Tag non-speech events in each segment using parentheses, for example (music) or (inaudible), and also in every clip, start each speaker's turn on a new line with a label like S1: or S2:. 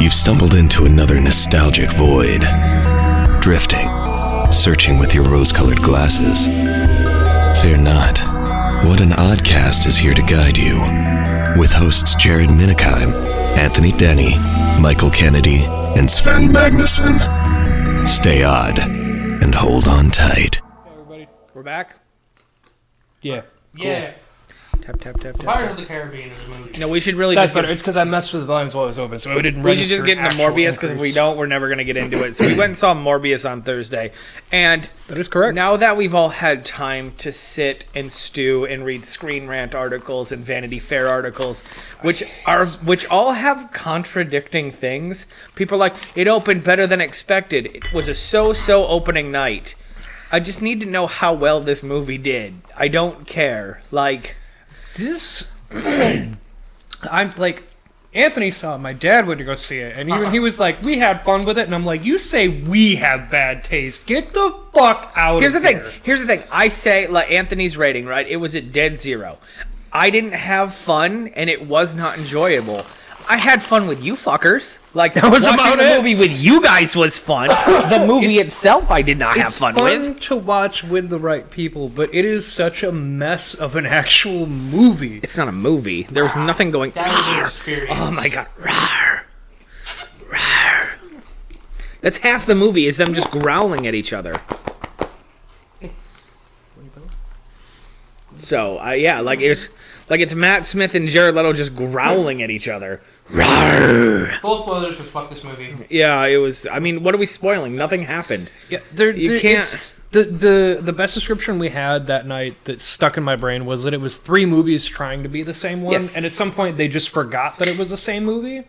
S1: You've stumbled into another nostalgic void. Drifting, searching with your rose colored glasses. Fear not. What an Oddcast is here to guide you. With hosts Jared Minikheim, Anthony Denny, Michael Kennedy, and Sven Magnuson. Stay odd and hold on tight.
S2: Everybody,
S3: We're back.
S2: yeah,
S4: Yeah,
S3: Tap tap tap tap.
S4: Pirates of the Caribbean is a movie.
S3: No, we should really
S2: that's
S3: just
S2: better.
S3: get,
S2: It's because I messed with the volumes while it was open, so we didn't.
S3: we should just
S2: register
S3: get into
S2: actual
S3: Morbius because if we
S2: increase.
S3: don't, we're never gonna get into it. So we went and saw Morbius on Thursday, and
S2: that is correct.
S3: now that we've all had time to sit and stew and read Screen Rant articles and Vanity Fair articles, which are which all have contradicting things. People are like it opened better than expected. It was a so-so opening night. I just need to know how well this movie did. I don't care. Like.
S2: this (clears throat) i'm like anthony saw it, my dad went to go see it and even he was like we had fun with it and i'm like you say we have bad taste get the fuck out
S3: Here's the
S2: of
S3: thing.
S2: here.
S3: Here's the thing. I say like Anthony's rating, right? It was at dead zero. I didn't have fun, and it was not enjoyable. I had fun with you fuckers. Like that
S2: was
S3: watching
S2: about
S3: the
S2: it.
S3: movie with you guys was
S2: (coughs)
S3: fun. the movie itself, I did not have
S2: it's
S3: fun, with.
S2: to watch with the right people but it is such a mess of an (laughs) actual movie
S3: It's not a movie. There was nothing going.
S4: That was an experience.
S3: Oh my god! Rawr, rawr. That's half the movie is them just growling at each other. So uh, yeah, like it's like it's Matt Smith and Jared Leto just growling at each other.
S4: Full spoilers for fuck this movie.
S3: Yeah, it was. I mean, what are we spoiling? Nothing happened.
S2: yeah, there,
S3: You
S2: there-
S3: can't-
S2: it's- the, the the best description we had that night that stuck in my brain was that it was three movies trying to be the same one,
S3: Yes.
S2: and at some point they just forgot that it was the same movie,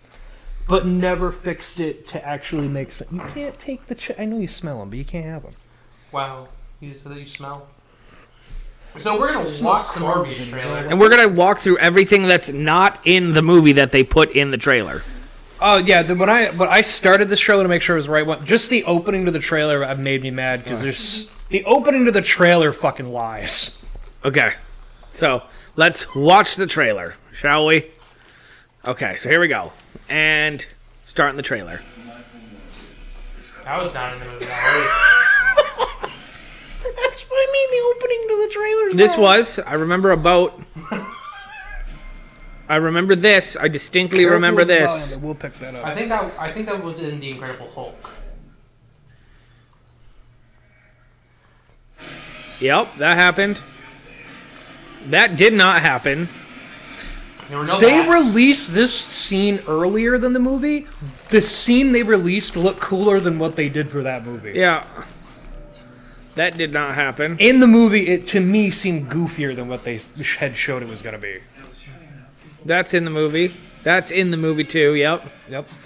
S2: but never fixed it to actually make sense. You can't take the. Ch- I know you smell them, but you can't have them.
S4: Wow. You said that you smell. So we're gonna watch the Morbius trailer.
S3: And we're gonna walk through everything that's not in the movie that they put in the trailer.
S2: Oh yeah, the, when I when I started this trailer to make sure it was the right one, just the opening to the trailer uh, made me mad because there's the opening to the trailer fucking lies.
S3: Okay. So let's watch the trailer, shall we? Okay, so here we go. And starting the trailer.
S4: I was not in the movie that
S2: That's what I mean. The opening to the trailer.
S3: This was, I remember a boat. I remember this. I distinctly remember this.
S2: We'll pick that up.
S4: way. I think that I think that was in the Incredible Hulk.
S3: Yep, that happened. That did not happen.
S4: There were no.
S2: They
S4: bats.
S2: released this scene earlier than the movie. The scene they released looked cooler than what they did for that movie.
S3: Yeah. That did not happen.
S2: In the movie, it to me seemed goofier than what they s- had showed it was gonna be.
S3: That's in the movie. That's in the movie too. Yep.
S2: Yep.
S4: I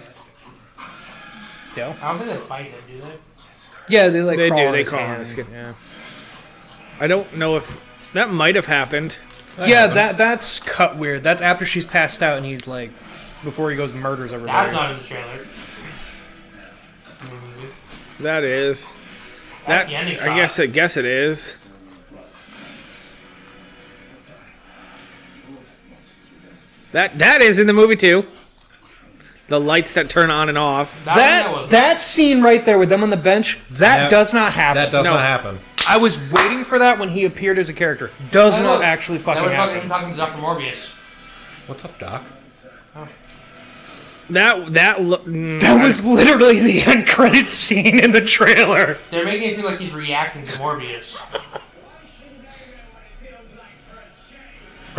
S4: don't think they fight them, do they?
S2: Yeah, they like.
S3: They
S2: crawl
S3: do.
S2: on
S3: They
S2: his
S3: call
S2: hand.
S3: on his skin. Yeah. I don't know if that might have happened.
S2: Yeah, that that's cut weird. That's after she's passed out and he's like, before he goes and murders everybody.
S4: That's not in the trailer. Mm, it's-
S3: That is. That
S4: the ending
S3: I guess I guess it is. That that is in the movie too. The lights that turn on and off.
S4: That, that
S2: that
S4: was
S2: that scene right there with them on the bench. That
S5: That-
S2: does not happen.
S5: That does
S3: No.
S5: not happen.
S2: I was waiting for that when he appeared as a character. Does
S4: I
S2: not
S4: know.
S2: actually
S4: That
S2: fucking
S4: was
S2: happen.
S4: fucking him talking to Dr. Morbius.
S5: What's up, Doc?
S3: That that lo- mm,
S2: That was literally the (laughs) end credit scene in the trailer.
S4: They're making it seem like he's reacting to Morbius.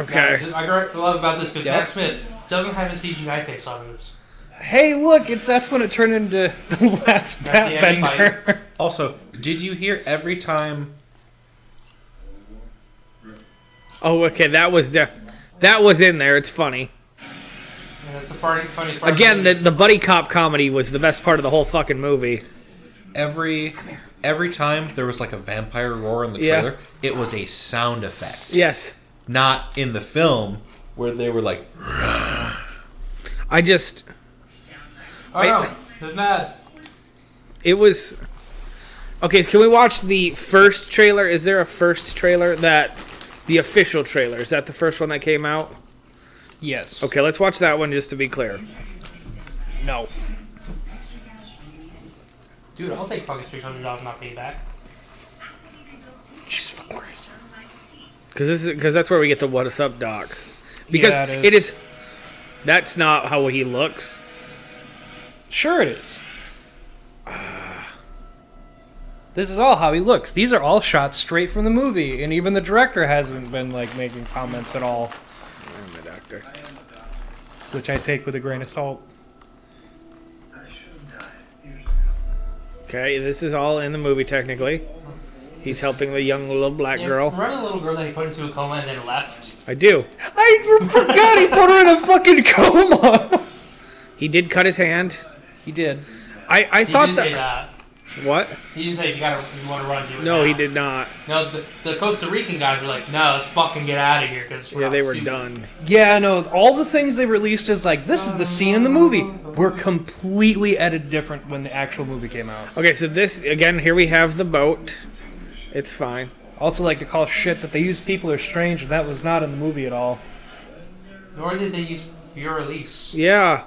S3: okay.
S4: I grew- I love about this because
S2: Yeah.
S4: Matt Smith doesn't have a CGI face on this.
S2: Hey, look, it's that's when it turned into (laughs) the last
S4: That's the
S2: (laughs)
S4: end
S2: Batbender.
S5: Also, did you hear every time?
S3: Oh, okay. That was def- that was in there. It's funny.
S4: And that's the funny, funny part.
S3: Again, the, the buddy cop comedy was the best part of the whole fucking movie.
S5: Every every time there was like a vampire roar in the
S3: Yeah.
S5: trailer, it was a sound effect,
S3: Yes.
S5: not in the film where they were like,
S3: I just
S4: oh no, there's not.
S3: it was okay can we watch the first trailer is there a first trailer that the official trailer is that the first one that came out
S2: Yes.
S3: okay let's watch that one just to be clear
S2: No.
S4: Dude, I'll take fucking six hundred dollars and not pay back.
S2: Jesus fucking Christ.
S3: Because this is because that's where we get the what's up doc. Because
S2: Yeah,
S3: it is. That's not how he looks.
S2: Sure, it is. Uh. This is all how he looks. These are all shots straight from the movie, and even the director hasn't been like making comments at all,
S3: I'm a doctor.
S2: which I take with a grain of salt.
S3: Okay, this is all in the movie technically. He's helping the young little black
S4: Yeah,
S3: girl.
S4: Remember the little girl that he put into a coma and then left?
S3: I do.
S2: I forgot he put her in a fucking coma.
S3: He did cut his hand.
S2: He did.
S3: I I
S4: He
S3: thought
S4: didn't say
S3: that.
S4: that.
S3: What?
S4: He didn't say you gotta you want to run. Do it
S3: No, he
S4: now."
S3: did not.
S4: No, the, the Costa Rican guys were like, no, let's fucking get out of here because
S3: Yeah, they were done.
S2: Yeah, no. All the things they released is like this is the scene in the movie. Were completely edited different when the actual movie came out.
S3: Okay, so this again. Here we have the boat. It's fine.
S2: Also, like to call shit that they use people are strange, and that was not in the movie at all.
S4: Nor did they use fear release.
S3: Yeah.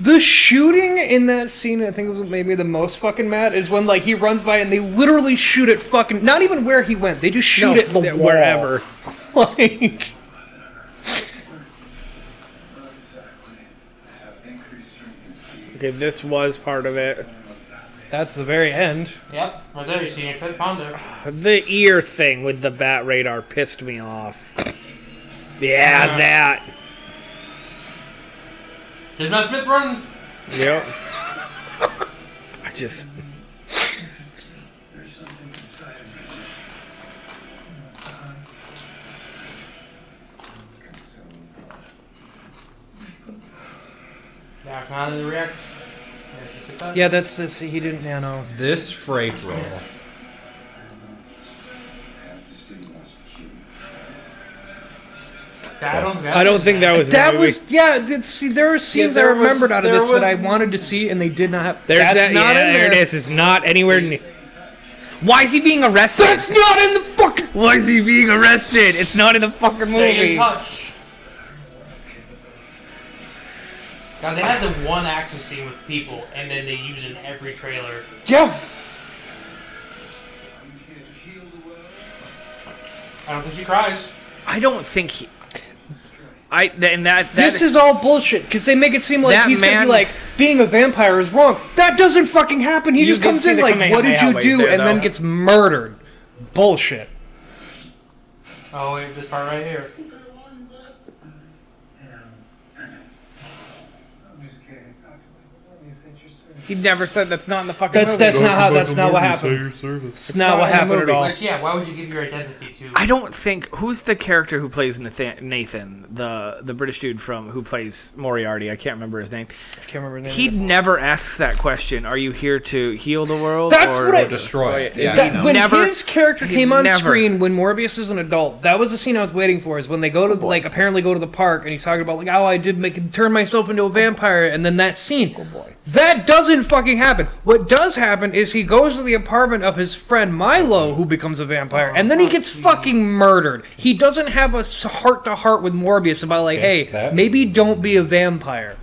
S2: The shooting in that scene, I think, was what made me the most fucking mad. Is when like he runs by and they literally shoot at fucking not even where he went. They just
S3: No,
S2: shoot at the
S3: th-
S2: wall.
S3: wherever.
S2: (laughs) Like,
S3: Okay, this was part of it.
S2: that's the very end.
S4: Yep, right there you see it. Ted Fonda.
S3: The ear thing with the bat radar pissed me off. Yeah,
S4: Yeah.
S3: that.
S4: There's no Smith run.
S3: Yep. I just.
S4: Yeah, come out of the reacts. Yeah,
S2: Yeah, that's this. He didn't. Yeah, no.
S5: This freight roll.
S4: I don't,
S3: I don't think that was. in the
S2: That
S3: movie.
S2: was yeah. That, see, there are scenes
S5: there
S2: I
S5: was-
S2: remembered out of
S5: there
S2: this that I
S5: was-
S2: wanted to see, and they did not. Have,
S3: There's
S2: that's
S3: that.
S2: not
S3: yeah,
S2: in
S3: there. it
S2: there.
S3: is. It's not anywhere near. Why is he being arrested?
S2: That's not in the fucking.
S3: Why is he being arrested? It's not in the fucking
S4: Stay in
S3: movie.
S4: touch. God, they had the one action scene with people, and then they use it in every trailer.
S2: Yeah.
S4: I don't think she cries.
S3: I don't think he. I th- and that. that
S2: This is all bullshit because they make it seem like
S3: That
S2: he's gonna
S3: man-
S2: be like being a vampire is wrong. That doesn't fucking happen. He
S3: You
S2: just
S3: did
S2: comes
S3: see
S2: in
S3: the
S2: like, "What did
S3: Kamehameha
S2: you
S3: wave
S2: do?"
S3: there,
S2: and then
S3: though.
S2: gets murdered. Bullshit.
S4: Oh, wait, this part right here.
S3: He never said that's not in the fucking
S2: That's
S3: movie.
S2: that's not how. That's not what happened. It's not what
S3: in the
S2: happened at
S3: movie.
S2: all.
S4: Which, yeah, why would you give your identity to?
S3: I uh, don't think who's the character who plays Nathan, Nathan the the British dude from who plays Moriarty. I can't remember his name.
S2: I can't remember the name.
S3: He
S2: of it.
S3: never asks that question. "Are you here to heal the world?"
S2: That's
S3: or,
S2: what I-
S5: Or destroy it.
S3: That-
S5: Yeah, I
S2: That-
S5: know.
S2: when
S3: never-
S2: his character came on
S3: never-
S2: screen when Morbius is an adult, that was the scene I was waiting for. Is when they
S5: Oh,
S2: go to like apparently go to the park and he's talking about like oh I did make turn myself into a vampire and then that scene.
S5: Oh,
S2: That doesn't fucking happen. What does happen is he goes to the apartment of his friend Milo, who becomes a vampire, and then he gets
S5: Oh,
S2: fucking murdered. He doesn't have a heart to heart with Morbius about like,
S5: Okay,
S2: hey,
S5: that-
S2: maybe don't be a vampire.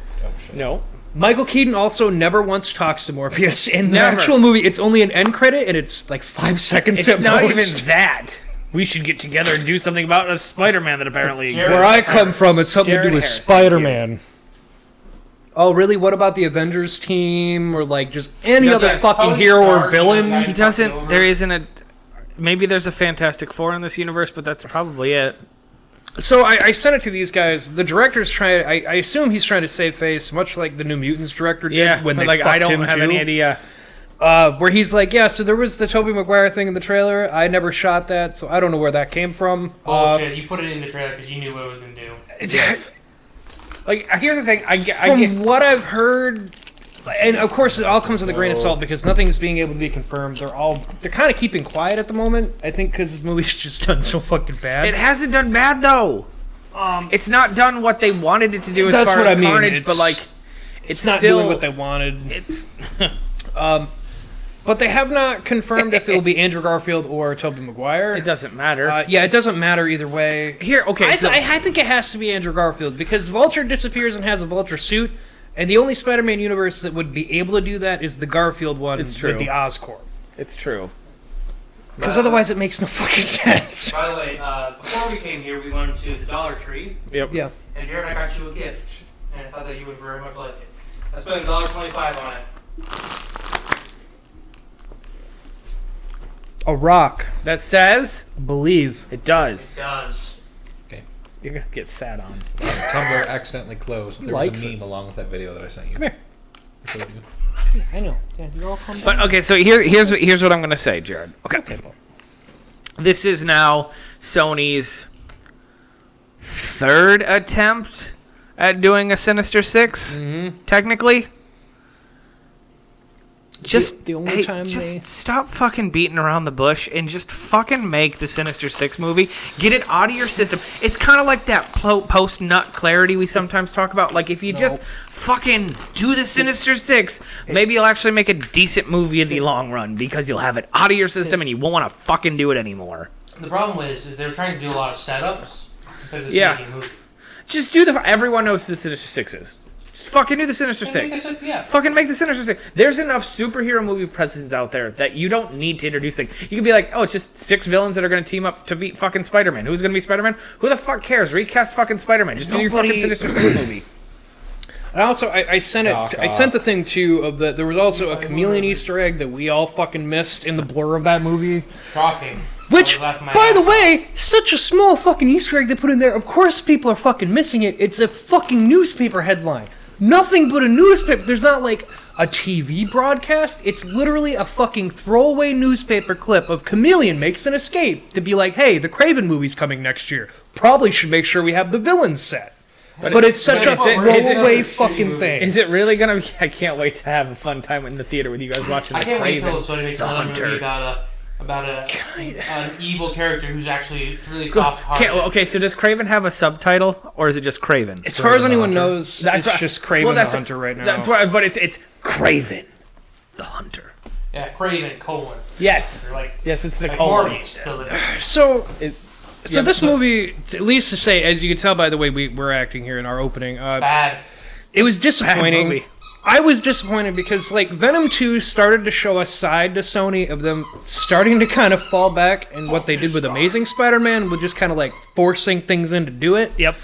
S3: No.
S2: Michael Keaton also never once talks to Morpheus in the
S3: Never.
S2: actual movie. It's only an end credit, and it's like five seconds.
S3: It's
S2: at
S3: not
S2: most.
S3: even that. We should get together and do something about a Spider-Man that apparently exists.
S2: Where I come from, it's something to
S3: Jared
S2: do with
S3: Harris, thank
S2: Spider-Man. Oh, really? What about the Avengers team, or like just any
S3: Does
S2: other
S3: that-
S2: fucking
S4: Tony
S2: hero or
S4: Stark,
S2: villain?
S4: that
S3: He
S4: guy-
S3: doesn't. There isn't a. Maybe there's a Fantastic Four in this universe, but that's probably it.
S2: So I, I sent it to these guys. The director's trying. I, I assume he's trying to save face, much like the New Mutants director did
S3: Yeah,
S2: when they
S3: like I
S2: fucked
S3: don't
S2: him
S3: have
S2: too.
S3: any idea.
S2: Uh, where he's like, yeah. So there was the Tobey Maguire thing in the trailer. I never shot that, so I don't know where that came from. Uh,
S4: Bullshit. you put it in the trailer because you knew what it was gonna do.
S3: Yes. like uh, here's the thing. I get. I
S2: from
S3: get
S2: what I've heard, and of course it all comes with a grain of salt because nothing's being able to be confirmed. They're all they're kind of keeping quiet at the moment. I think because this movie's (laughs) just done so fucking bad.
S3: It hasn't done bad though.
S2: um,
S3: it's not done what they wanted it to do as
S2: That's
S3: far
S2: what
S3: as
S2: I mean,
S3: Carnage,
S2: it's-
S3: but like, it's,
S2: it's not
S3: still
S2: doing what they wanted.
S3: it's.
S2: But they have not confirmed if it will be Andrew Garfield or Tobey Maguire.
S3: It doesn't matter.
S2: Uh, yeah, it doesn't matter either way.
S3: Here, okay,
S2: I,
S3: so-
S2: I, I think it has to be Andrew Garfield because Vulture disappears and has a Vulture suit, and the only Spider-Man universe that would be able to do that is the Garfield one
S3: It's true.
S2: with the Oscorp.
S3: it's true.
S2: Because otherwise, it makes no (laughs) fucking sense.
S4: By the way, uh, before we came here, we went to the Dollar Tree,
S3: Yep.
S2: Yeah.
S4: and Jared, I got you a gift, and I thought that you would very much like it. I spent $1.25 on it.
S2: A rock.
S3: That says
S2: Believe.
S3: it does.
S4: Does.
S3: You're gonna get sat on.
S5: Tumblr accidentally closed. There was
S2: likes
S5: a meme along with that video that I sent you.
S2: Come here.
S5: I showed you.
S2: I know. Yeah, you're all calm down.
S3: But okay, so here, here's what here's what I'm gonna say, Jared. Okay. This is now Sony's third attempt at doing a Sinister 6
S2: Mm-hmm.
S3: technically. Just
S2: the only
S3: hey,
S2: time
S3: just
S2: they-
S3: stop fucking beating around the bush and just fucking make the Sinister Six movie. Get it out of your system. It's kind of like that plo- post nut clarity we sometimes talk about. Like if you just fucking do the Sinister Six, maybe you'll actually make a decent movie in the long run because you'll have it out of your system and you won't want to fucking do it anymore.
S4: The problem is, is they were trying to do a lot of setups. instead of just
S3: Yeah.
S4: making a movie.
S3: Just do the. Everyone knows the Sinister Six is. Just fucking do the Sinister
S4: And make
S3: Six.
S4: it- Yeah.
S3: Fucking make the Sinister Six. There's enough superhero movie presence out there that you don't need to introduce things. You can be like, oh, it's just six villains that are going to team up to beat fucking Spider Man. Who's going to be Spider Man? Who the fuck cares? Recast fucking Spider Man. Just do your fucking
S2: Nobody-
S3: Sinister Six movie.
S2: And also, I, I sent it.
S5: Doc
S2: I sent the thing too. Of the there was also a chameleon Easter egg that we all fucking missed in the blur of that movie.
S4: (laughs) Shocking.
S2: Which,
S4: I was laughing my
S2: by
S4: ass
S2: the
S4: off.
S2: way, such a small fucking Easter egg they put in there. Of course, people are fucking missing it. It's a fucking newspaper headline. Nothing but a newspaper. There's not like a TV broadcast. It's literally a fucking throwaway newspaper clip of Chameleon makes an escape to be like, hey, the Craven movie's coming next year. Probably should make sure we have the villains set. But, it's such
S3: but is
S2: a
S3: it- is it-
S2: throwaway
S4: Shitty
S2: fucking
S4: movie.
S2: thing.
S3: Is it really going to be. I can't wait to have a fun time in the theater with you guys watching
S4: I
S3: the
S4: can't wait
S3: Craven.
S4: till Sony makes
S3: The
S4: another
S3: Hunter.
S4: movie about a about a an evil character who's actually really soft hearted.
S3: Can't- okay, so does Craven have a subtitle or is it just Craven?
S2: as far as
S5: Craven the
S2: anyone
S5: Hunter.
S2: knows, it's
S3: right.
S2: just Craven
S3: Well, that's-
S2: the Hunter right now.
S3: That's why, but it's it's Craven, the Hunter.
S4: Yeah, Craven colon.
S3: Yes,
S4: They're like
S3: yes, it's the
S4: like
S3: colon.
S4: Morbius. The little-
S2: So,
S3: It-
S2: so this movie, t- at least to say, as you can tell by the way we, we're acting here in our opening, uh,
S4: Bad.
S2: it was disappointing.
S3: movie.
S2: I was disappointed because like Venom 2 started to show a side to Sony of them starting to kind of fall back and what they did with Amazing Spider-Man with just kind of like forcing things in to do it.
S3: Yep.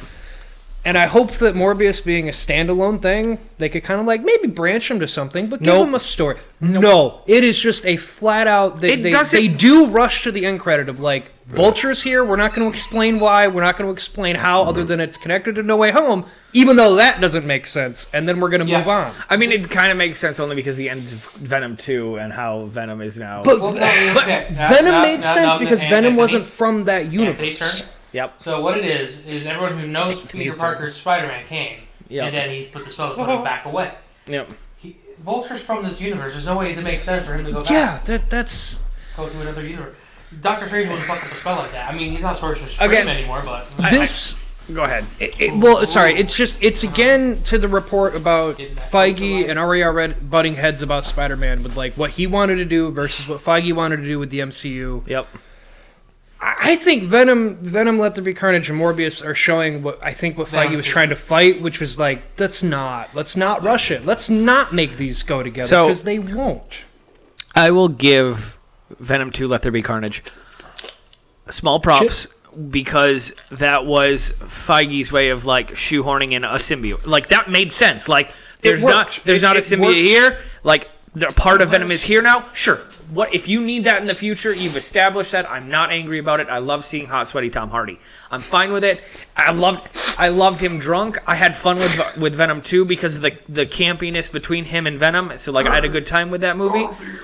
S2: And I hope that Morbius being a standalone thing, they could kind of like maybe branch him to something, but give
S3: Nope.
S2: him a story. No, it is just a flat out. They
S3: It
S2: they,
S3: doesn't-
S2: they do rush to the end credit of like Vulture's here. We're not going to explain why. We're not going to explain how, other than it's connected to No Way Home. Even though that doesn't make sense, and then we're going to
S4: Yeah.
S2: move on.
S3: I mean, it kind of makes sense only because the end of Venom Two and how Venom is now.
S2: But
S4: Well, no, okay.
S2: (laughs)
S4: Now-
S2: Venom
S4: now-
S2: made
S4: now-
S2: sense
S4: now
S2: because
S4: that
S2: Venom
S4: Anthony-
S2: wasn't from that
S4: Anthony's
S2: universe.
S4: turn.
S3: yep.
S4: So what it is is everyone who knows
S3: Anthony's
S4: Peter
S3: turn.
S4: Parker's Spider-Man came,
S3: Yeah.
S4: and then he put the spell to put
S3: (laughs)
S4: him back away.
S3: Yep.
S4: He, Vulture's from this universe. There's no way it makes sense for him to go back.
S2: Yeah, that that's
S4: Go to another universe. Doctor Strange wouldn't fuck up a spell like that. I mean, he's not Sorcerer Supreme
S3: Again,
S4: anymore, but
S2: this.
S3: Go ahead.
S2: It, it- well, sorry, it's just it's again to the report about Feige and Ari Aster butting heads about Spider-Man with like what he wanted to do versus what Feige wanted to do with the MCU.
S3: Yep.
S2: I, I think Venom, Venom, Let There Be Carnage, and Morbius are showing what I think what
S4: Venom
S2: Feige was
S4: too.
S2: trying to fight, which was like let's not let's not rush it, let's not make these go together
S3: So-
S2: because they won't.
S3: I will give Venom 2 Let There Be Carnage small props because that was Feige's way of like shoehorning in a symbiote. Like that made sense. Like there's not
S2: worked.
S3: there's
S2: It-
S3: not a
S2: it
S3: symbiote
S2: worked.
S3: here. Like the part of Venom is here now. Sure. What if you need that in the future? You've established that. I'm not angry about it. I love seeing hot sweaty Tom Hardy. I'm fine with it. I loved I loved him drunk. I had fun with with Venom 2 because of the the campiness between him and Venom. So like I had a good time with that movie.
S2: Oh,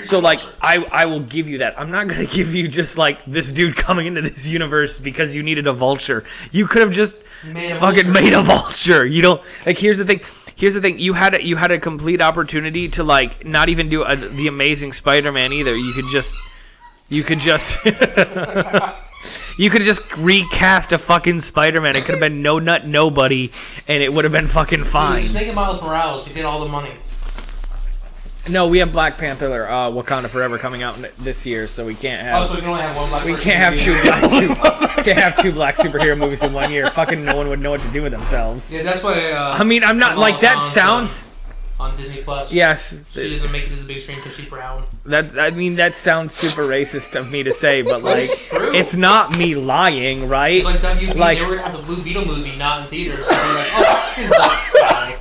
S3: So like I I will give you that. I'm not gonna (laughs) give you just like this dude coming into this universe because you needed a vulture. You could have just
S4: Made a
S3: fucking
S4: vulture.
S3: made a (laughs) vulture. You don't like here's the thing. Here's the thing. You had a, you had a complete opportunity to like not even do a, the Amazing Spider-Man either. You could just you could just (laughs) you could just recast a fucking Spider-Man. It could have been no nut nobody, and it would have been fucking
S4: Dude,
S3: fine.
S4: Just make it Miles Morales. You get all the money.
S3: No, we have Black Panther, uh, Wakanda Forever coming out n- this year, so we can't have
S4: Oh, so we can only have one black
S3: we
S4: person
S3: can't have
S4: in the
S3: two
S4: movie. (laughs)
S3: black su- can't have two black superhero movies in one year. Fucking no one would know what to do with themselves.
S4: Yeah, that's why. Uh,
S3: I mean, I'm not like that sounds.
S4: on Disney Plus.
S3: Yes,
S4: She doesn't make it to the big screen because she's brown.
S3: that I mean that sounds super racist of me to say, but like
S4: it's true.
S3: it's not me lying, right? (laughs)
S4: Like WB,
S3: Like-
S4: they were gonna have the Blue Beetle movie not in theaters. So they're like, oh,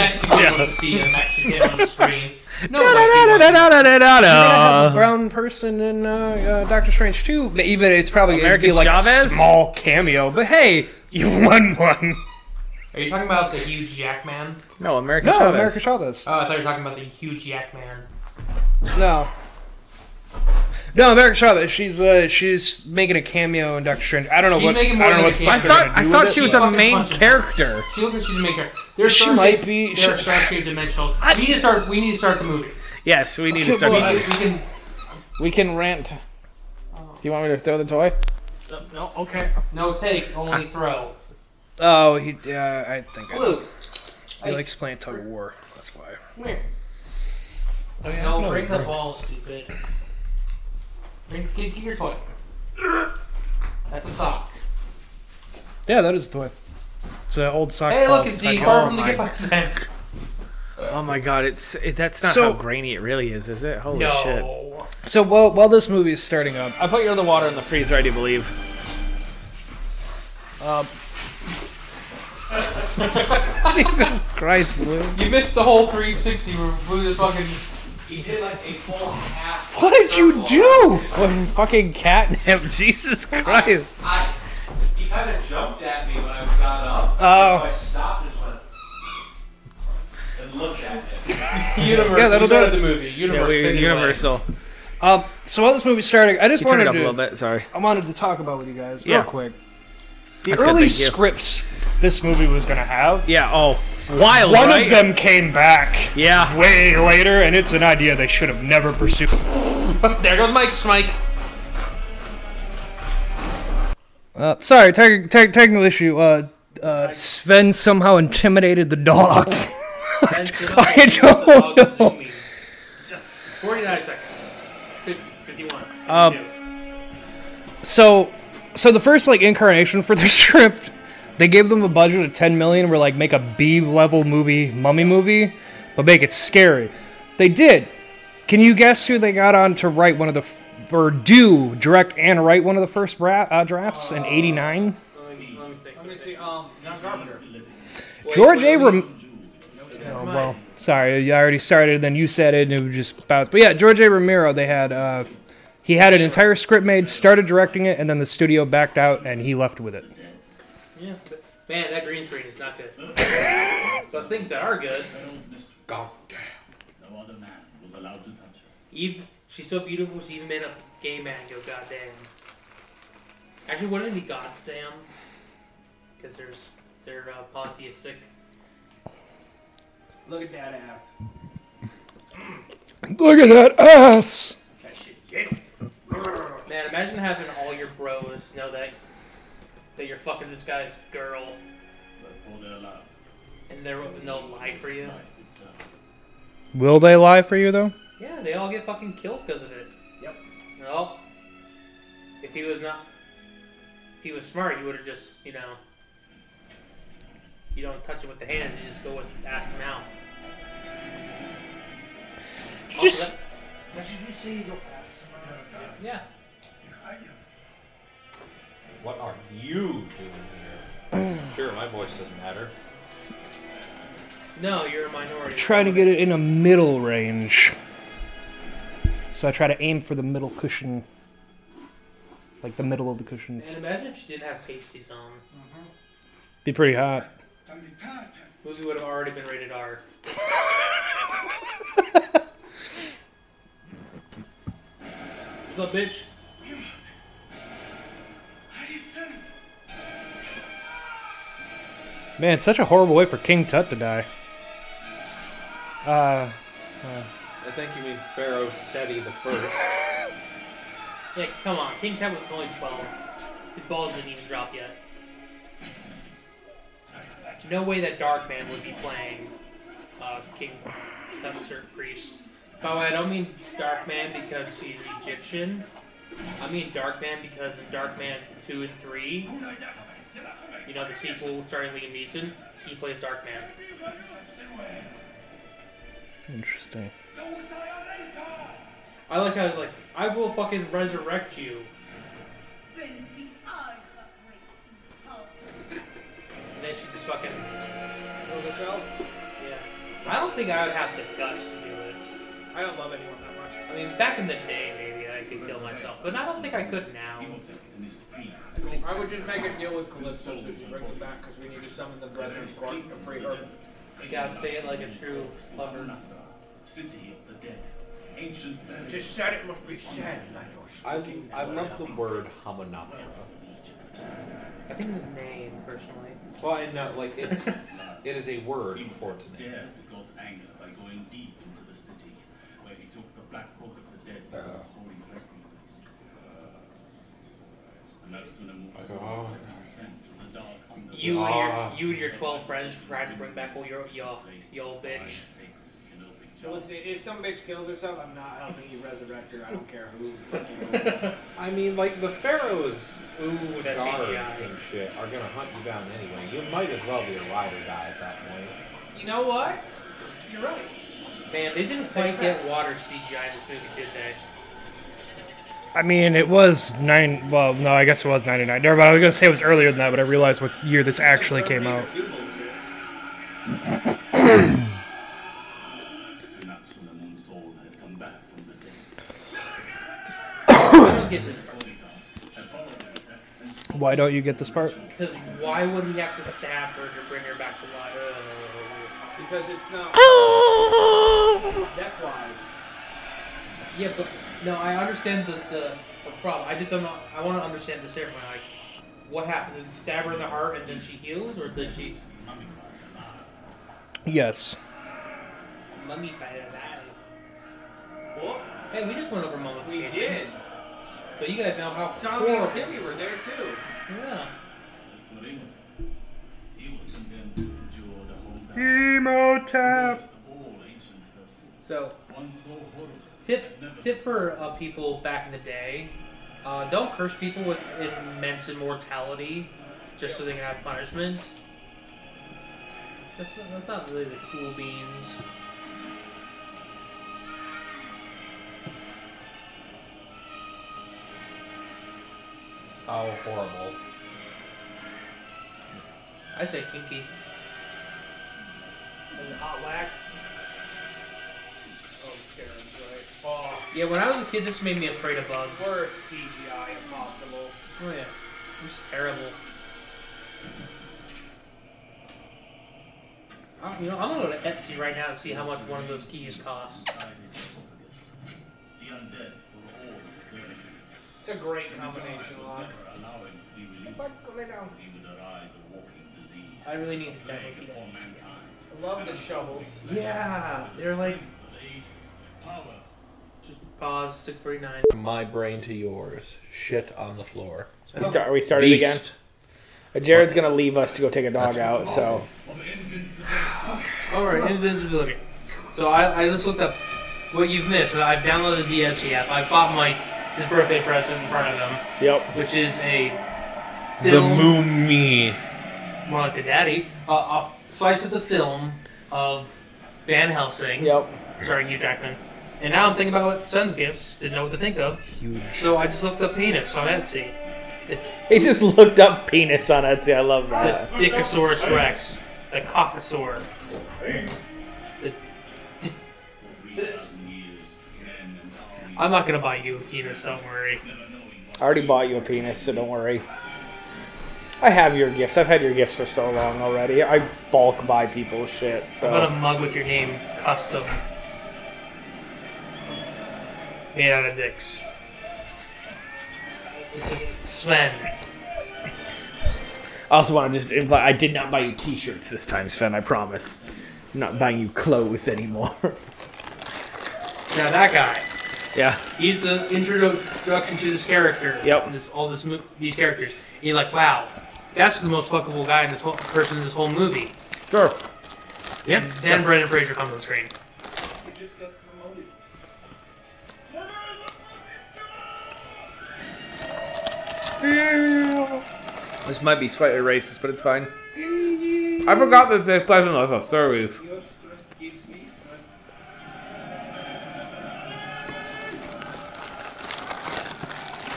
S2: (laughs)
S4: outside.
S3: Mexicans,
S4: no Mexican
S3: yeah.
S4: wants to see a Mexican on the screen. No, white people.
S3: uh,
S2: have a
S3: Da-da-da-da-da-da-da-da.
S2: brown person in uh, uh, Doctor Strange too. But even it's probably gonna be
S3: American
S2: like a
S3: Chavez?
S2: small cameo. But hey, you won one.
S4: Are you talking about the huge yak man?
S3: No, American
S2: No,
S3: Chavez.
S2: America Chavez.
S4: Oh, I thought you were talking about the huge yak man.
S2: No. No, America Chavez. She's uh, she's making a cameo in Doctor Strange. I don't know
S4: She's
S2: what.
S4: making more
S2: I don't know
S4: than
S2: what
S4: a
S3: I
S2: the
S4: cameo.
S2: fuck they're
S3: thought
S2: gonna
S3: I
S2: do
S3: thought
S2: with
S3: she
S2: it.
S3: was a
S4: Fucking
S3: main
S4: punches.
S3: character.
S4: She looks like she's a maker. They're
S2: She
S4: star-shaped-
S2: might be-
S4: They're
S2: she-
S4: star-shaped dimensional. we need to start. We need to start the movie.
S3: Yes, we need to start.
S4: We, we can.
S3: We can rant. Do you want me to throw the toy?
S4: Uh, No, okay. No take, only throw.
S2: Oh, he. Uh, I think I,
S4: Blue.
S2: he likes playing tug of war. That's why.
S4: Come here. Oh, no, bring the ball, stupid. Bring, get, get your toy. That's a sock.
S2: Yeah, that is the toy. It's an old sock.
S4: Hey,
S2: ball.
S4: look, it's
S2: Like,
S4: the card from the
S3: my-
S4: gift I (laughs) sent.
S3: Oh my god, it's it, that's not
S2: So-
S3: how grainy it really is, is it? Holy shit!
S4: No.
S2: So while while this movie is starting up,
S3: I put your other water in the freezer, I do believe.
S2: Jesus Christ, Blue.
S4: You missed the whole 360 where Blue just fucking. He did like a full half.
S2: What did you do?
S3: Well, fucking
S2: (laughs)
S3: catnip, Jesus Christ!
S6: I, he kind of jumped at me when I got up.
S2: Oh.
S6: So I stopped and just went and looked at him.
S4: Universe.
S2: (laughs) Yeah, that'll
S4: we
S2: do
S4: started
S2: it.
S4: the movie. Universe.
S3: Yeah, we
S4: faded away.
S3: universal.
S2: Um, so while this movie's starting, I just
S3: You turn
S2: wanted
S3: it up a
S2: to.
S3: little bit. Sorry.
S2: I wanted to talk about with you guys
S3: Yeah.
S2: real quick. The
S3: That's good,
S2: early
S3: thank you.
S2: scripts this movie was gonna have.
S3: Yeah. Oh, wild.
S2: One
S3: right?
S2: of them came back
S3: Yeah.
S2: way later, and it's an idea they should have never pursued.
S4: (laughs) There goes Mike Smike.
S2: Uh, sorry, tech- tech- technical issue. Uh, uh, Sven somehow intimidated the dog. (laughs)
S4: (laughs)
S2: I don't know.
S4: Just 49 seconds. Fif- 51.
S2: Um, so so the first like incarnation for the (laughs) script they gave them a budget of 10 million were like make a b level movie mummy movie but make it scary they did can you guess who they got on to write one of the f- or do direct and write one of the first bra- uh, drafts in 89 george abram oh, well sorry i already started then you said it and it was just bounced but yeah george a romero they had uh he had an entire script made, started directing it, and then the studio backed out and he left with it.
S4: Yeah. Man, that green screen is not good.
S6: (laughs)
S4: but things that are good.
S6: No other man was allowed to touch her.
S4: Eve, she's so beautiful, she even made a gay man go goddamn. Actually, wouldn't it be godsam? Because there's they're uh, polytheistic.
S3: Look at that ass.
S2: Look at that ass!
S4: Man, imagine having all your bros know that that you're fucking this guy's girl,
S6: But for their love,
S4: and they're and they'll lie for you.
S6: life itself.
S2: Will they lie for you though?
S4: Yeah, they all get fucking killed because of it.
S3: Yep.
S4: Well, if he was not, if he was smart, he would have just, you know, you don't touch it with the hand, you just go with ass and mouth.
S2: Just
S4: Yeah.
S5: What are you doing here? sure, my voice doesn't matter.
S4: No, you're a minority.
S2: try to get it in a middle range. So I try to aim for the middle cushion, like the middle of the cushions.
S4: And imagine if she didn't have pasties on.
S2: Be pretty hot.
S4: Movie would have already been
S2: (laughs)
S4: rated R. the bitch.
S2: Man, it's such a horrible way for King Tut to die. Uh,
S5: I think you mean Pharaoh Seti the first.
S4: Yeah, come on. King Tut was only 12. His balls didn't even drop yet. No way that Dark Man would be playing uh, King Tut Sir Priest. By the way, I don't mean Dark Man because he's Egyptian. I mean Dark Man because in Dark Man 2 and 3, you know, the sequel starring Liam Neeson, he plays Dark Man.
S2: Interesting.
S4: I like how he's like, I will fucking resurrect you. And then she just fucking. Yeah. I don't think I would have the guts to do this.
S3: I don't love anyone that much.
S4: I mean, back in the day, maybe I could kill myself, but I don't think I could now.
S3: I would just make a deal with Calypso so she brings them back because we need to summon the brethren of Gork to free her.
S4: You gotta say it like a true lover.
S6: City of the dead. Ancient burial.
S3: Just said it must be said.
S5: I, I love the word homonophora.
S4: I think it's a name, personally.
S5: Well, I know,
S6: (laughs)
S5: like, it's, it is a word for its name.
S6: dared the god's anger by going deep into the city, where he took the black book of the dead from its holy resting place. Uh, And like Sunamu,
S5: Oh,
S6: sent to the dark underworld.
S4: You
S5: Ah.
S4: and your you and your twelve friends tried to bring back all your yo yo bitch.
S6: safe in open
S7: Listen,
S6: jail.
S7: if some bitch kills herself, I'm not helping you resurrect her. I don't care who.
S5: I mean, like, the pharaohs
S4: Ooh, that's
S5: guards
S4: CGI.
S5: and shit are gonna hunt you down anyway. You might as well be alive or die at that point.
S7: You know what? You're right.
S4: Man, they didn't quite get water CGI in this movie, did they?
S2: I mean, it was nine. Well, no, I guess it was ninety nine. Never mind. I was gonna say it was earlier than that, but I realized what year this actually came out.
S6: Not Sunamun's soul had come back from the dead.
S4: I don't get this part.
S2: Why don't you get this part?
S4: Because why would he have to stab her to bring her back to life?
S7: Because it's not. That's why.
S4: Yeah, but no, I understand the, the, the problem. I just don't know. I want to understand the ceremony. Like, what happens? Does he stab her in the heart and then she heals, or does she
S2: Yes.
S4: mummify her alive? Well, hey, we just went over mummification. So you guys know how
S7: Tommy
S4: horrible.
S7: and Timmy were there too.
S4: Yeah.
S6: As for Raymond, he was condemned to endure the whole battle.
S2: Emotep.
S6: Worst of all ancient curses.
S4: So
S6: One so horrible.
S4: tip tip for uh, people back in the day: uh, don't curse people with immense immortality, just so they can have punishment. That's not, that's not really the cool beans.
S5: How horrible.
S4: I say kinky.
S7: And the hot wax. Oh, Karen's right. Oh,
S4: Yeah, when I was a kid, this made me afraid of bugs. Oh
S7: worst CGI impossible.
S4: yeah, it was terrible. Uh, You know, I'm gonna go to Etsy right now and see how much one of those keys costs.
S6: Inside his sarcophagus, the undead for all eternity.
S7: It's a great combination lock.
S6: Never allow him to be released. He would arise a walking disease.
S4: I really need to
S6: Plague
S4: download
S6: upon
S4: that.
S6: mankind.
S7: I love the shovels.
S4: Yeah, they're like
S6: For ages, power
S4: just pause six forty nine.
S5: From my brain to yours. Shit on the floor.
S3: We start, are we started again? Uh, Jared's gonna leave us to go take a dog out, so
S6: of invincibility.
S4: All right, invisibility. So I, I just looked up what you've missed. I've downloaded the Etsy app. I bought Mike his birthday present in front of him,
S3: yep.
S4: which is a
S5: The Moomy.
S4: more like the daddy, uh, a slice of the film of Van Helsing,
S3: Yep.
S4: starring Hugh Jackman. And now I'm thinking about what send gifts, didn't know what to think of. Huge. So I just looked up penis on Etsy.
S3: He just looked up penis on Etsy. I love
S4: The
S3: that.
S4: Dickosaurus Rex, the Cockasaur.
S6: Three thousand years, men and armies.
S4: I'm not gonna buy you a penis, don't worry.
S3: I already bought you a penis, so don't worry. I have your gifts. I've had your gifts for so long already. I bulk buy people shit,
S4: I bought
S3: so
S4: a mug with your name custom. Made out of dicks. This is Sven.
S3: I also want to just imply I did not buy you T-shirts this time, Sven. I promise. I'm not buying you clothes anymore.
S4: Now that guy.
S3: yeah.
S4: He's the introduction to this character.
S3: Yep.
S4: This all this mo- these characters. And you're like, wow, that's the most fuckable guy in this whole person in this whole movie.
S3: Sure.
S4: Yep. Then Brendan Fraser comes on screen.
S3: This might be slightly racist, but it's fine. I forgot that they play them as a series.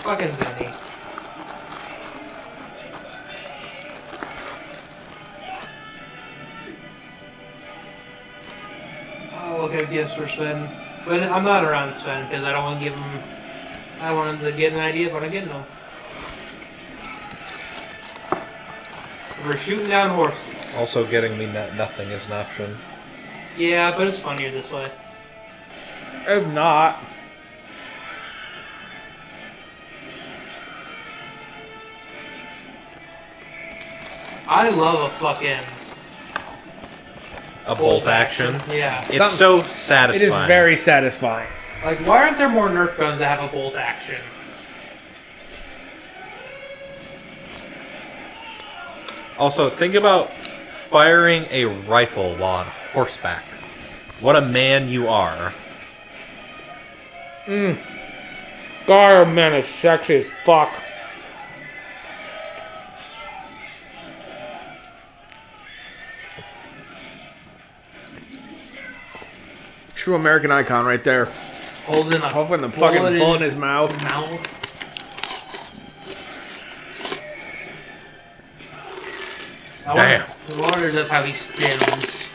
S4: Fucking Vinny. Oh, look at gifts for Sven. But I'm not around Sven because I don't want to give him. I want him to get an idea of what I'm getting him. We're shooting down horses.
S5: Also, getting me no- nothing is an option.
S4: Yeah, but it's funnier this way.
S3: If not,
S4: I love a fucking.
S8: A bolt action.
S4: Yeah.
S8: It's so satisfying.
S3: it is very satisfying.
S4: Like, why aren't there more Nerf guns that have a bolt action?
S8: Also, think about firing a rifle while on horseback. What a man you are.
S3: Gar man is sexy as fuck. True American icon right there.
S4: Holding a
S3: Open the fucking
S4: bullet
S3: hole in his mouth.
S4: mouth. I
S8: Damn.
S4: wonder- I wonder if that's how he stims.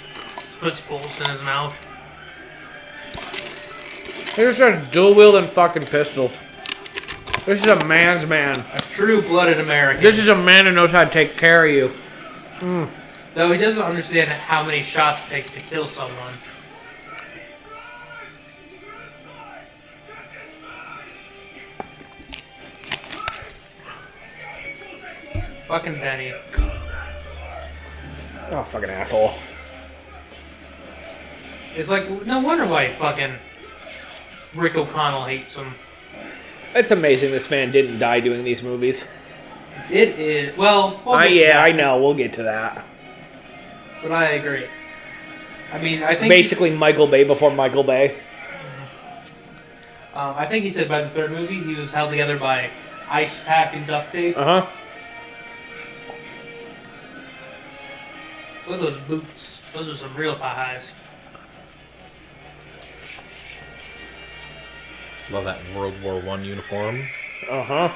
S4: Puts bolts in his mouth.
S3: Here's just dual wielding fucking pistols. This is a man's man.
S4: A true-blooded American.
S3: This is a man who knows how to take care of you.
S4: Though he doesn't understand how many shots it takes to kill someone. Fucking Benny.
S3: Oh, fucking asshole.
S4: It's like, no wonder why fucking Rick O'Connell hates him.
S3: It's amazing this man didn't die doing these movies.
S4: It is. Well, we'll
S3: Ah,
S4: get to
S3: yeah,
S4: that,
S3: I know. We'll get to that.
S4: But I agree. I mean, I think.
S3: Basically, Michael Bay before Michael Bay.
S4: he- um, I think he said by the third movie he was held together by ice pack and duct tape.
S3: Uh huh.
S4: Look at those boots. Those are some real pies.
S8: Love that World War One uniform.
S3: Uh huh.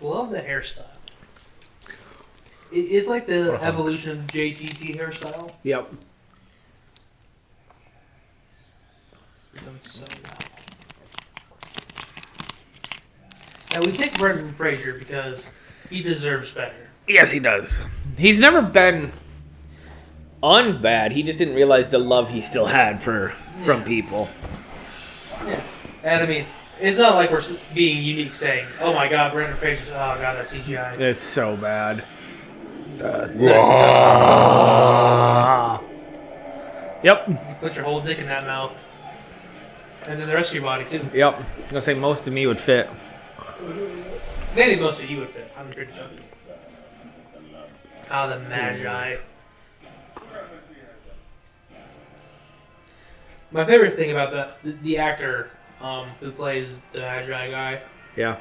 S4: Love the hairstyle. It is like the evolution of JGT hairstyle.
S3: Yep.
S4: I'm so loud. Now we picked Brendan Fraser because he deserves better.
S3: Yes, he does. He's never been unbad. He just didn't realize the love he still had for from people.
S4: And I mean, it's not like we're being unique saying, oh my god, Brendan Fraser's, oh god, that's CGI.
S3: It's so (laughs) bad. Yep.
S4: Put your whole dick in that mouth. And then the rest of your body, too.
S3: Yep. I'm gonna say most of me would fit.
S4: Maybe most of you would fit. I'm pretty sure. Ah, the Magi. My favorite thing about the, the, the actor um, who plays the Magi guy,
S3: Yeah.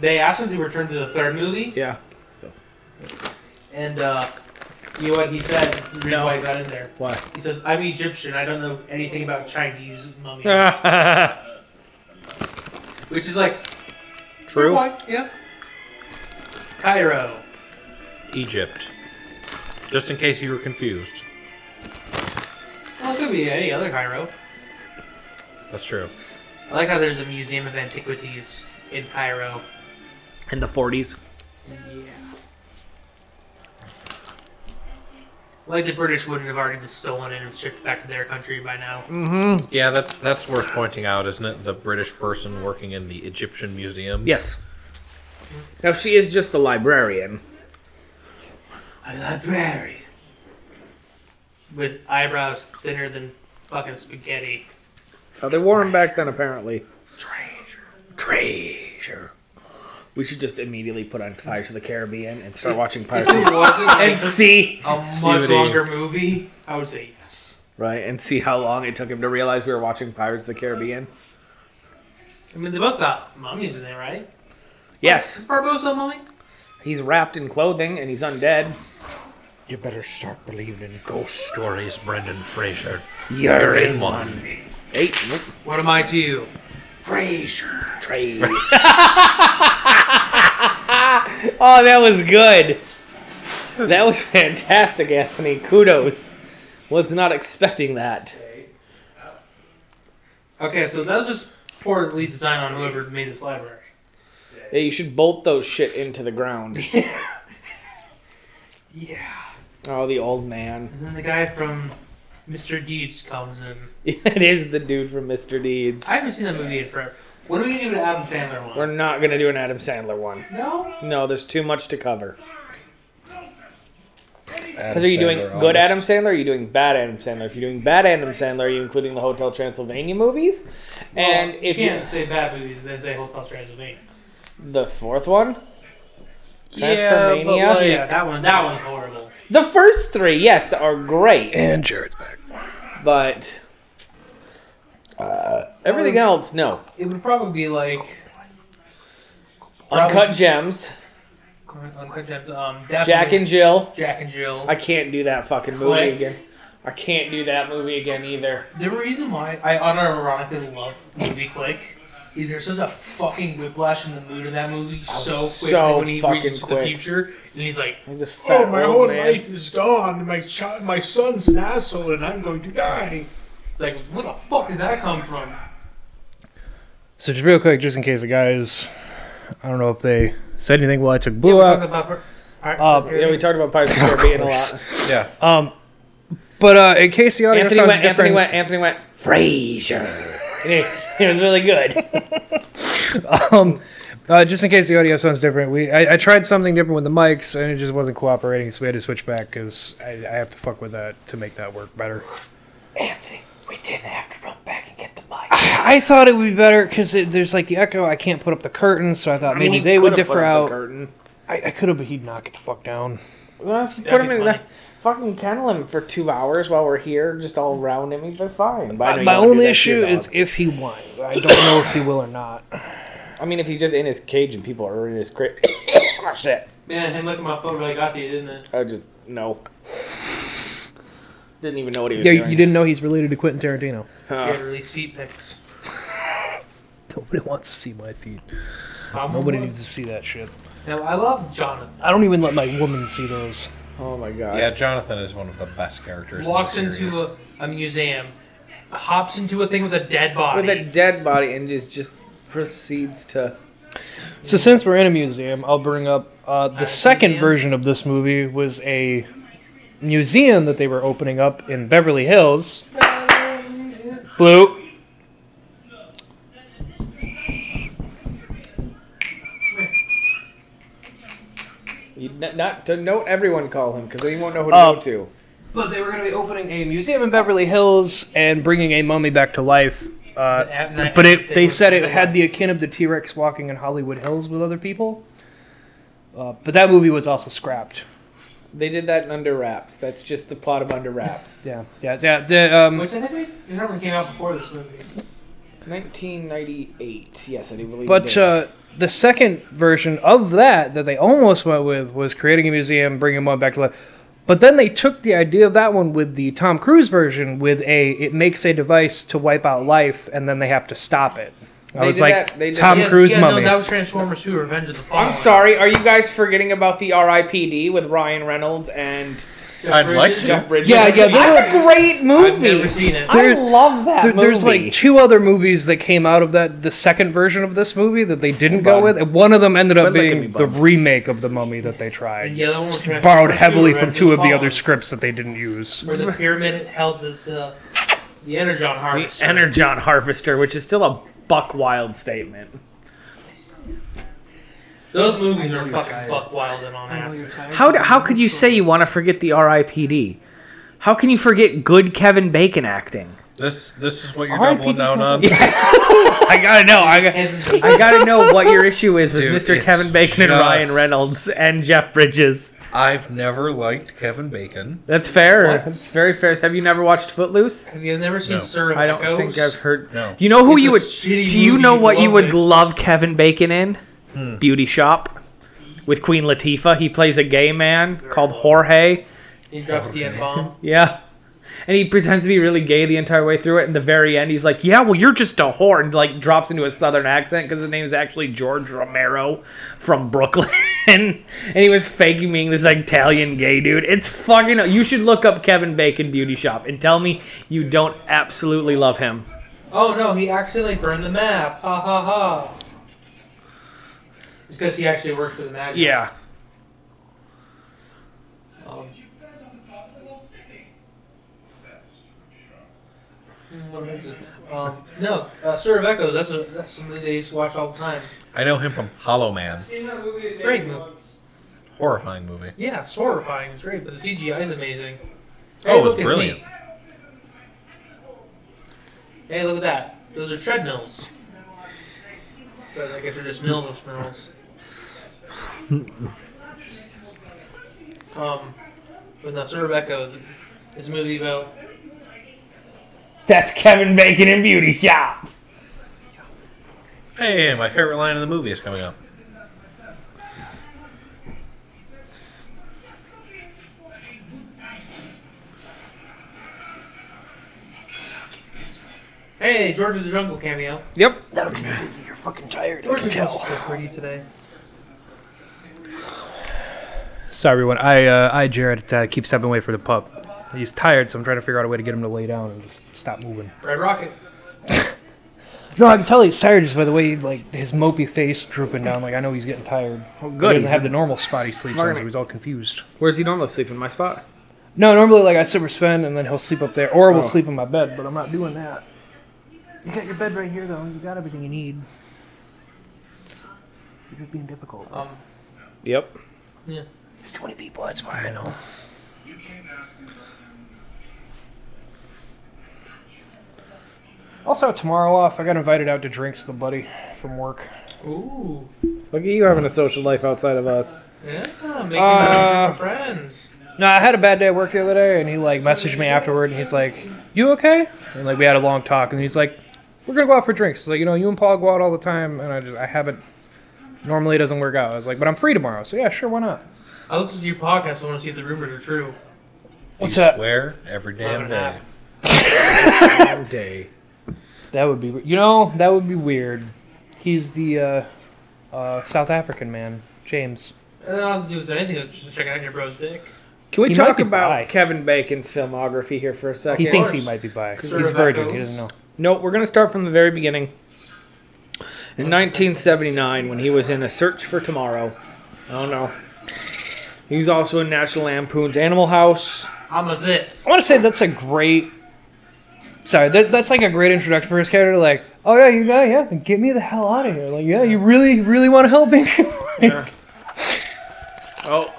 S4: they asked him to return to the third movie,
S3: Yeah.
S4: and uh, you know what he said? The reason why he got in there.
S3: (laughs) What?
S4: He says, I'm Egyptian. I don't know anything about Chinese mummies.
S8: Ah.
S4: Which is like,
S3: True.
S4: why- Yeah. Cairo.
S8: Egypt. Just in case you were confused.
S4: Well, it could be any other Cairo.
S8: That's true.
S4: I like how there's a museum of antiquities in Cairo.
S3: In the 40s.
S4: Yeah. Like the British wouldn't have already just stolen it and shipped back to their country by now.
S8: Yeah, that's that's worth pointing out, isn't it? The British person working in the Egyptian museum.
S3: Yes. Now she is just the librarian.
S4: A librarian. With eyebrows thinner than fucking spaghetti.
S3: So they wore him back then, apparently.
S4: Stranger.
S3: Treasure. We should just immediately put on Pirates of the Caribbean and
S4: (laughs)
S3: start watching Pirates.
S4: If
S3: of
S4: it wasn't like
S3: the- (laughs) See,
S4: a
S8: what
S4: much
S8: he-
S4: longer movie, I would say yes.
S3: right? And see how long it took him to realize we were watching Pirates of the Caribbean.
S4: I mean, they both got mummies in there, right?
S3: Yes,
S4: Is Barbosa a mummy?
S3: he's wrapped in clothing and he's undead.
S9: You better start believing in ghost stories, Brendan Fraser.
S3: You're
S9: in one.
S3: Eight.
S4: What am I to you?
S3: Trade. (laughs) oh, that was good. That was (laughs) fantastic, Anthony. Kudos. Was not expecting that.
S4: Okay, so that was just poorly designed on whoever made this library.
S3: Yeah, you should bolt those shit into the (laughs) ground.
S4: Yeah.
S3: Oh, the old man. (laughs)
S4: And then the guy from Mr. Deeds comes in.
S3: It is the dude from Mr. Deeds.
S4: I haven't seen that movie in forever. What are we gonna do to Adam Sandler one?
S3: We're not gonna do an Adam Sandler one.
S4: no.
S3: No, there's too much to cover. Because are you doing good Adam Sandler? Or are you doing bad Adam Sandler? If you're doing bad Adam Sandler, are you including the Hotel Transylvania movies? and
S4: Well,
S3: if
S4: Oh, you
S3: you
S4: can't say bad movies, then say Hotel Transylvania.
S3: the fourth one,
S2: Yeah, but
S3: Transformania?
S2: like-
S4: yeah, that one. That one's horrible.
S3: the first three, yes, are great,
S9: And Jared's back.
S3: but uh, everything else, no.
S4: It would probably be like oh,
S3: Uncut Gems,
S4: Uncut Gems, um, definitely
S3: Jack and Jill.
S4: Jack and Jill.
S3: I can't do that fucking movie
S4: Click.
S3: again. I can't do that movie again either.
S4: The reason why I unironically love movie Click is there's such a fucking whiplash in the mood of that movie so quick
S3: so
S4: when he
S3: fucking
S4: reaches for the
S3: quick.
S4: future and he's like,
S3: He's a
S9: Oh,
S3: fat old man.
S9: is gone. My child, my son's an asshole, and I'm going to die.
S4: like, what the fuck did that come from?
S2: So just real quick, just in case the guys, I don't know if they said anything while I took
S4: Yeah,
S2: blue
S4: we're
S2: out.
S4: talking about. Per- Alright,
S2: Uh,
S4: okay.
S3: Yeah, we talked about Pirates of the Caribbean a
S2: course.
S3: lot.
S5: Yeah.
S3: Uh,
S2: Um, but uh, in case the audience
S3: Anthony
S2: sounds
S3: went, Anthony
S2: different,
S3: went. Anthony went. Frasier. (laughs) It was really good.
S2: um, uh, just in case the audio sounds different, we I, I tried something different with the mics and it just wasn't cooperating, so we had to switch back because I, I have to fuck with that to make that work better.
S3: Anthony, we didn't have to run back and get the mic.
S2: I thought it would be better because there's like the echo. I can't put up the curtain, so I thought maybe
S3: We
S2: they would
S3: could've put
S2: differ
S3: up the
S2: out.
S3: curtain.
S2: I, I could have, but he'd knock it the fuck down.
S3: Well, if you put
S4: That'd
S3: him
S4: be
S3: in
S4: funny.
S3: the fucking kennel him for two hours while we're here, just all around him, he'd be fine. But I know you
S2: My
S3: don't do
S2: only
S3: that to your
S2: issue is
S3: dog.
S2: if he whines. I don't know if he will or not.
S3: I mean, if he's just in his cage and people are in his crate. (coughs) oh shit!
S4: Man, him looking at my phone really got to you, didn't it?
S3: I just no. Didn't even know what he was
S2: Yeah,
S3: doing.
S2: you didn't know he's related to Quentin Tarantino.
S4: She
S3: Huh.
S4: had released feet pics.
S2: Nobody wants to see my feet.
S4: Someone
S2: Nobody
S4: was-
S2: needs to see that shit.
S4: Now, I love Jonathan.
S2: I don't even let my woman see those.
S3: Oh my god.
S5: Yeah, Jonathan is one of the best characters.
S4: Walks
S5: in the series.
S4: into a, a museum, hops into a thing with a dead body.
S3: with a dead body and just just proceeds to
S2: So since we're in a museum, I'll bring up uh, the second
S4: museum?
S2: version of this movie was a museum that they were opening up in Beverly Hills. Blue.
S3: you, not, not to note everyone call him because he won't know who to
S2: Oh.
S3: go to.
S2: But they were going to be opening a museum in Beverly Hills and bringing a mummy back to life. Uh, but it, they said it had the akin of the T Rex walking in Hollywood Hills with other people. Uh, but that movie was also scrapped.
S3: They did that in Under Wraps. That's just the plot of Under Wraps.
S2: Yeah, yeah, yeah. The, um,
S4: Which I think it certainly came out before this movie.
S3: 1998. Yes, I do believe. it
S2: but
S3: did.
S2: uh, the second version of that that they almost went with was creating a museum, bringing one back to life. But then they took the idea of that one with the Tom Cruise version with a it makes a device to wipe out life and then they have to stop it. I
S3: They
S2: was
S3: did
S2: like
S3: that- they did-
S2: Tom
S4: yeah,
S2: Cruise
S4: yeah,
S2: mummy.
S4: No, that was Transformers 2: Revenge of the Fallen.
S3: I'm sorry. Are you guys forgetting about the R.I.P.D. with Ryan Reynolds and
S5: I'd like to.
S3: Jeff Bridges?
S2: Yeah, yeah, they
S3: That's a great
S4: I've
S3: movie.
S4: never seen it.
S3: I
S2: There-
S3: love that
S2: There-
S3: movie.
S2: there's like two other movies that came out of that the second version of this movie that they didn't go
S3: Bum.
S2: with. And one of them ended up
S3: But look at me,
S2: being the
S3: bum.
S2: remake of the Mummy that they
S4: And
S2: tried.
S4: the other one was Transformers
S2: Borrowed
S4: 2:
S2: heavily
S4: Revenge
S2: from two of the
S4: Fallen,
S2: other scripts that they didn't use.
S4: Where the pyramid held the the, the energon harvest.
S3: Energon Harvester, which is still a buck wild statement.
S4: Those movies are fucking buck wild and on acid.
S3: How, do, how could you say you want to forget the R.I.P.D.? How can you forget good Kevin Bacon acting?
S5: This this is what you're
S2: RIP
S5: doubling
S2: does
S5: down
S2: not
S3: (laughs)
S5: on.
S3: I gotta know. I, got-
S4: And
S3: I gotta know what your issue is with
S5: Dude,
S3: Mr.
S5: it's
S3: Kevin Bacon and
S5: just-
S3: Ryan Reynolds and Jeff Bridges.
S5: I've never liked Kevin Bacon.
S3: That's fair. That's very fair. Have you never watched Footloose?
S4: Have you never seen
S5: No.
S4: Sir of
S3: I don't
S4: Echoes?
S3: think I've heard.
S5: No.
S3: You know who
S4: It's
S3: you
S4: a
S3: would?
S4: shitty
S3: Do you
S4: movie.
S3: know
S4: You
S3: what you
S4: love
S3: would
S4: it. Hmm.
S3: love Kevin Bacon in? Beauty Shop, with Queen Latifah. He plays a gay man called Jorge.
S4: He drops the N bomb.
S3: Yeah. And he pretends to be really gay the entire way through it. And the very end, he's like, "Yeah, well, you're just a whore," and like drops into a southern accent because his name is actually George Romero from Brooklyn, (laughs) and he was faking being this Italian gay dude. It's fucking. You should look up Kevin Bacon Beauty Shop and tell me you don't absolutely love him.
S4: Oh no, he accidentally burned the map. Ha ha ha. It's because he actually works for the magazine.
S3: Yeah.
S4: Um, hmm, what is it? Um, no, uh, Sir of Echoes. That's a, that's something they used to watch all the time.
S5: I know him from Hollow Man.
S4: Great movie.
S5: Horrifying movie.
S4: Yeah, it's horrifying. It's great, but the CGI is amazing.
S5: Oh, it was
S4: look at
S5: brilliant.
S4: me. Hey, look at that. Those are treadmills. But I guess they're just mill
S5: (laughs)
S4: mills. um, but no, Sir Rebecca is, is a movie about.
S3: That's Kevin Bacon in Beauty Shop.
S5: Hey, my favorite line of the movie is coming up.
S4: Hey, George of the Jungle cameo.
S3: Yep.
S4: George is so pretty today.
S2: Sorry, everyone. I, uh, I Jared, uh, keep stepping away from the pup. He's tired, so I'm trying to figure out a way to get him to lay down and just stop moving.
S4: Red Rocket.
S2: No, I can tell he's tired just by the way, he, like his mopey face drooping down. Like I know he's getting tired. He doesn't have the normal spot he sleeps in, so he's all confused.
S3: Where's he normally sleep in my
S2: (laughs)
S3: spot?
S2: No, normally like I sit with Sven and then he'll sleep up there, or we'll sleep in my bed. But I'm not doing that. Oh. You got your bed right here though. You got everything you need. You're just being difficult.
S4: Um,
S3: Yep.
S4: yeah.
S2: There's 20 people. That's why I know. Also, tomorrow off. I got invited out to drinks with a buddy from work.
S4: Ooh.
S3: Look at you having a social life outside of us.
S4: Yeah, making
S2: Uh,
S4: new friends.
S2: No, I had a bad day at work the other day, and he like messaged me afterward, and he's like, "You okay?" And like we had a long talk, and he's like, "We're gonna go out for drinks." He's like, "You know, you and Paul go out all the time, and I just I haven't. Normally, it doesn't work out." I was like, "But I'm free tomorrow, so yeah, sure, why not?"
S4: I listen to your podcast. I want to see if the rumors are true.
S2: What's
S5: you
S2: that?
S5: Swear every damn
S4: Eleven and a
S5: day.
S4: half.
S3: Day.
S2: That would be you know that would be weird. He's the uh, uh, South African man, James.
S4: I don't have to do with anything. It's Just checking out your bro's dick.
S3: Can we
S2: He might
S3: talk
S2: be
S3: about
S2: bi.
S3: Kevin Bacon's filmography here for a second?
S2: He thinks he
S4: course.
S2: might be bi. He's
S4: Sort of
S2: virgin. He
S4: echoes.
S2: doesn't know.
S3: No, we're going to start from the very beginning. In 1979, when he was in A Search for Tomorrow. Oh no. He was also in National Lampoon's Animal House.
S4: I'm a zit.
S2: I want to say that's a great. Sorry, that, that's like a great introduction for his character. Like, oh yeah, you know, yeah, then get me the hell out of here. Like, yeah, you really, really want to help me. (laughs) Like,
S3: Oh,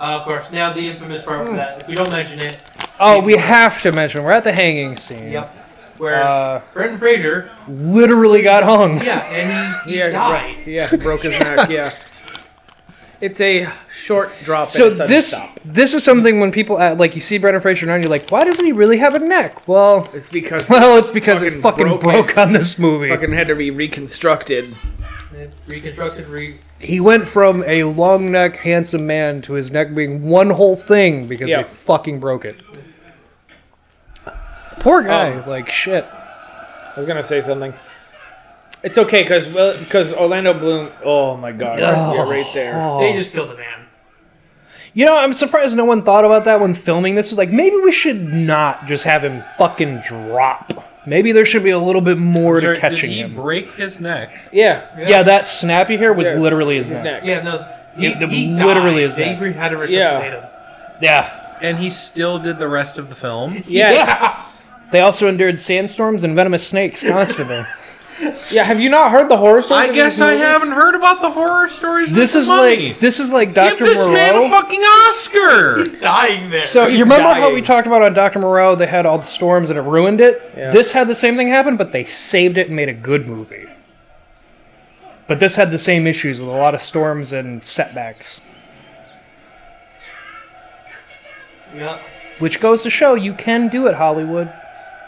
S4: Uh, of course. Now the infamous part
S2: Hmm.
S4: of that. If we don't mention it,
S2: oh, we have to mention we're at the hanging scene.
S4: yep. Where
S2: Hmm. Uh,
S4: Brendan Fraser,
S2: literally got hung.
S4: yeah, and he, he
S3: yeah,
S4: died.
S3: right. Yeah, broke his neck, yeah. It's a short drop.
S2: So
S3: and a sudden
S2: this
S3: stop.
S2: this is something when people uh, like you see Brendan Fraser and you're like, why doesn't he really have a neck? Well, (laughs)
S3: It's because
S2: well, it's because it
S3: Fucking
S2: fucking broke,
S3: broke
S2: on this movie.
S3: fucking had to be reconstructed.
S4: And Reconstructed, re.
S2: He went from a long neck, handsome man to his neck being one whole thing because
S3: Yeah.
S2: they fucking broke it.
S3: Um,
S2: Poor guy, like shit.
S3: I was gonna say something. It's okay because well, because Orlando Bloom. Oh my god, you're right there.
S2: Oh.
S4: They just killed the man.
S2: You know, I'm surprised no one thought about that when filming this. Was like, maybe we should not just have him fucking drop. Maybe there should be a little bit more
S5: Sir,
S2: to
S5: did
S2: catching
S5: he
S2: him.
S5: break his neck?
S3: Yeah,
S2: yeah, that snap you hear was
S3: Yeah.
S2: literally his neck.
S3: neck.
S4: Yeah, no. He,
S2: Yeah, the-
S4: he
S2: literally
S4: died.
S2: his
S4: They
S2: neck.
S4: re- had to resuscitate
S2: Yeah.
S5: And he still did the rest of the film.
S3: Yes.
S2: They also endured sandstorms and venomous snakes constantly.
S3: (laughs) Yeah, have you not heard the horror stories?
S5: I
S3: of
S5: guess
S3: these
S5: I
S3: movies?
S5: haven't heard about the horror stories.
S2: this
S5: with
S2: is
S5: the mummy.
S2: like this is like Dr.
S5: give this
S2: Moreau.
S5: man a fucking Oscar.
S4: him. Dying there.
S2: So you remember how we
S3: dying.
S2: talked about on Dr. Moreau, they had all the storms and it ruined it?
S3: Yeah.
S2: This had the same thing happen, but they saved it and made a good movie. But this had the same issues with a lot of storms and setbacks.
S4: Yeah.
S2: Which goes to show you can do it, Hollywood.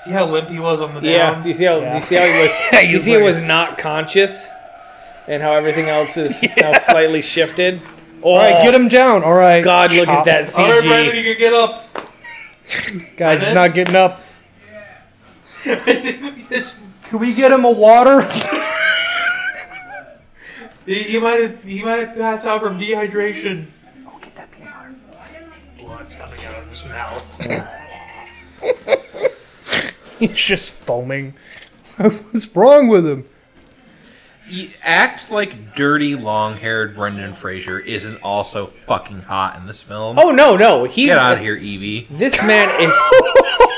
S4: See how limp he was on the
S3: Yeah.
S4: down?
S3: Do you see how, do you see how
S2: (laughs)
S3: he was?
S2: Yeah,
S3: do you
S2: you
S3: see it
S2: were-
S3: was not conscious, and how everything else
S2: (laughs)
S3: is now slightly shifted. Oh,
S2: All right, get him down. All right.
S3: God, look at
S2: Chop.
S3: that
S4: All right, Brandon,
S3: CG.
S4: you can get up. (laughs)
S2: Guys, he's
S4: Brennan?
S2: not getting up.
S4: Just-
S2: Can we get him
S3: (laughs)
S2: a water?
S4: he, he might have, he might have passed out from dehydration. Blood's coming out of his mouth.
S2: (laughs) he's just foaming. (laughs) What's wrong with him?
S8: You act like dirty, long-haired Brendan Fraser isn't also fucking hot in this film.
S3: Oh no, no, he.
S8: Get out of here, Evie.
S3: This man
S4: (laughs)
S3: is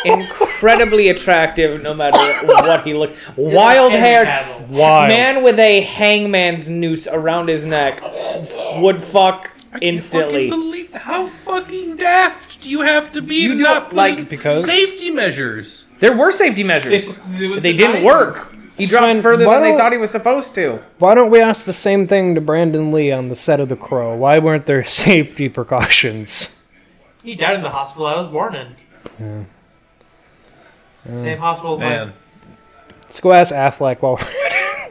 S3: incredibly attractive, no matter what he looks. Wild haired
S2: Why?
S3: man with a hangman's noose around his neck would fuck instantly.
S8: believe how fucking daft do you have to be
S3: You to do not it, put like, in
S2: because-
S8: safety measures.
S3: There were safety
S4: (laughs)
S3: measures.
S4: They,
S3: They didn't work. He dropped
S2: Sven,
S3: further
S2: why
S3: than they
S2: don't-
S3: thought he was supposed to.
S2: Why don't we ask the same thing to Brandon Lee on the set of The Crow? Why weren't there (laughs) safety precautions?
S4: He died in the hospital I was born in. Same hospital
S8: Man,
S2: Let's go ask Affleck while we're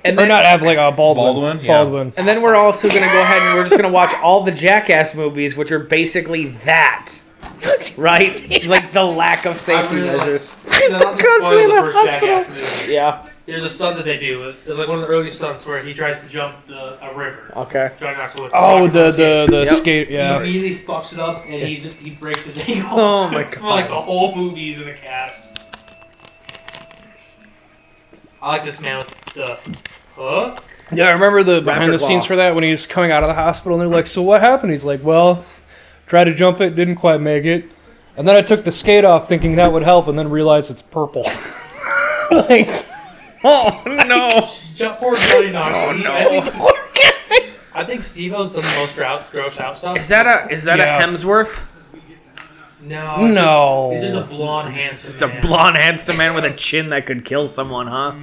S3: And
S2: or
S3: then,
S2: not Affleck, uh, Baldwin.
S8: Baldwin, yeah.
S2: Baldwin.
S3: and then we're also gonna go ahead and we're just gonna watch all the Jackass movies, which are basically that, right? Like the lack of safety
S4: really like-
S3: measures.
S4: because in the hospital.
S3: Yeah.
S4: There's a stunt that they do. It's like one of the early stunts where he tries to jump the, a river.
S3: Okay. (laughs)
S4: Try not to-
S2: Oh, the the the
S3: Yep.
S2: skate.
S4: He
S2: Yeah.
S4: immediately fucks it up and he's, he breaks his (laughs) ankle.
S3: Oh my
S4: For like the
S3: god.
S4: whole movie, he's in the cast. I like this man with the huh?
S2: Yeah, I remember the behind
S3: Raptor
S2: the scenes
S3: claw.
S2: for that when he's coming out of the hospital and they're like, "So what happened?" He's like, "Well, tried to jump it, didn't quite make it, and then I took the skate off thinking that would help, and then realized it's purple." (laughs) like,
S3: Oh no.
S4: Jump forward, Johnny Knox. Oh no! I think, I think Steve-O's the most gross, gross out stuff.
S3: Is that a is that
S2: Yeah.
S3: a Hemsworth?
S4: no? it's
S2: no.
S4: just- He's just a blonde, handsome.
S3: Just a
S4: man.
S3: blonde handsome man with a chin that could kill someone, huh?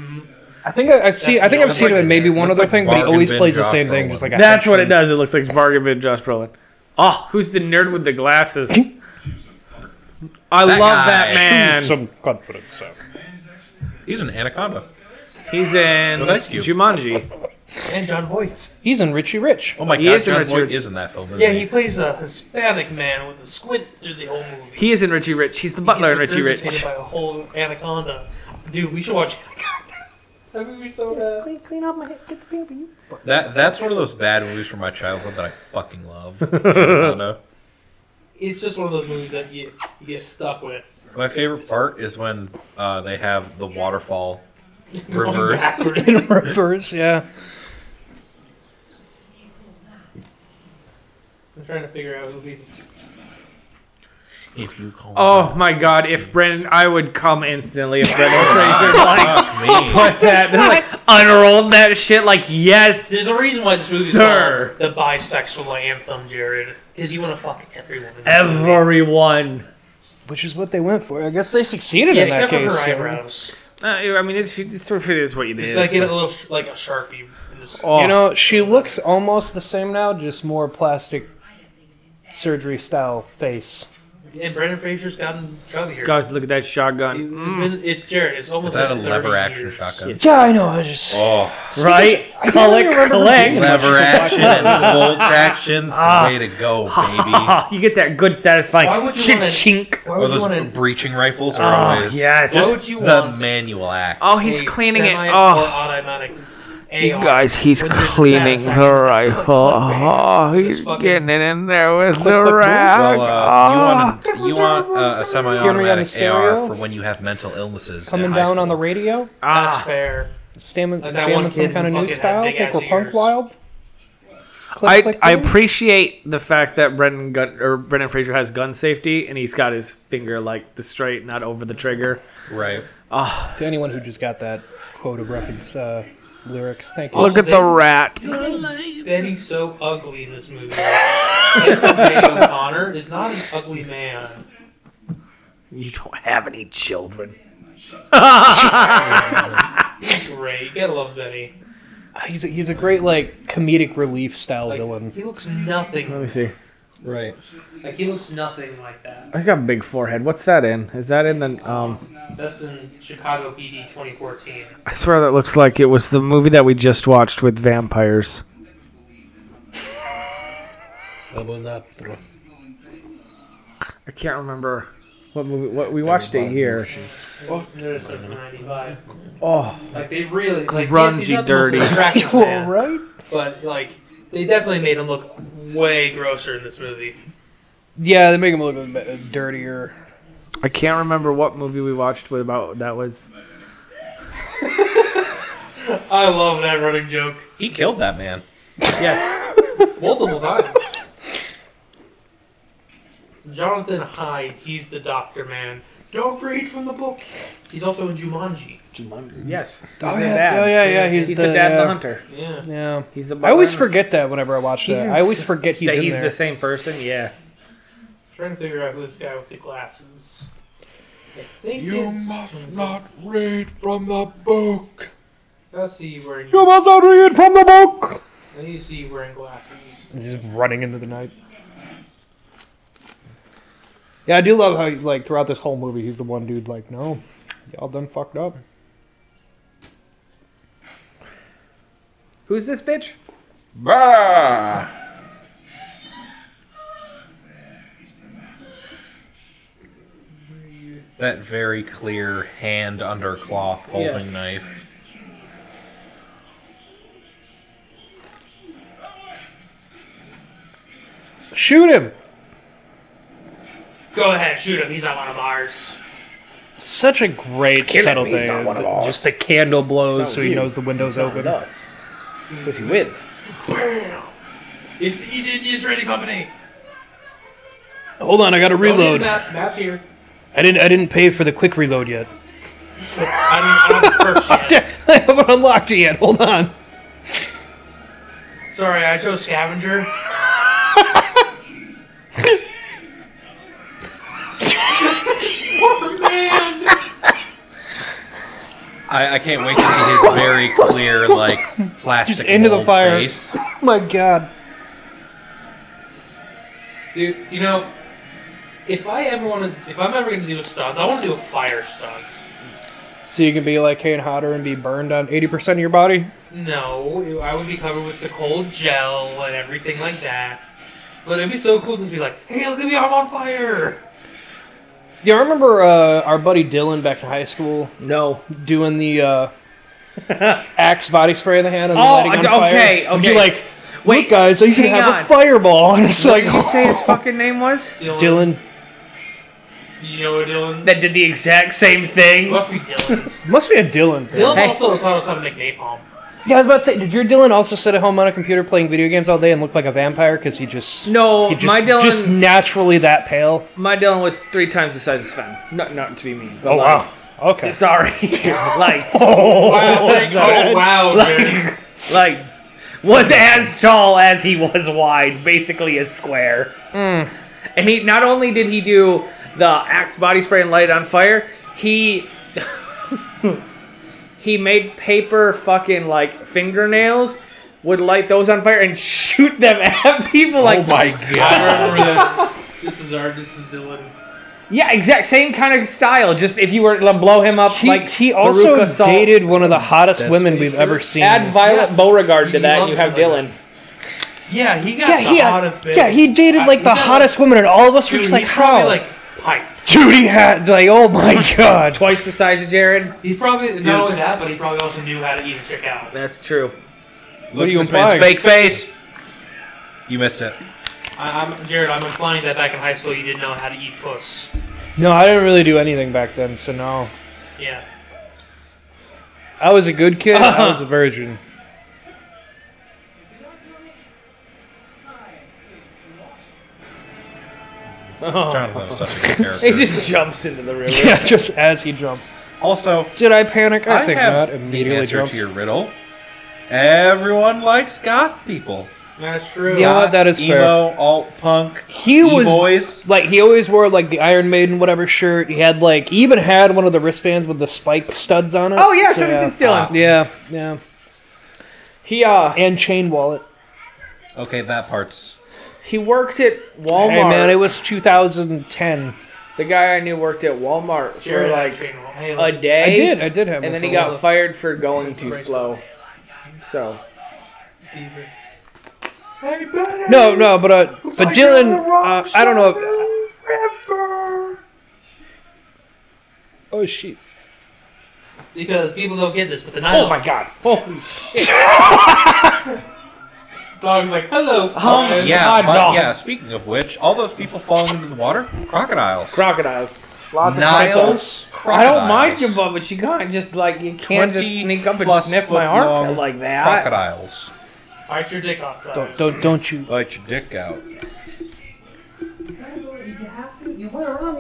S2: I think I, I've seen. I think I've
S4: That's
S2: seen him in maybe one
S8: that's
S2: other
S8: like
S2: thing, but he
S8: bargain
S2: always
S8: bin
S2: plays the
S8: Josh
S2: same
S8: Brolin.
S2: thing. Just like a
S3: That's what it
S2: henchman.
S3: does. It looks like Bargain Bin Josh Brolin. Oh, who's the nerd with the glasses? (laughs) I love that
S8: guy.
S3: man.
S2: Some confidence. So.
S8: he's an anaconda.
S3: He's in
S8: Ice Cube.
S3: Jumanji.
S4: and John Voight.
S2: He's in Richie Rich. (laughs)
S8: Oh my
S3: He
S8: god,
S3: is in
S8: John
S3: Richard-
S8: Voight is in that film. isn't
S4: Yeah, he plays a Hispanic man with a squint through the whole movie.
S3: He is in Richie Rich. He's the butler in
S4: He's
S3: Richie
S4: regurgitated
S3: Rich.
S4: By a whole anaconda. Dude, we should watch (laughs) Anaconda. That movie's so bad.
S8: That that's one of those bad movies from my childhood that I fucking
S3: (laughs)
S8: love. Anaconda.
S4: It's just one of those movies that you, you get stuck with. (laughs)
S8: My favorite part is when uh, they have
S3: (laughs)
S8: the waterfall
S4: Going
S8: reverse.
S4: backwards.
S2: In reverse, yeah.
S4: I'm trying to figure out who he's.
S8: if you call
S3: Oh my god, if Brendan, I would come instantly if Brendan Fraser (laughs) like
S8: me,
S3: put that, like unrolled that shit like yes.
S4: There's a reason why this movie's
S3: Sir.
S4: called the bisexual anthem, Jared. Because you want to fuck everyone. in this movie.
S3: Everyone.
S2: Which is what they went for. I guess they succeeded
S4: Yeah,
S2: in that
S4: except
S2: case.
S4: for her
S2: so-
S4: eyebrows.
S3: Uh, I mean, it's, it's sort of it is what it
S4: She's
S3: is.
S4: like get
S3: but-
S4: a little sh- like a sharpie. and just-
S2: You know, she looks almost the same now, just more plastic surgery style face.
S4: And Brendan Fraser's gotten chubbier.
S3: Guys, look at that
S4: It-
S3: shotgun.
S4: It's, been, it's Jared. It's almost
S8: is that a
S4: been 30
S8: lever action
S4: years.
S8: shotgun?
S3: Yes.
S2: Yeah, I know. I just
S3: (laughs)
S8: Oh,
S3: Right?
S2: I don't really
S3: Collect,
S2: remember
S3: collect.
S2: being-
S8: lever action and bolt action. Way to
S3: (laughs)
S8: go, baby.
S3: Ah, you get that good satisfying
S4: Why would you
S3: chink
S4: wanna-
S3: chink.
S4: Why
S8: Or
S4: would you
S8: those
S4: want to?
S8: breaching rifles are
S3: Ah,
S8: always
S3: yes.
S8: just
S4: Why would you
S8: the
S4: want-
S8: manual act.
S3: Oh, he's
S4: a
S3: cleaning it.
S4: semi uh, or
S3: Oh,
S4: automatic
S3: you
S4: AR.
S3: guys, he's
S4: When there's a
S3: cleaning the
S4: satisfaction.
S3: rifle. Oh, he's
S4: Just fucking-
S3: getting it in there with the
S2: click, click.
S3: rag.
S8: Well,
S3: Ah.
S8: uh, you want a, you want uh, a
S2: Hear me on the
S8: semi-automatic
S2: stereo?
S8: AR for when you have mental illnesses. in
S2: coming
S8: high
S2: down on the
S8: school.
S2: radio,
S4: That's
S3: Ah.
S4: fair.
S2: stamming,
S4: Like that one
S2: stamming some
S4: kid
S2: kind of
S4: who
S2: new
S4: fucking had
S2: style.
S4: big
S2: Think
S4: ass
S2: we're punk
S4: ears.
S2: wild. Click,
S3: I,
S2: click,
S3: I
S2: click.
S3: appreciate the fact that Brendan gun, or Brendan Fraser has gun safety and he's got his finger like the straight, not over the trigger.
S8: right?
S2: to anyone who just got that quote of reference uh, lyrics. Thank you.
S3: Look at the rat.
S4: Then he's so ugly in this movie. Anthony O'Connor is not an ugly man.
S3: You don't have any children.
S4: Great, you gotta love Benny.
S2: he's a, he's a great like comedic relief style
S4: Like, (laughs)
S2: villain.
S4: he looks nothing.
S3: Let me see.
S5: Right.
S4: Like he looks nothing like that.
S3: I got a big forehead. What's that in? Is that in the um?
S4: That's in Chicago PD 2014.
S3: I swear that looks like it was the movie that we just watched with vampires.
S9: Babunaptra.
S3: I can't remember what movie. What we watched it here.
S4: There's like 95.
S3: Oh,
S4: Like they really like
S3: Grungy,
S4: he's not the most
S3: dirty.
S2: (laughs)
S4: attractive
S3: you
S4: man,
S3: alright?
S4: But like they definitely made him look way grosser in this movie.
S2: Yeah, they make him a little bit bit dirtier.
S3: I can't remember what movie we watched with about that was.
S4: I love that running joke
S8: He killed that man.
S3: Yes.
S4: (laughs) multiple times. Jonathan Hyde, he's the doctor man. Don't read from the book. He's also in Jumanji.
S3: Yes. He's
S2: Oh
S3: the
S2: yeah,
S3: dad.
S2: oh yeah, yeah. He's,
S3: He's, the, dad, of
S2: yeah.
S3: the hunter.
S4: Yeah.
S2: Yeah.
S3: He's the.
S2: I always
S3: butler.
S2: forget that whenever I watch
S3: He's
S2: that.
S3: in
S2: I always
S3: s-
S2: forget he's
S3: that
S2: in
S3: he's
S2: there.
S3: the same person. Yeah.
S4: Trying to figure out who this guy with the glasses. I think
S9: You
S4: it's-
S9: must not read from the book.
S4: I see you wearing.
S2: You must not read from the book.
S4: I need to see you wearing glasses.
S2: He's just running into the night. Yeah, I do love how like throughout this whole movie, he's the one dude like, no, y'all done fucked up.
S3: Who's this bitch?
S9: Bah!
S8: That very clear hand under cloth holding
S3: Yes.
S8: knife.
S2: Shoot him!
S4: Go ahead, shoot him. He's not one of ours.
S2: Such a great subtle thing. Just the candle blows, so he knows the window's open.
S3: us. Who's he with?
S4: Bam! It's the East Indian Trading Company.
S2: Hold on, I gotta
S4: Don't need
S2: reload.
S4: the Map. Map's here.
S2: I didn't. I didn't pay for the quick reload yet. (laughs)
S4: I don't, I don't have the perks yet.
S2: I haven't unlocked it yet. Hold on.
S4: Sorry, I chose scavenger. Poor man.
S8: I, I can't wait to see his very clear, like,
S2: (laughs)
S8: plastic
S2: Just into the
S8: mold
S2: fire.
S8: face.
S2: Oh my god.
S4: Dude, you know, if I ever want to, if I'm ever gonna do a stunt, I want to do a fire stunt.
S2: So you can be like Kane Hodder and be burned on 80% of your body?
S4: No, I would be covered with the cold gel and everything like that. But it'd be so cool to just be like, hey, look at me, I'm on fire!
S2: Yeah, I remember uh, our buddy Dylan back in high school
S3: No.
S2: doing the uh,
S3: (laughs)
S2: axe body spray in the hand and
S3: Oh,
S2: lighting on
S3: okay,
S2: fire. And be
S3: okay.
S2: like,
S3: Wait,
S2: Wait, guys, you can
S3: hang
S2: have
S3: on.
S2: a fireball. And it's
S3: What
S2: like,
S3: did you say his fucking name was?
S2: (laughs)
S4: Dylan,
S2: Dylan
S4: You know what Dylan?
S3: That did the exact same thing.
S4: must be Dylan's.
S2: must be a Dylan thing.
S4: Dylan
S3: Hey.
S4: also taught us how to make napalm.
S2: Yeah, I was about to say, did your Dylan also sit at home on a computer playing video games all day and look like a vampire because he just
S3: No,
S2: he just,
S3: my Dylan,
S2: just naturally that pale?
S3: my Dylan was three times the size of Sven. Not, not to be mean. but
S2: Oh
S3: like-
S2: wow, okay.
S3: Sorry. (laughs) like,
S4: (laughs) Wow, thanks. oh, wow, dude.
S3: like, was as tall as he was wide, basically a square. And he not only did he do the axe body spray and light it on fire, he (laughs) he made paper fucking like fingernails, would light those on fire and shoot them (laughs) at people. Like,
S9: oh my
S4: I
S9: god.
S4: remember that. (laughs) This is our, this is Dylan.
S3: yeah, exact same kind of style. Just if you were to blow him up,
S2: He,
S3: like
S2: he also
S3: Veruca Salt.
S2: dated one of the hottest women we've ever seen.
S3: Add Violet Beauregard to
S4: He
S3: that, and you
S4: loves
S3: have
S4: her like
S3: Dylan.
S4: Yeah, he got
S2: yeah,
S4: the
S2: he
S4: hottest
S2: yeah, he dated like the
S4: he got,
S2: hottest woman, and all of us were
S4: Dude,
S2: just like,
S4: he's probably
S2: how?
S4: like pipe.
S2: dude, he had like, oh (laughs) my god.
S3: Twice the size of Jared.
S4: He's probably not only that, but he probably also knew how to eat a chick out.
S3: That's true.
S2: What are you
S8: This man's
S2: implying?
S8: fake face! You
S2: (laughs)
S8: missed it.
S4: I, I'm Jared. I'm implying that back in high school you didn't know how to eat puss.
S2: No, I didn't really do anything back then, so no. (laughs)
S4: Yeah.
S2: I was a good kid. I (laughs) was a virgin.
S8: Jonathan was such a good character.
S3: He just jumps into the river.
S2: Yeah, just as he jumps.
S8: Also,
S2: Did I panic? I,
S8: I
S2: think
S8: have
S2: not.
S8: the
S2: Immediately
S8: answer
S2: jumps.
S8: to your riddle. Everyone likes goth people.
S4: That's true.
S2: Yeah. what, that is
S8: emo, alt punk. e
S2: He was
S8: boys.
S2: like he always wore like the Iron Maiden whatever shirt. He had like he even had one of the wristbands with the spike studs on it.
S3: Oh yeah, so did
S2: yeah.
S3: this
S8: Ah,
S3: Dylan.
S2: Yeah, yeah,
S3: He uh
S2: and chain wallet.
S8: Okay, that part's
S3: He worked at Walmart.
S2: Hey man, it was 2010.
S3: the guy I knew worked at Walmart for
S4: Sure,
S3: like
S4: hey,
S3: a day.
S2: I did, I did have.
S3: and then he
S2: Motorola.
S3: got fired for going too slow. So
S2: No, no, but uh, but Dylan, uh, I don't know. If, oh shit!
S4: because people don't get this, but the
S2: Oh
S4: nylon.
S3: Oh god! Holy shit!
S4: Dog's like,
S2: (laughs)
S4: hello. friend."
S8: Yeah, but-
S3: dog.
S8: yeah. Speaking of which, all those people falling into the water, crocodiles.
S3: Crocodiles. Lots
S8: Niles,
S3: of crocodiles. I don't mind you,
S8: crocodiles.
S3: but but you can't just like you can't just
S8: 20
S3: sneak up and
S8: plus
S3: sniff
S8: foot
S3: my armpit
S8: long
S3: like that.
S8: Crocodiles.
S4: Bite your dick off.
S2: Don't don't don't you?
S8: Bite your dick out.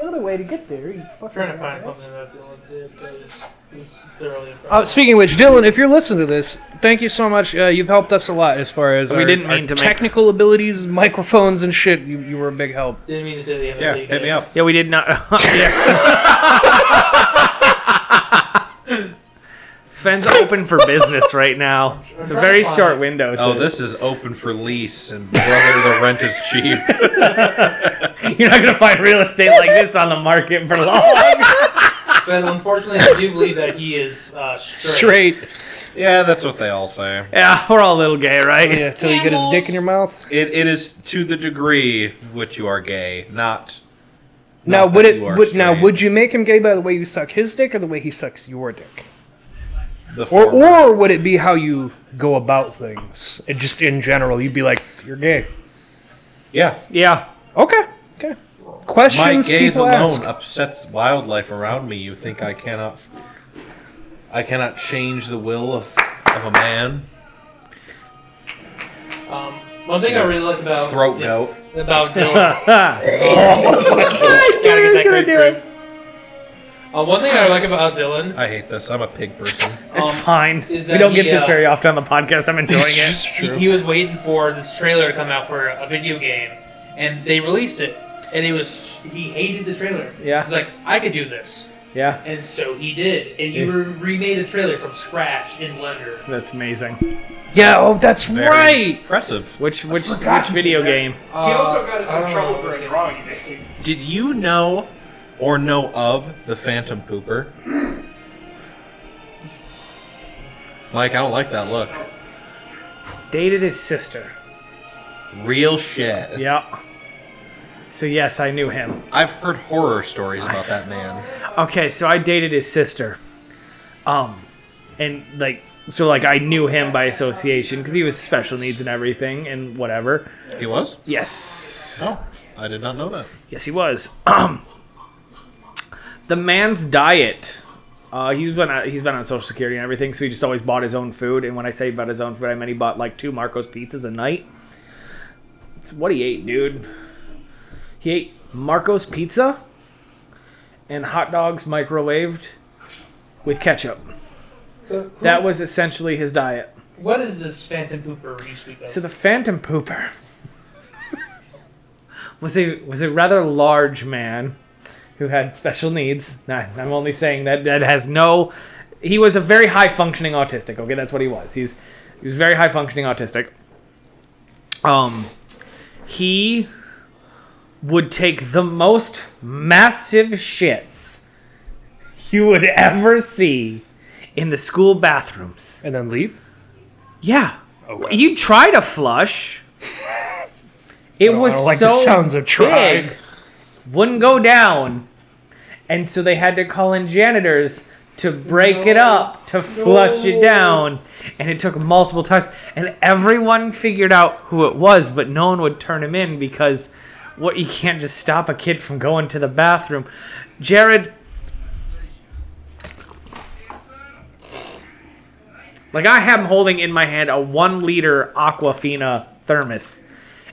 S4: I'm trying to find something that Dylan did because this thoroughly
S2: Uh, speaking of which, Dylan, if you're listening to this, thank you so much. Uh, you've helped us a lot as far as
S3: We
S2: our,
S3: didn't
S2: our
S3: mean to make-
S2: technical abilities, microphones, and shit. You, you were a big help.
S4: Didn't mean to say the other
S8: Yeah,
S4: thing,
S8: hit me
S4: guys.
S8: up.
S3: Yeah, we did (laughs) not. yeah. Sven's open for business right now. It's a very short window.
S8: Oh, this is open for lease, and brother, the rent is cheap. (laughs)
S3: You're not gonna find real estate like this on the market for (laughs) long.
S4: But unfortunately, I do believe that he is uh, straight.
S2: Straight.
S8: Yeah, that's what they all say.
S3: yeah, we're all a little gay, right?
S2: Yeah, till you get his dick in your mouth.
S8: It, it is to the degree which you are gay, not.
S2: Now
S8: not
S2: would
S8: that
S2: it?
S8: you are
S2: Would, now
S8: straight.
S2: would you make him gay by the way you suck his dick or the way he sucks your dick?
S8: the
S2: Or
S8: former.
S2: or would it be how you go about things? And just in general, you'd be like, you're gay.
S8: yeah,
S3: Yeah.
S2: Okay. Okay.
S8: my
S2: Questions
S8: gaze
S2: people
S8: alone
S2: ask.
S8: upsets wildlife around me. You think I cannot? I cannot change the will of, of a man.
S4: Um, one thing I really like about
S8: Throat note.
S3: (laughs)
S4: about Dylan.
S3: Ah,
S4: Gotta get that great fruit. Uh, one thing I like about Dylan
S8: I hate this. I'm a pig person.
S3: it's
S4: Um,
S3: fine.
S4: is
S3: We
S4: that
S3: don't
S4: he,
S3: get this
S4: uh,
S3: very often on the podcast. I'm enjoying (laughs) it.
S4: he, he was waiting for this trailer to come out for a video game, and they released it, and it was he hated the trailer.
S3: Yeah.
S4: he's like, I could do this,
S3: Yeah,
S4: and so he did, and you re- remade the trailer from scratch in Blender.
S3: that's amazing.
S2: Yeah, oh, that's
S8: Very
S2: right.
S8: Impressive.
S3: Which which which video game?
S2: he also got us in trouble for
S8: Did you know or know of the Phantom Pooper? Mike, I don't like that look.
S3: Dated his sister.
S8: Real shit.
S3: Yep. So yes, I knew him.
S8: I've heard horror stories about that man.
S3: Okay, so I dated his sister. Um, and like so like I knew him by association because he was special needs and everything and whatever.
S8: He was?
S3: Yes.
S8: Oh, I did not know that.
S3: Yes, he was. (clears throat) Um, the man's diet. Uh, he's been on, he's been on Social Security and everything, so he just always bought his own food. And when I say bought his own food, I meant he bought like two Marcos pizzas a night. It's what he ate, dude. He ate Marcos pizza and hot dogs microwaved with ketchup. That was essentially his diet.
S4: What is this Phantom Pooper you speak of?
S3: So the Phantom Pooper was a was a rather large man who had special needs. Nah, I'm only saying that that has no. He was a very high functioning autistic. Okay, that's what he was. He's he was very high functioning autistic. Um, he would take the most massive shits you would ever see in the school bathrooms.
S2: And then leave?
S3: Yeah. You try to
S2: (laughs)
S3: flush. It was
S2: I don't like
S3: so
S2: the sounds of trying.
S3: big, wouldn't go down, and so they had to call in janitors to break it up to flush it down, and it took multiple times. And everyone figured out who it was, but no one would turn him in because what you can't just stop a kid from going to the bathroom. Jared, Like I am holding in my hand a one liter Aquafina thermos,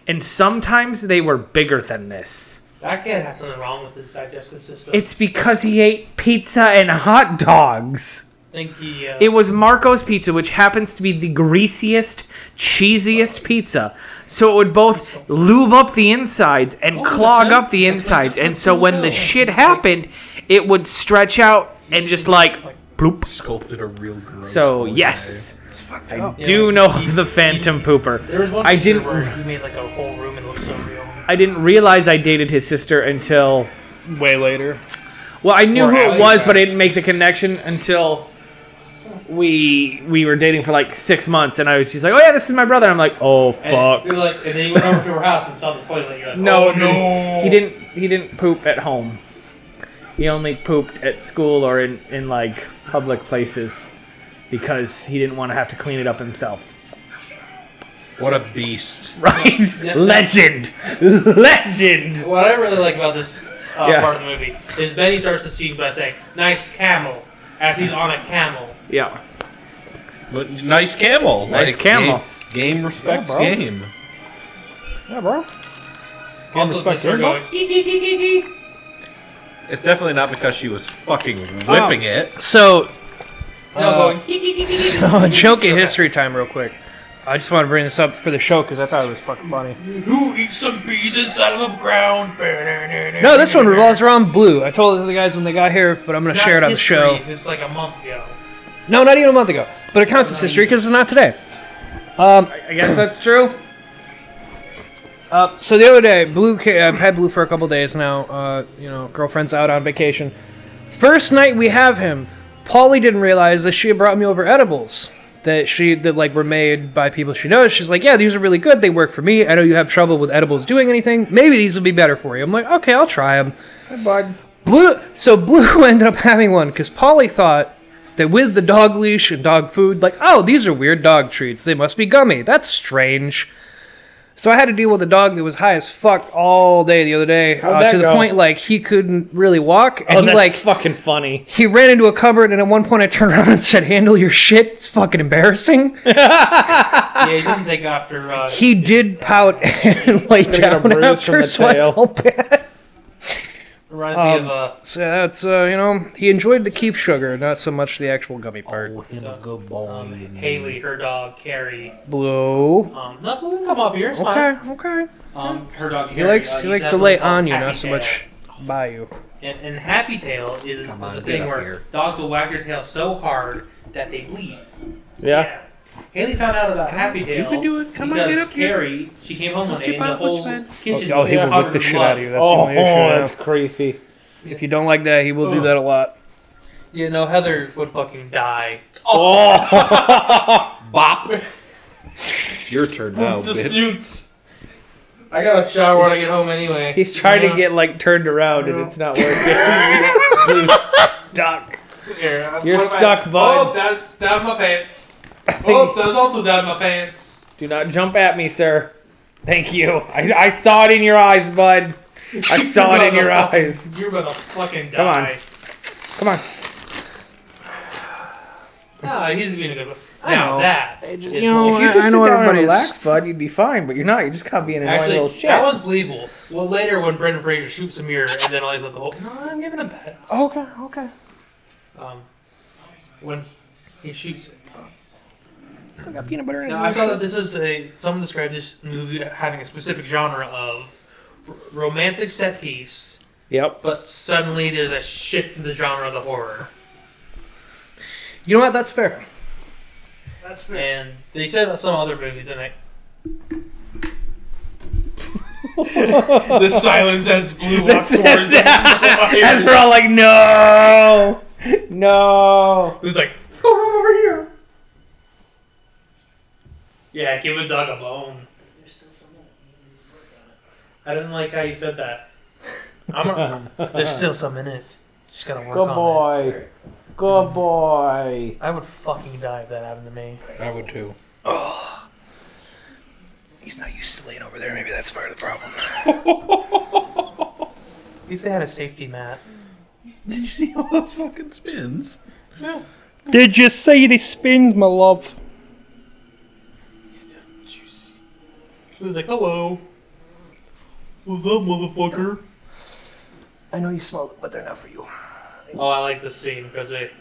S3: and sometimes they were bigger than this.
S4: that kid has something wrong with his digestive system.
S3: It's because he ate pizza and hot dogs.
S4: I think he. Uh,
S3: It was Marco's Pizza, which happens to be the greasiest, cheesiest pizza. So it would both lube up the insides
S4: Oh,
S3: and clog up the insides. And so when the shit happened, it would stretch out and just like bloop.
S8: Sculpted a real gross.
S3: So
S8: boy.
S3: yes,
S4: yeah,
S3: do
S4: like,
S3: know
S4: he-
S3: of the Phantom Pooper.
S4: There was one
S3: I
S4: picture
S3: didn't-
S4: where he made like a whole room and looked so real.
S3: I didn't realize I dated his sister until
S2: way later.
S3: well, I knew
S4: Or
S3: who it
S4: Allie,
S3: was,
S4: right?
S3: but I didn't make the connection until we we were dating for like six months, and I was she's like, "Oh yeah, this is my brother." I'm like, "Oh fuck."
S4: And, you're like, and then you went over to her house and saw the toilet. And you're like,
S3: No,
S4: oh, no.
S3: He didn't. He didn't poop at home. He only pooped at school or in, in like public places because he didn't want to have to clean it up himself. (laughs)
S8: What a beast.
S3: Right?
S4: Yeah.
S8: (laughs)
S3: Legend. Legend.
S4: What I really like about this uh,
S3: Yeah.
S4: part of the movie is Benny starts the scene by saying, "Nice camel," as he's on a camel.
S3: Yeah.
S8: But nice camel.
S3: Nice camel.
S8: Game, game respects
S9: Yeah, bro.
S8: game.
S9: Yeah, bro.
S4: Also,
S9: respect
S4: they're
S9: everybody.
S4: going, "Ee, ee, ee, ee, ee."
S8: It's definitely not because she was fucking whipping
S3: Oh.
S8: it.
S2: So,
S4: No,
S2: Uh,
S4: going, "Ee, ee, ee, ee, ee."
S2: (laughs) a Oh, joke at history time, real quick. I just want to bring this up for the show because I thought it was fucking funny.
S4: Who eats some bees inside of the ground? No,
S2: No, this one revolves around blue. I told the guys when they got here, but I'm gonna share it on the show.
S4: It's like a month ago.
S2: No, not even a month ago, but it counts as history because it's not today. Um,
S3: I guess that's true.
S2: Uh, so the other day, Blue ca- I've had Blue for a couple days now. Uh, you know, girlfriend's out on vacation. First night we have him, Polly didn't realize that she had brought me over edibles that she that like were made by people she knows. She's like, yeah, these are really good. They work for me. I know you have trouble with edibles doing anything. Maybe these will be better for you. I'm like, okay, I'll try them. Blue. So Blue (laughs) ended up having one because Polly thought that with the dog leash and dog food, like, oh, these are weird dog treats. They must be gummy. That's strange. So I had to deal with a dog that was high as fuck all day the other day,
S3: How'd
S2: uh,
S3: that
S2: to the
S3: go?
S2: point like he couldn't really walk, and
S3: Oh,
S2: he
S3: that's
S2: like
S3: fucking funny.
S2: he ran into a cupboard, and at one point I turned around and said, "Handle your shit." It's fucking embarrassing.
S4: Yeah, he didn't think after.
S2: (laughs)
S4: Uh,
S2: He did pout (laughs) and lay
S3: got a
S2: down
S3: bruise from
S2: after,
S3: the
S2: so I
S3: tail.
S2: (laughs) felt bad.
S4: reminds me
S2: um,
S4: of uh,
S2: So that's uh, you know he enjoyed the keep sugar, not so much the actual gummy part.
S3: Oh.
S9: Him a good boy.
S4: um, Haley, her dog Carrie.
S2: Blue.
S4: Um, no, we'll come up here. It's fine.
S2: Okay, okay.
S4: Um, her dog
S2: He
S4: Carrie.
S2: likes
S4: uh,
S2: he
S4: used
S2: likes
S4: have
S2: to
S4: something
S2: lay
S4: called
S2: on you,
S4: Happy
S2: not so
S4: Tail.
S2: much by you.
S4: And, and Happy Tail is
S8: on,
S4: the
S8: get
S4: thing
S8: up
S4: where
S8: here.
S4: dogs will whack their tail so hard that they bleed.
S3: Yeah.
S4: Haley found out about Happy Tail.
S2: can do it. Come on,
S4: because
S2: get up here.
S4: Carrie, she came home one day
S2: Keep
S4: and the
S2: up, what you
S4: whole
S2: find?
S4: kitchen
S2: Oh, he
S4: was
S2: will
S4: covered
S2: whip the
S4: in
S2: shit
S4: blood.
S2: out of you. That's
S4: Oh,
S2: the only issue.
S3: Oh, that's
S2: now.
S3: creepy.
S2: If you don't like that, he will do that a lot.
S4: You know, Heather would fucking die.
S8: It's your turn now,
S4: the
S8: bitch.
S4: suits. I got a shower when I get home anyway.
S3: He's trying
S4: Yeah.
S3: to get like turned around and it's not (laughs) working. You're stuck.
S4: Here, I'm-
S3: You're
S4: what am I-
S3: stuck, bud.
S4: Oh, that's down my
S3: (laughs)
S4: pants.
S3: think-
S4: Oh, that's also down my pants.
S3: Do not jump at me, sir. Thank you. I, I saw it in your eyes, bud. I saw it in
S4: (laughs)
S3: your eyes.
S4: You're gonna fucking die.
S3: Come on. Come on.
S4: Ah, he's being a good one.
S2: I
S4: Now
S2: know.
S4: that is
S2: You know,
S4: bullshit.
S2: I- I know everybody's-
S3: bud, you'd be fine. But you're not. You're just kind of being an
S4: Actually, that one's believable. Well, later when Brendan Fraser shoots a mirror and then lays out the whole. No, I'm giving him that.
S2: Oh.
S3: Okay. Okay.
S4: Um, when he shoots it.
S3: Still got peanut butter in
S4: Now, I saw that this is a. Some describe this movie having a specific genre of r- romantic set piece,
S3: Yep.
S4: but suddenly there's a shift in the genre of the horror.
S2: You know what? That's fair.
S4: That's and they said that some other movies, and I. the silence as Blue walks towards the
S3: As we're all like, no, (laughs) no.
S4: Who's like, go run over here. Yeah, give a dog a bone. I didn't like how you said that. I'm a, there's still some in it. Just gotta work
S3: Good
S4: on
S3: boy. Good boy.
S4: it. I would fucking die if that happened to me.
S5: I would too.
S2: He's not used to laying over there. Maybe that's part of the problem.
S4: At least they had a safety mat.
S8: Did you see all those fucking spins?
S2: Did you see the spins, my love?
S4: He was like, hello. What's up, motherfucker?
S2: I know you smoke, but they're not for you.
S4: Oh, I like this scene because they.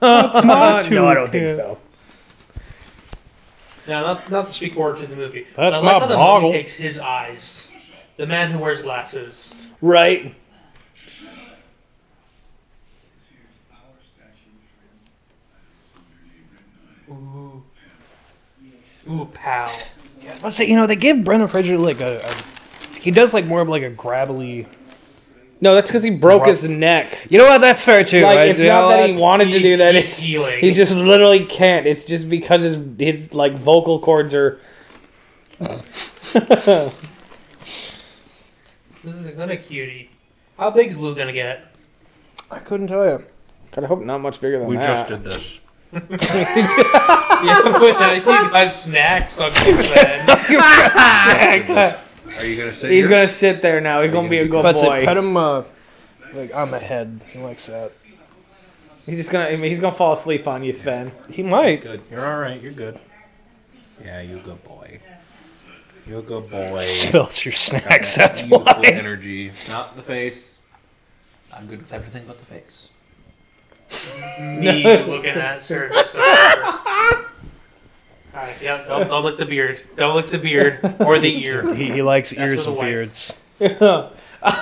S3: no, I don't think so.
S4: Now, not, not to speak forward to the movie.
S9: That's
S4: but I like
S9: my
S4: how the
S9: boggle.
S4: movie takes his eyes. The man who wears glasses.
S3: Right.
S2: Ooh, pal. Let's say you know they give Brendan Fraser like a, a- he does like more of like a grabbly.
S3: No, that's because he broke his neck.
S2: You know what? That's fair too.
S3: Like
S2: I-
S3: it's
S2: you
S3: not
S2: know
S3: that he
S2: what?
S3: wanted to
S4: He's-
S3: do that.
S4: he's
S3: It's,
S4: healing.
S3: he just literally can't. It's just because his his like vocal cords are.
S4: This is a kind of cutie. How big's Lou gonna get? (laughs)
S3: I couldn't tell you. God, I hope not much bigger than
S8: We
S3: that.
S8: just did
S3: (laughs)
S8: this.
S4: yeah, (laughs) but I think my snacks on
S3: (laughs)
S4: his head.
S8: Are you gonna say
S3: He's gonna sit there now. He's gonna be a good
S2: But
S3: Oh, boy.
S2: say pet him uh, like on the head. He likes that.
S3: He's just gonna. I mean, he's gonna fall asleep on you, Sven.
S2: He might.
S8: good? You're all right. You're good. Yeah, you good boy. You good
S3: (laughs)
S2: (laughs)
S8: boy.
S2: Spills your snacks. That's (laughs)
S5: Beautiful
S2: why.
S5: energy. Not the face. I'm good with everything but the face.
S4: Me looking at sir. Alright, yeah, don't, don't lick the beard. Don't lick the beard or
S6: (laughs)
S4: the ear.
S2: He, he likes
S4: That's
S2: ears
S4: for the
S2: and
S4: wife.
S2: beards.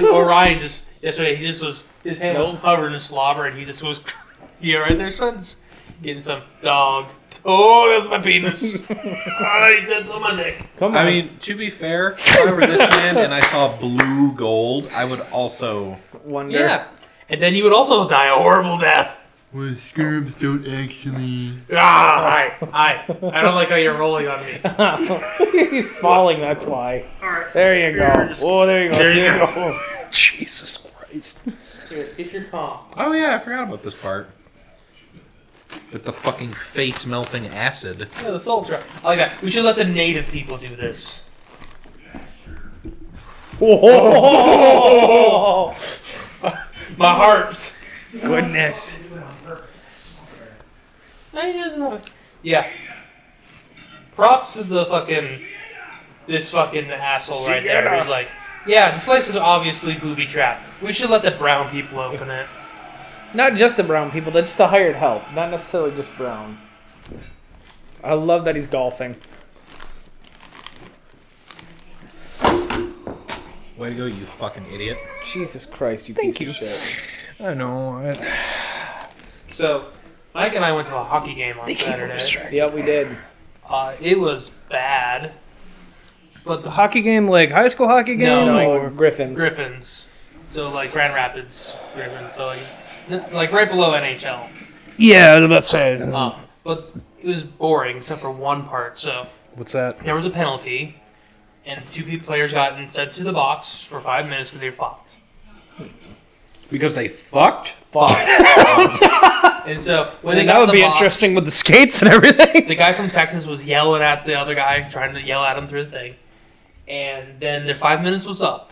S4: Dude, Orion just yesterday he just was his hand was covered in slobber and he just was (laughs) yeah right there son's getting some dog. Oh, that's my
S6: (laughs)
S4: penis. Ah, he's dead on my neck.
S3: Come on.
S8: I mean, to be fair, if I were this man and I saw blue gold, I would also.
S3: wonder.
S4: Yeah, and then you would also die a horrible death.
S6: Well, scarabs don't actually.
S4: Ah, hi, hi. I don't like how you're rolling on me.
S3: (laughs) he's falling. That's why.
S4: Alright.
S3: There you go. Oh, there you go.
S4: There you
S3: There you
S4: go.
S3: go.
S2: Jesus Christ.
S4: Here, Get your calm.
S8: Oh yeah, I forgot about this part. With the fucking face melting acid.
S4: Yeah, the soul truck. I like that. We should let the native people do this.
S3: Oh,
S4: My heart.
S3: (laughs) goodness.
S4: I just wanna- Yeah. Props to the fucking this fucking asshole right there who's like, yeah, this place is obviously booby trapped. We should let the brown people open it.
S3: Not just the brown people. That's just the hired help. Not necessarily just brown. I love that he's golfing.
S8: Way to go, you fucking idiot.
S3: Jesus Christ, you piece of shit.
S2: I know. I,
S4: So Mike and I went to a hockey game on Saturday.
S2: distracted.
S3: Yep, we did.
S4: Uh, it was bad, but the
S2: Hockey game, like high school hockey game.
S4: No,
S2: like,
S3: Oh, Griffins.
S4: Griffins, so like Grand Rapids Griffins, so like n- like right below NHL.
S2: yeah, I was about to say.
S4: Um, but it was boring except for one part. So
S2: What's that?
S4: there was a penalty, and two pe- players got sent to the box for five minutes because they fucked.
S5: Because they fucked?
S4: And so when they
S2: And
S4: got
S2: that
S4: in
S2: would
S4: the
S2: be
S4: box,
S2: interesting with the skates and everything.
S4: The guy from Texas was yelling at the other guy, trying to yell at him through the thing. And then their five minutes was up.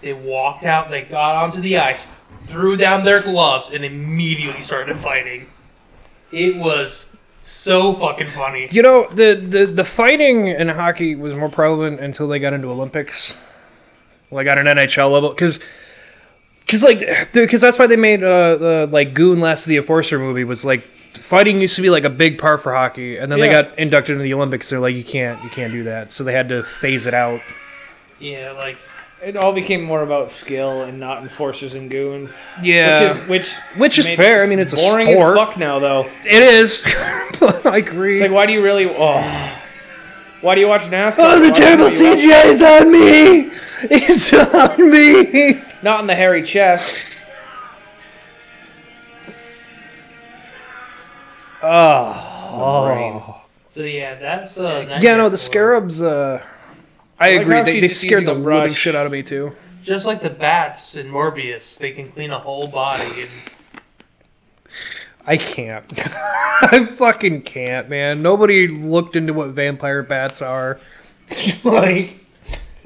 S4: They walked out. They got onto the ice, threw down their gloves, and immediately started fighting. It was so fucking funny.
S2: You know, the, the, the fighting in hockey was more prevalent until they got into Olympics, like on an NHL level, because. Cause like, because that's why they made uh, the like Goon Last of the Enforcer movie was like fighting used to be like a big part for hockey, and then they
S3: Yeah.
S2: got inducted into the Olympics. They're like, you can't, you can't do that, so they had to phase it out.
S4: Yeah, like
S3: It all became more about skill and not enforcers and goons.
S2: Yeah,
S3: Which is which
S2: Which is
S3: made-
S2: fair. I mean, it's a
S3: boring
S2: sport.
S3: as fuck now though.
S2: It is. (laughs) I agree.
S3: It's like why do you really oh why do you watch NASCAR?
S2: oh, the
S3: Why do
S2: terrible
S3: you watch-
S2: CGI is on me. It's on me.
S3: Not on the hairy chest.
S2: Oh.
S4: so. Yeah, that's uh.
S2: Yeah,
S4: nightmare
S2: no,
S4: for
S2: the scarabs. Uh, I
S3: like
S2: agree.
S3: how
S2: They,
S3: she's
S2: they
S3: just
S2: scared the
S3: using a
S2: living
S3: brush.
S2: shit out of me too.
S4: them. Just like the bats in Morbius, they can clean a whole body. And
S2: I can't. (laughs) I fucking can't, man. Nobody looked into what vampire bats are. (laughs) like,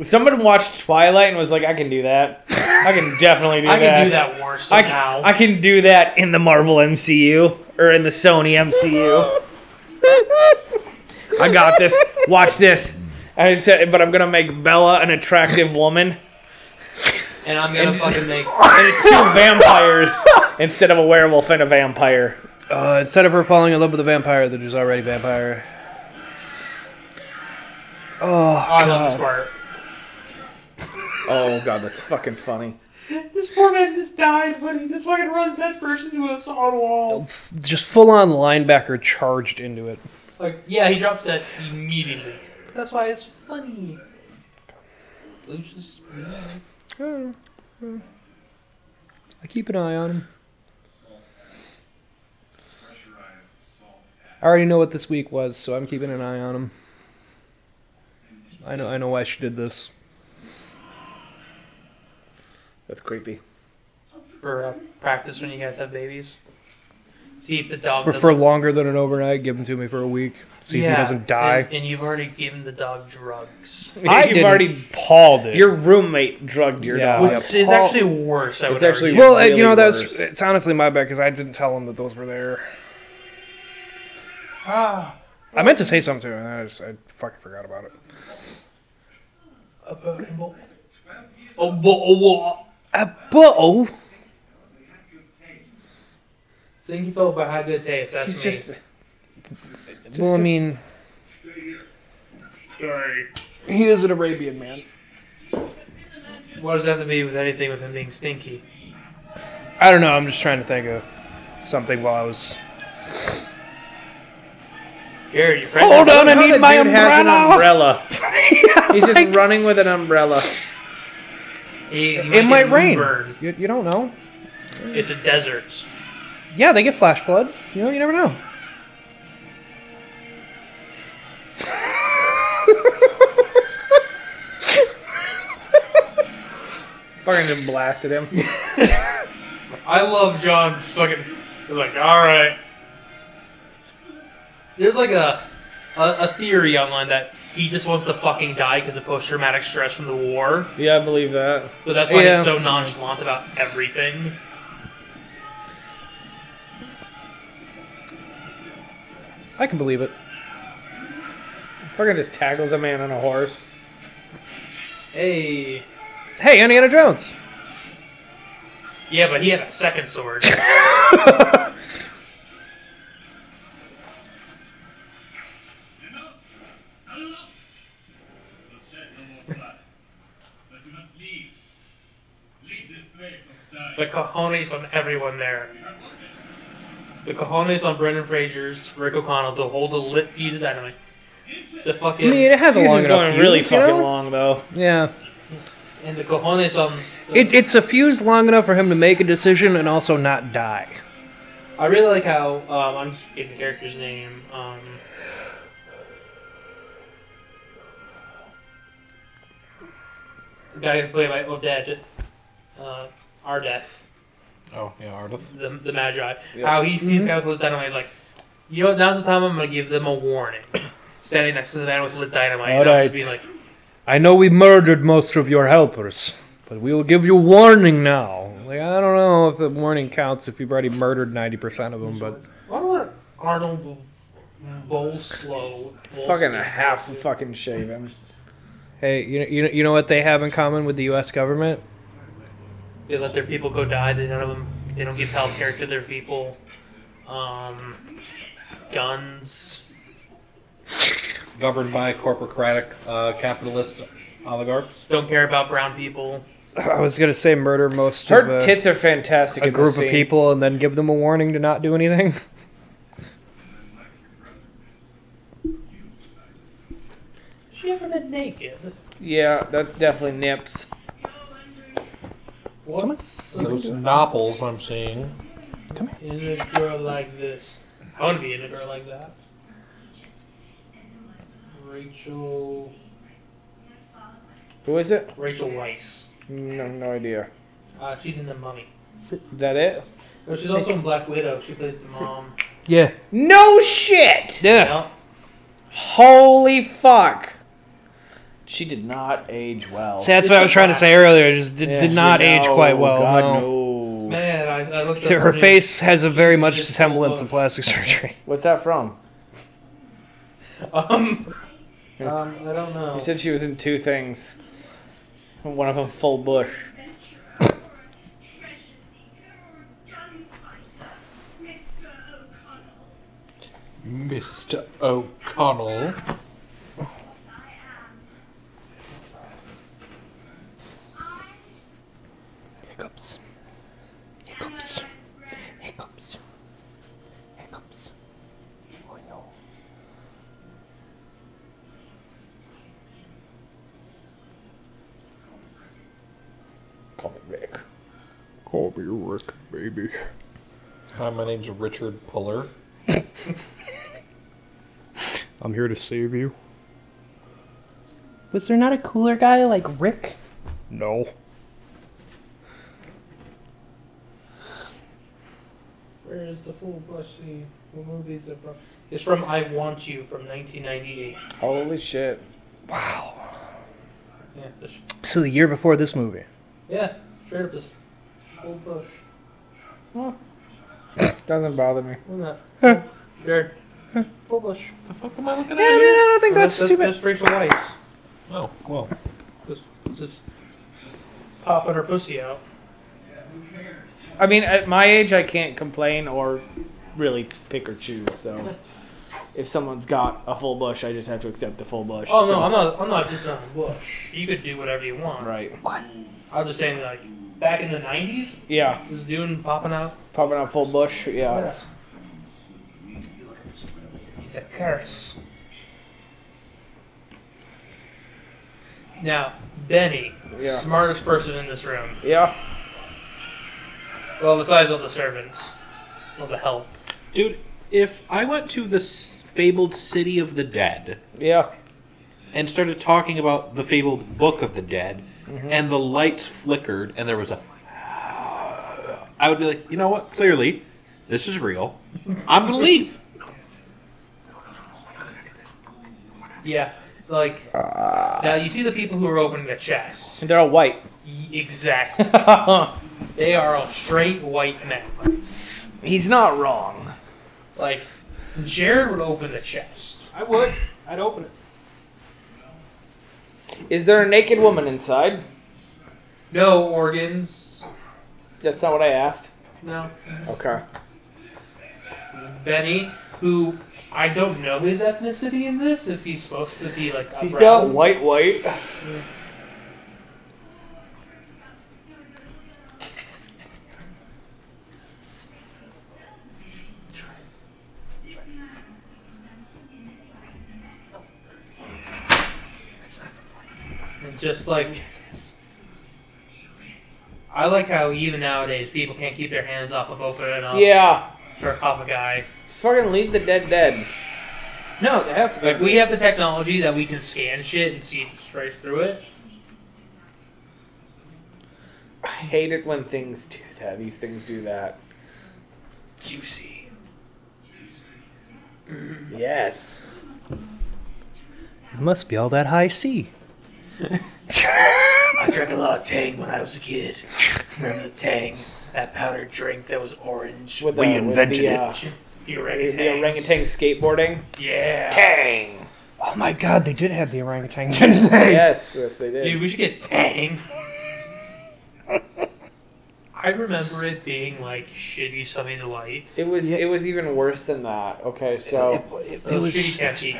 S3: Someone watched Twilight and was like, I can do that. I can definitely do
S4: I
S3: that.
S4: can do that worse
S3: I
S4: somehow.
S3: can, I can do that in the Marvel MCU or in the Sony MCU. I got this. Watch this. I said, but I'm gonna make Bella an attractive woman
S4: and I'm gonna
S3: (laughs)
S4: fucking make.
S3: Oh,
S2: (laughs)
S3: two vampires instead of a werewolf and a vampire.
S2: uh, instead of her falling in love with a vampire that is already vampire.
S4: Oh, I love this part.
S3: Oh god, that's fucking funny.
S4: This poor man just died, but he just fucking runs headfirst into a solid wall.
S2: Just full on linebacker charged into it.
S4: Like, yeah, he drops that immediately. That's why it's funny. Lucius,
S2: I keep an eye on him. I already know what this week was, so I'm keeping an eye on him. I know, I know why she did this.
S3: That's creepy.
S4: for uh, practice when you guys have babies. See if the dog
S2: For,
S4: doesn't-
S2: for longer than an overnight, give him to me for a week. See if
S4: Yeah,
S2: he doesn't die.
S4: And, and you've already given the dog drugs,
S3: (laughs)
S2: I
S3: You've
S2: didn't.
S3: already
S2: Paul did.
S3: your roommate drugged your
S2: Yeah.
S3: dog.
S2: Well,
S4: which is
S2: Paul-
S4: actually worse. I
S3: It's
S4: would
S3: actually-
S4: actually
S2: well, uh,
S3: really
S2: you know that's
S3: worse.
S2: it's honestly my bad because I didn't tell him that those were there.
S3: Ah.
S2: I meant to say something to him, and I just I fucking forgot about it.
S4: Oh, bo- oh, wo-
S2: Uh, Whoa!
S4: think you fell behind the tape. That's me.
S3: Just
S2: Well, I mean, he is an Arabian man.
S4: What does that have to be with anything with him being stinky?
S2: I don't know. I'm just trying to think of something while I was.
S4: Jared, your friend.
S2: on,
S3: How the dude has an umbrella. (laughs) He's just running with an umbrella.
S4: He, he
S2: It might
S4: get
S2: rain.
S4: burned.
S2: You, you don't know.
S4: It's a desert.
S2: Yeah, they get flash flood. You know, you never know.
S3: Fucking just blasted him.
S4: I love John just fucking he's like, alright. There's like a, a a theory online that he just wants to fucking die because of post traumatic stress from the war.
S3: Yeah, I believe that.
S4: So that's why
S2: Yeah.
S4: he's so nonchalant about everything.
S2: I can believe it.
S3: Fucking just tackles a man on a horse.
S4: Hey.
S2: Hey, Indiana Jones.
S4: Yeah, but he had a second sword.
S6: Not shed no more blood. But you must leave. Leave this place or die.
S4: the cojones on everyone there. The cojones on Brendan Fraser's Rick O'Connell to hold a lit fuse of dynamite. The
S2: I
S4: fucking
S2: mean, it has a
S3: This
S2: long
S3: is
S2: enough
S3: going
S2: fuse,
S3: really
S2: you
S3: fucking
S2: know?
S3: long though.
S2: Yeah.
S4: and the cojones on
S2: It, it's a fuse long enough for him to make a decision and also not die.
S4: I really like how um, I'm just getting the character's name. Um, the guy played by Oded, uh, Ardeth,
S5: Oh, yeah, Ardith.
S4: the, the Magi. How he sees guy with lit dynamite, he's like, you know, what, now's the time I'm gonna give them a warning. Standing next to the man with lit dynamite, and I'll just be like,
S2: Alright. I know we murdered most of your helpers, but we will give you warning now. Like, I don't know if the warning counts if you've already murdered 90% of them, but.
S4: I don't want Arnold Volslow.
S3: Fucking a half fucking shave him.
S2: Hey, you know, you, know, you know what they have in common with the U.S. government? (clears throat)
S4: they let their people go die. They none of them. They don't give health care to their people. Um, guns.
S5: Governed by corporocratic uh, capitalist oligarchs.
S4: Don't care about brown people.
S2: I was going to say murder most of
S3: Her
S2: a,
S3: tits are fantastic.
S2: a
S3: in this
S2: group of
S3: scene.
S2: people and then give them a warning to not do anything.
S4: She ever been naked?
S3: Yeah, that's definitely nips.
S4: What's
S5: Those nopples I'm seeing.
S4: in a girl like this? I want to be in a girl like that. Rachel.
S3: Who is it?
S4: Rachel Weisz.
S3: No, no idea.
S4: Uh, she's in The Mummy.
S3: Is that it?
S4: No, she's also in Black Widow. She plays the (laughs) mom.
S2: Yeah.
S3: No shit.
S2: Yeah.
S4: No,
S3: Holy fuck. She did not age well.
S2: See, that's what I was trying to say earlier. It just did,
S3: Yeah,
S2: did not
S3: no,
S2: age quite well.
S3: God
S2: no.
S3: no.
S4: man, I, I looked. up
S2: Her
S4: new-
S2: face has a very much
S4: Just
S2: semblance
S4: look.
S2: of plastic surgery.
S3: What's that from?
S4: (laughs) Um, um, I don't know.
S3: You said she was in two things. And One of them full bush.
S5: Mr. O'Connell.
S9: Hiccups. Hiccups. Hiccups. Hiccups. Oh no. Call me Rick. Call me Rick, baby.
S5: Hi, my name's Richard Puller.
S2: I'm here to save you.
S7: Was there not a cooler guy like Rick?
S2: No.
S4: Where is the fool Bushy? What movie is it from? It's from I Want You from 1998.
S3: Holy shit.
S4: Yeah, this,
S2: So the year before this movie.
S4: yeah, straight up this fool Bush.
S3: Doesn't bother me.
S4: Why not? Sure. Fool Bush.
S5: The fuck am I looking
S3: Yeah, I mean, I don't think
S4: Well,
S3: that's stupid.
S4: That's Rachel Weisz.
S5: at? Oh, well.
S4: Just, just popping her pussy out.
S3: I mean, at my age, I can't complain or really pick or choose. So, if someone's got a full bush, I just have to accept the full bush.
S4: Oh
S3: so-
S4: no, I'm not. I'm not just on Bush. You could do whatever you want.
S3: right.
S4: I'm just saying, like back in the '90s,
S3: Yeah,
S4: this dude popping out.
S3: popping out full bush. Yeah, it's-
S4: It's a curse. Now, Benny,
S3: Yeah.
S4: smartest person in this room.
S3: yeah.
S4: Well, besides all the servants, all the help.
S8: Dude, if I went to the s- fabled city of the dead
S3: Yeah,
S8: and started talking about the fabled book of the dead,
S9: Mm-hmm.
S8: and the lights flickered and there was a, I would be like, you know what? Clearly, this is real. I'm gonna leave.
S4: Yeah, like
S3: Uh.
S4: now you see the people who are opening the chests.
S3: they're all white. (laughs)
S4: Y- Exactly. they are all straight white men.
S3: He's not wrong.
S4: Like Jared would open the chest. I would. I'd open it.
S3: Is there a naked woman inside?
S4: No organs.
S3: That's not what I asked.
S4: No.
S3: Okay.
S4: Benny, who I don't know his ethnicity in this, if he's supposed to be like a
S3: He's got
S4: brown.
S3: white, white.
S2: Uh-huh.
S4: and just like I like how even nowadays people can't keep their hands off of opening up
S3: Yeah.
S4: for a guy.
S3: Just fucking leave the dead dead.
S4: No, they have to. Like we have the technology that we can scan shit and see if it's traced through it.
S3: I hate it when things do that. These things do that.
S4: Juicy.
S3: Yes.
S2: It must be all that high C.
S7: I drank a lot of Tang when I was a kid. (laughs) Remember the Tang? That powdered drink that was orange.
S3: With the, we
S7: invented
S3: the,
S7: it.
S3: Uh,
S4: The
S3: the
S4: orangutan.
S3: orangutan skateboarding.
S4: Yeah.
S3: Tang.
S2: Oh my god, they did have the orangutan. (laughs) didn't they?
S3: Yes, yes they did.
S4: Dude, we should get Tang. (laughs) I remember it being like shitty Sunny Delights.
S3: It was it was even worse than that. Okay, so
S4: It was shitty Tacky.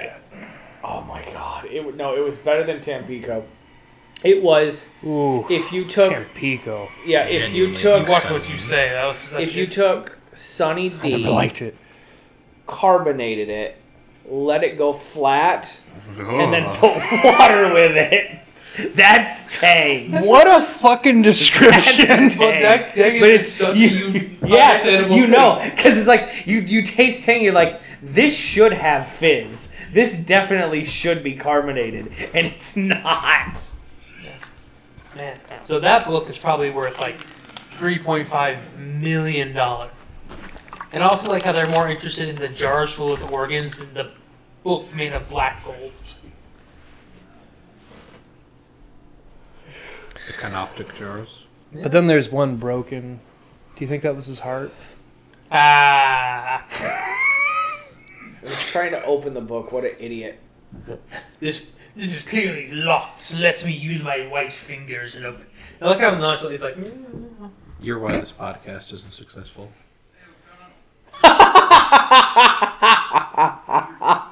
S3: oh my god, it wa- no, it was better than Tampico. It was
S2: Ooh,
S3: if you took
S2: Tampico.
S3: yeah if you
S5: Genuinely.
S3: took
S5: What?
S4: Watch what you say. That was that
S3: if you
S4: shit-
S3: took Sunny
S2: I
S3: D,
S2: liked it.
S3: carbonated it, let it go flat, and then put (laughs) water with it. That's Tang.
S2: What a fucking description.
S3: Tang.
S4: but it's such a (laughs) you,
S3: Yeah,
S4: understandable
S3: you
S4: thing.
S3: know, because it's like you you taste tang, you're like, this should have fizz. This definitely should be carbonated, and it's not.
S4: Man, so that book is probably worth like 3.5 million dollar. And also like how they're more interested in the jars full of organs than the book made of black gold.
S8: The canoptic jars.
S2: But then there's one broken. Do you think that was his heart?
S4: Ah,
S3: I was trying to open the book. What an idiot!
S4: this this is clearly locked. Let me use my white fingers and open. I like how nonchalant he's
S3: (laughs)
S4: like. "Mm."
S8: You're why this podcast isn't successful.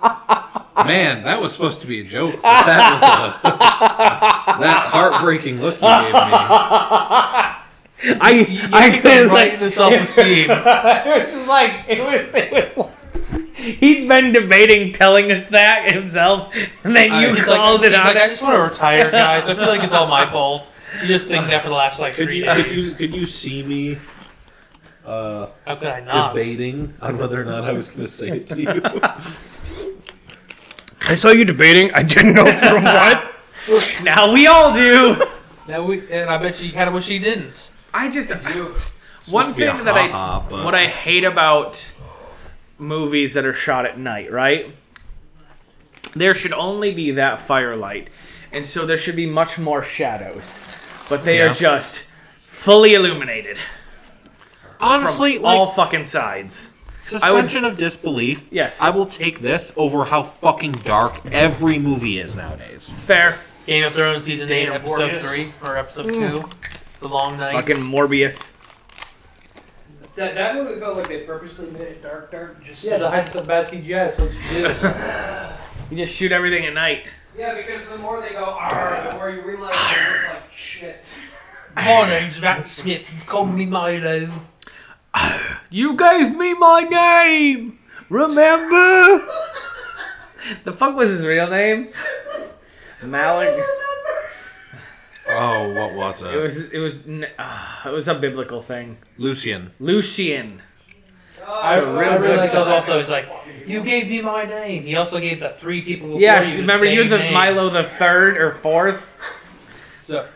S8: Man, that was supposed to be a joke. But (laughs) that was a that heartbreaking look you gave me.
S3: I, I was
S4: Right
S3: like,
S4: the self
S3: (laughs)
S4: esteem.
S3: it was like, (laughs) it was, it was like, he'd been debating telling us that himself, and then you
S4: (laughs)
S3: called
S4: like,
S3: it
S4: he's
S3: out.
S4: like, I just want to retire, guys. I feel like it's all my fault. You just think that for the last like
S8: Could
S4: three
S8: you, could
S4: days.
S8: you, could you see me uh,
S4: How could I
S3: Ah,
S4: not?
S8: debating on whether or not I was going to say it to you?
S2: I saw you debating. I didn't
S3: (laughs)
S2: know from what.
S3: now we all do.
S4: That we, and I bet you kind of wish he didn't.
S3: I just one
S8: be a
S3: thing that I
S8: ha-ha, but-
S3: what I hate about movies that are shot at night, right? There should only be that firelight, and so there should be much more shadows, but they are just fully illuminated
S8: Honestly,
S3: from
S8: like,
S3: all fucking sides. would-
S8: suspension of disbelief.
S3: Yes.
S8: I will take this over how fucking dark every movie is nowadays.
S3: Fair,
S4: Game of Thrones season eight,
S3: Dana
S4: episode
S3: Borges.
S4: three or episode two, the long night.
S3: fucking Morbius.
S2: That, that movie felt like they purposely made it dark, dark. Just
S4: yeah, the heights of bad CGI. That's what you do. (laughs)
S3: You just shoot everything at night.
S2: yeah, because the more they go, "Arr," the more you realize they look like shit.
S4: My name's Matt Smith. Call me Milo.
S3: You gave me my name. Remember? the fuck was his real name? Malik.
S8: Oh, what was
S3: It was it was n- ah, it was a biblical thing.
S8: Lucian.
S3: Lucian.
S4: I,
S3: It's a real
S4: I really
S3: good
S4: like those
S3: film.
S4: also. He's like, you gave me my name. He also gave the three people. Before
S3: Yes,
S4: you
S3: remember
S4: same
S3: you're the
S4: name.
S3: Milo the third or fourth.
S4: So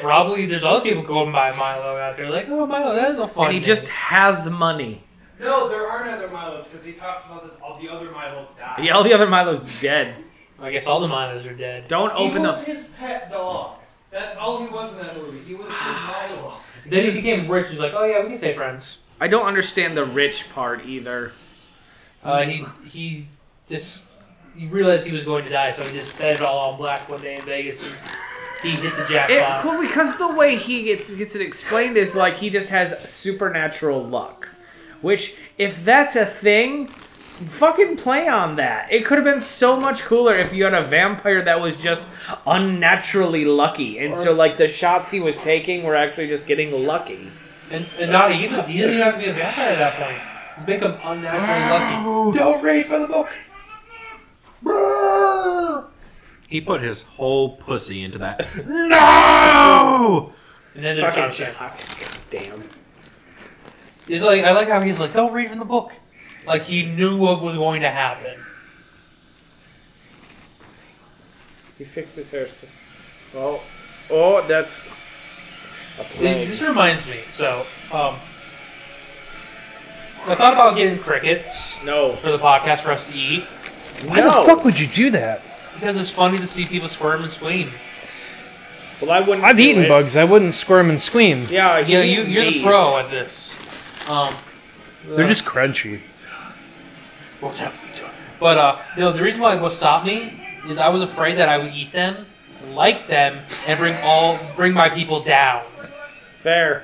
S4: probably there's other people going by Milo out there. Like, oh Milo, that is a fun.
S3: And he
S4: name."
S3: just has money.
S2: No, there aren't other Milos because he talks about that all the other Milos die.
S3: Yeah, all the other Milo's dead.
S4: I guess all the Milos are dead.
S3: Don't
S2: He
S3: open
S2: was
S3: up.
S2: his pet dog. That's all he was in that movie. He
S4: (sighs)
S2: was his Milo.
S4: Then he became rich. He's like, oh yeah, we can stay friends.
S3: I don't understand the rich part either.
S4: Uh, he he just he realized he was going to die, so he just bet it all on black one day in Vegas. And he hit the
S3: It,
S4: jackpot.
S3: well, because the way he gets gets it explained is like he just has supernatural luck, which if that's a thing, fucking play on that. It could have been so much cooler if you had a vampire that was just unnaturally lucky, and so like the shots he was taking were actually just getting lucky.
S4: And, and not even he doesn't even have to be a vampire at that point. Just make him unnaturally lucky.
S9: Don't read from the book.
S8: He put his whole pussy into that. no!
S4: And then there's
S3: Fucking
S4: Shawshank.
S3: Damn.
S4: He's like, I like how he's like, don't read from the book. Like he knew what was going to happen.
S3: He fixed his hair. so- Oh, oh, that's. a
S4: It-
S3: plague.
S4: This reminds me. So, um, I thought about getting crickets
S3: No.
S4: for the podcast for us to eat
S2: Why
S3: no.
S2: the fuck would you do that?
S4: because it's funny to see people squirm and scream.
S3: Well, I wouldn't.
S2: I've
S3: do
S2: eaten
S3: it.
S2: bugs. I wouldn't squirm and scream.
S3: Yeah,
S4: You know, you,
S3: eat
S4: you're the
S3: these.
S4: pro at this. Um,
S2: They're just crunchy.
S4: But uh, no, the reason why it will stop me is I was afraid that I would eat them, like them, and bring all bring my people down.
S3: Fair.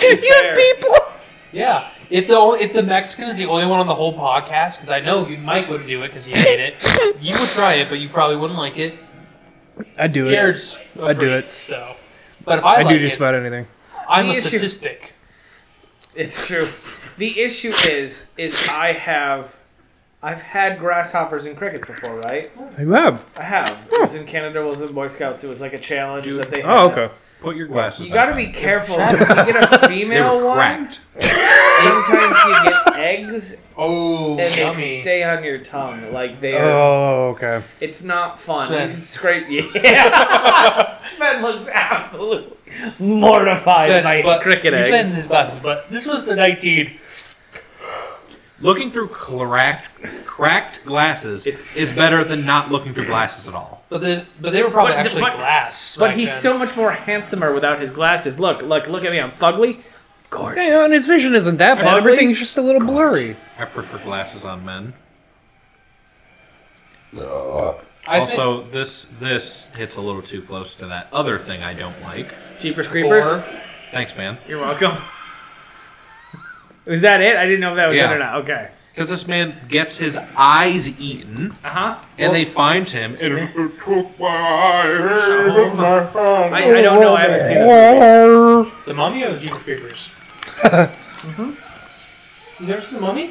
S2: Your
S3: Fair.
S2: people.
S4: Yeah. If the if the Mexican is the only one on the whole podcast, because I know you Mike wouldn't do it because you hate it. You would try it, but you probably wouldn't like it.
S2: I do it.
S4: Jared's a
S2: I'd do
S4: freak,
S2: it.
S4: So, but if I,
S2: I
S4: like
S2: do just
S4: it,
S2: about anything.
S4: I'm
S3: The
S4: a
S3: issue-
S4: statistic.
S3: It's true. The issue is, is I have, I've had grasshoppers and crickets before, right?
S2: Hey, Rob.
S3: I have. It was in Canada. It was in Boy Scouts. It was like a challenge that they.
S2: Oh,
S3: had.
S2: okay.
S8: Put your glasses
S3: You got to
S8: back
S3: be
S8: on.
S3: careful. If you get a
S8: They
S3: female
S8: were
S3: one,
S8: cracked.
S3: sometimes you get eggs
S4: Oh,
S3: and they
S4: yummy.
S3: stay on your tongue. Like they are.
S2: Oh, okay.
S3: It's not fun.
S4: Sven.
S3: You can scrape. Yeah. (laughs) Sven looks absolutely mortified
S4: Said,
S3: by
S4: but
S3: cricket
S4: you
S3: eggs.
S4: said in his glasses, but this was the 19.
S8: Looking through cracked, cracked glasses
S3: It's-
S8: is better than not looking through glasses at all.
S4: But the but they were probably
S3: But the-
S4: actually
S3: but-
S4: glass.
S3: But
S4: back
S3: he's
S4: then.
S3: so much more handsomer without his glasses. Look, look, look at me. I'm fugly. Gorgeous.
S2: Yeah, you know, and his vision isn't that bad.
S3: Fugly?
S2: Everything's just a little blurry.
S8: I prefer glasses on men.
S4: I think-
S8: also, this this hits a little too close to that other thing I don't like.
S3: Jeepers Creepers.
S4: Or-
S8: Thanks, man.
S3: You're welcome. (laughs) Was that it? I didn't know if that was
S8: Yeah.
S3: it or not. Okay.
S8: Because this man gets his eyes eaten,
S3: Uh huh.
S8: and they find him. And
S3: I, I don't know. I haven't seen it.
S8: the
S4: The mummy or the Jeepers
S2: (laughs)
S4: Creepers? Mm-hmm. You never seen the mummy?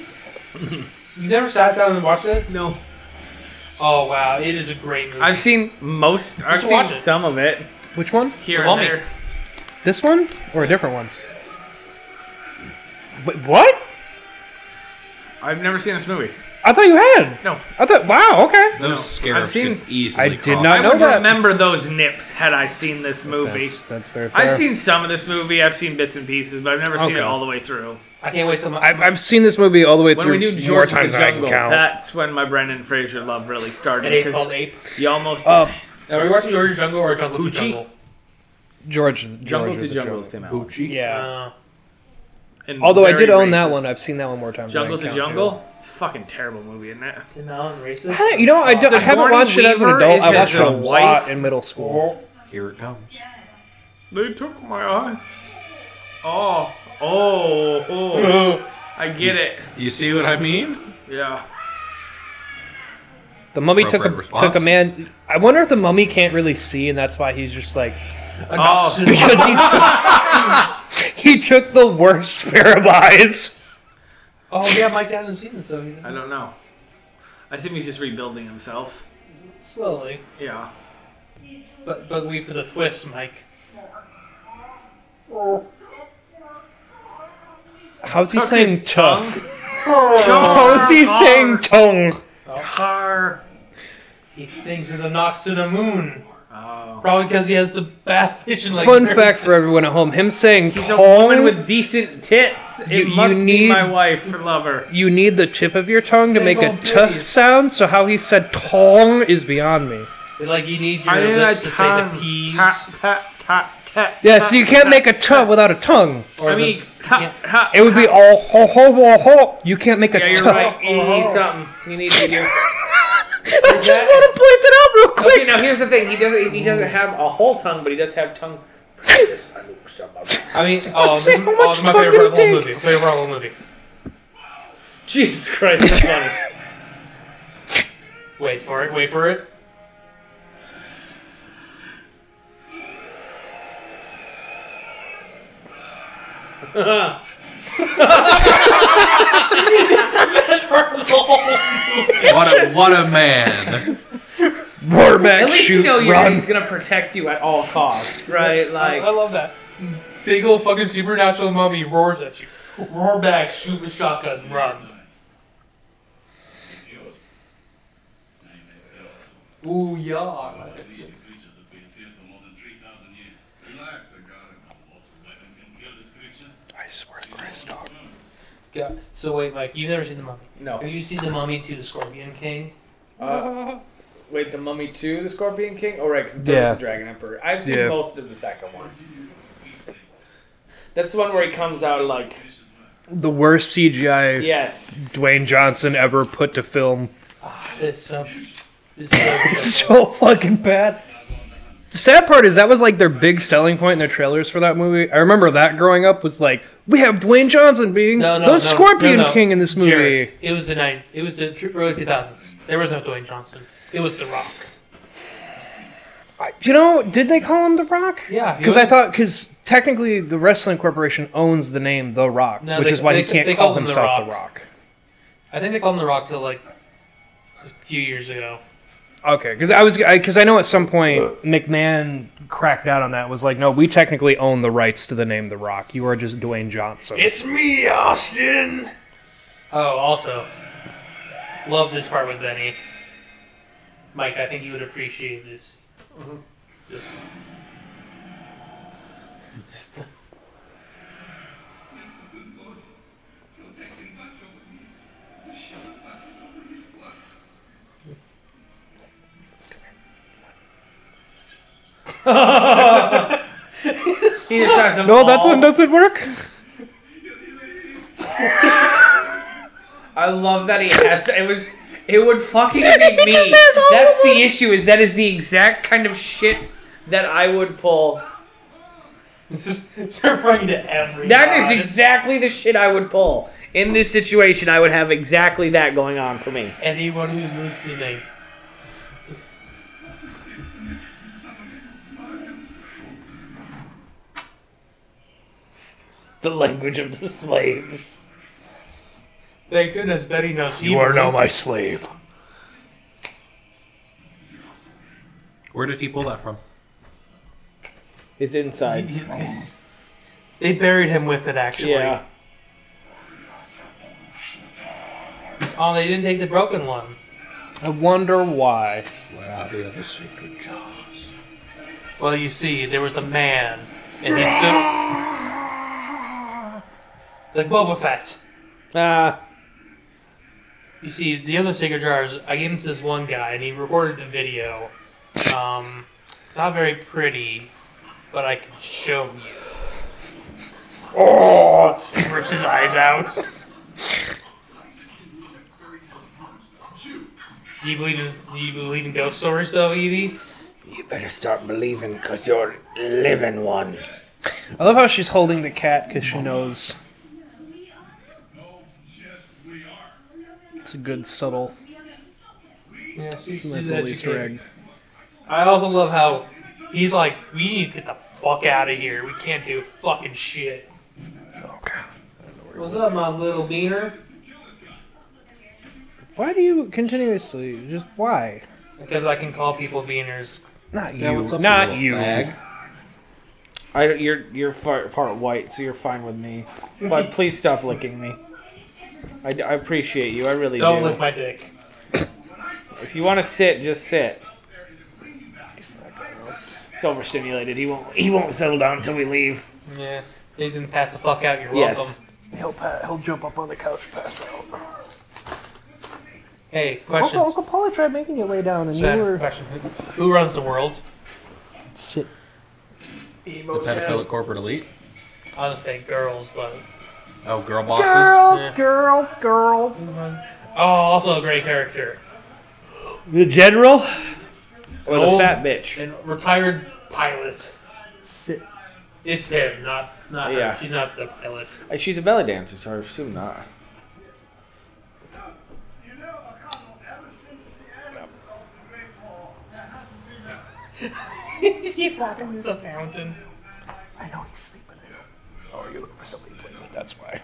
S4: you never sat down and watched it?
S3: No.
S4: Oh wow, it is a great movie.
S3: I've seen most. I've
S4: should
S3: seen
S4: watch it.
S3: some of it.
S2: Which one?
S4: here
S2: The
S4: and
S2: mummy.
S4: there.
S2: This one or a different one? Wait, what?
S3: I've never seen this movie.
S2: I thought you had.
S3: No.
S2: I thought. Wow. Okay.
S8: Those scares
S3: I've seen-
S8: could easily.
S2: I did
S8: cause-
S3: I
S2: not know
S3: would
S2: that.
S3: remember those nips had I seen this movie.
S2: That's, that's very. Fair.
S3: I've seen some of this movie. I've seen bits and pieces, but I've never seen it
S2: Okay.
S3: all the way through.
S4: I can't wait till my,
S2: I've, I've seen this movie all the way
S3: When
S2: through
S3: we do
S2: more
S3: George the
S2: times than I can
S3: Jungle,
S2: count.
S3: that's when my Brendan Fraser love really started.
S4: an ape
S3: 'cause
S4: called Ape.
S3: you almost
S2: Uh,
S4: Are we watching George Jungle or Jungle to
S3: Poochie.
S4: Jungle?
S2: George.
S3: Jungle
S2: George
S3: to
S2: the
S3: Jungles came out.
S2: Yeah.
S4: Uh,
S3: And
S2: Although I
S3: very
S2: did own that
S3: racist.
S2: one, I've seen that one more times. than I
S3: Jungle
S2: can
S3: to
S2: count, too.
S3: Jungle. It's a fucking terrible movie, isn't it?
S4: Tim Allen racist.
S2: I- You know, I, don't- I haven't
S3: Sigourney
S2: watched it as an
S3: Weaver
S2: adult.
S3: is
S2: I watched
S3: his,
S2: it a
S3: uh,
S2: lot
S3: wife.
S2: in middle school.
S8: Here it comes.
S3: They took my eye. Oh, oh, oh! I get it.
S8: You see what I mean?
S3: Yeah.
S2: The mummy took
S8: Appropriate
S2: a,
S8: response.
S2: took a man. I wonder if the mummy can't really see, and that's why he's just like
S3: Oh,
S2: because he took, (laughs) he took the worst pair of eyes.
S4: Oh yeah, Mike hasn't seen this, so he's
S3: I don't know. I think he's just rebuilding himself.
S4: slowly.
S3: Yeah.
S4: But but wait for the twist, Mike.
S2: How's he
S3: Tuck
S2: saying
S3: his
S2: tongue? Oh.
S3: Jar,
S2: How's he saying tongue?
S3: jar.
S4: He thinks there's a Nox to the moon.
S3: Oh.
S4: Probably because he has the bad (laughs) vision. Like
S2: Fun
S4: yours.
S2: fact for everyone at home: him saying
S3: He's a woman
S2: tongue.
S3: with decent tits. It
S2: You- you
S3: must be
S2: need-
S3: my wife or lover.
S2: you need the tip of your tongue to
S4: Big
S2: make a
S4: old
S2: t
S4: bitty.
S2: sound. So how he said tongue is beyond me.
S4: Like you need your
S3: I need
S4: lips
S3: a
S4: to say the
S3: tongue.
S4: peas.
S3: Ta, ta, ta, ta,
S2: Yeah, so you can't
S3: ta,
S2: make a t without a tongue.
S4: Or
S3: I
S4: the-
S3: mean, ta,
S4: yeah.
S3: ta.
S2: It would be all ho ho ho ho. You can't make a
S3: Yeah,
S2: t.
S3: you're right. You need something. You need to do.
S2: (laughs) I just want to point that out real quick.
S3: Okay, now here's the thing. He doesn't. He doesn't have a whole tongue, but he does have tongue.
S4: (laughs) I mean, oh, this,
S2: say
S4: is-
S2: how
S4: oh,
S2: much
S4: this is my
S2: tongue
S4: favorite part of the
S2: it'll
S4: whole
S2: take.
S4: movie. Favorite part of the whole movie.
S3: Jesus Christ, that's funny.
S4: (laughs) Wait for it. Wait for (laughs) it. That's part of the whole movie.
S8: What a, what a man.
S2: Warback
S3: At least you know your he's gonna protect you at all (laughs) costs, right?
S4: I, I
S3: Like,
S4: love that. Big old fucking supernatural mummy roars at you. Roar back, shoot with shotgun, run. Ooh, yeah.
S2: I swear to Christ, dog.
S4: yeah. So wait, Mike, you've never seen The Mummy.
S3: no.
S4: Have you seen The Mummy to The Scorpion King?
S3: Uh, wait, the Mummy Two, the Scorpion King. Oh right, because the
S2: Yeah.
S3: the Dragon Emperor. I've seen
S2: Yeah.
S3: most of the second one. That's the one where he comes out like,
S2: The worst CGI
S3: yes,
S2: Dwayne Johnson ever put to (laughs) film.
S4: This um, this
S2: so fucking bad. The sad part is that was like their big selling point in their trailers for that movie. I remember that growing up was like, we have Dwayne Johnson being
S4: no, no,
S2: the
S4: no,
S2: Scorpion
S4: no, no.
S2: King in this movie.
S4: Jared, it was the nine. It was the tr- early two thousands. There was no Dwayne Johnson. It was The Rock.
S2: I- You know, did they call him The Rock?
S4: Yeah, he
S2: Because I
S4: was-
S2: thought, because technically the Wrestling Corporation owns the name The Rock,
S4: No,
S2: which
S4: they-
S2: is why
S4: they-
S2: he can't
S4: they
S2: call
S4: called him The
S2: himself The
S4: Rock.
S2: Rock.
S4: I think they called him The Rock till like a few years ago.
S2: Okay, because I was because I, know at some point McMahon cracked out on that. Was like, no, we technically own the rights to the name The Rock. You are just Dwayne Johnson.
S9: It's me, Austin.
S4: Oh, also, love this part with Benny. Mike, I think you would appreciate this. Mm-hmm. This. Just the-
S3: he just tries to.
S2: no, that
S3: maul.
S2: one doesn't work.
S3: I love that he has. It was. It would fucking be
S2: He
S3: me.
S2: just has all
S3: That's
S2: of
S3: the
S2: them.
S3: issue. Is that is the exact kind of shit that I would pull.
S4: They're bringing to every.
S3: That is exactly the shit I would pull. In this situation, I would have exactly that going on for me.
S4: anyone who's listening.
S7: the language of the slaves.
S4: Thank goodness Betty knows.
S9: You are now my slave.
S5: Where did he pull that from?
S3: His insides.
S4: They buried him with it, actually.
S3: Yeah.
S4: Oh, they didn't take the broken one.
S2: I wonder why.
S9: Where are the other sacred jars?
S4: Well, you see, there was a man, and he stood. It's like Boba Fett.
S3: Ah,
S4: You see, the other Sacred Jars, I gave them to this one guy, and he recorded the video. Um, it's not very pretty, but I can show you. Oh! He rips his eyes out. Do you believe in, do you believe in ghost stories, though, Evie?
S9: You better start believing, cause you're living one.
S2: I love how she's holding the cat because she knows it's a good subtle.
S4: Yeah, she's,
S2: It's a nice little Easter egg.
S4: I also love how he's like, we need to get the fuck out of here. We can't do fucking shit. Okay. What's up, my little beaner?
S2: Why do you continuously just why?
S4: Because I can call people beaners.
S2: Not
S3: Yeah,
S2: you.
S3: what's up,
S2: Not you.
S3: I don't- you're you're far, part white, so you're fine with me. But please stop licking me. I, d- I appreciate you. I really
S4: Don't
S3: do.
S4: lick my dick.
S3: if you want to sit, just sit. He's overstimulated. He won't. He won't settle down until we leave.
S4: Yeah. He's gonna pass the fuck out. You're welcome.
S3: Yes.
S2: He'll, pa- he'll jump up on the couch, pass out.
S4: Hey,
S2: Uncle,
S4: question.
S2: Uncle Polly tried making you lay down, and
S4: Sam,
S2: you were
S4: question. Who, who runs the world?
S2: sit.
S5: The pedophilic corporate elite?
S4: I was gonna say girls, but.
S5: Oh, girl bosses?
S4: Yeah.
S2: girls, girls.
S4: Oh, also a great character.
S3: The general or the
S4: Old-
S3: fat bitch.
S4: And retired pilot.
S2: Sit.
S4: It's him, not not her.
S3: Yeah.
S4: She's not the pilot.
S3: Uh, She's a belly dancer, so I assume not.
S4: Just keep walking through the fountain.
S2: I know he's sleeping. Oh, you're looking for somebody to play with. That's why.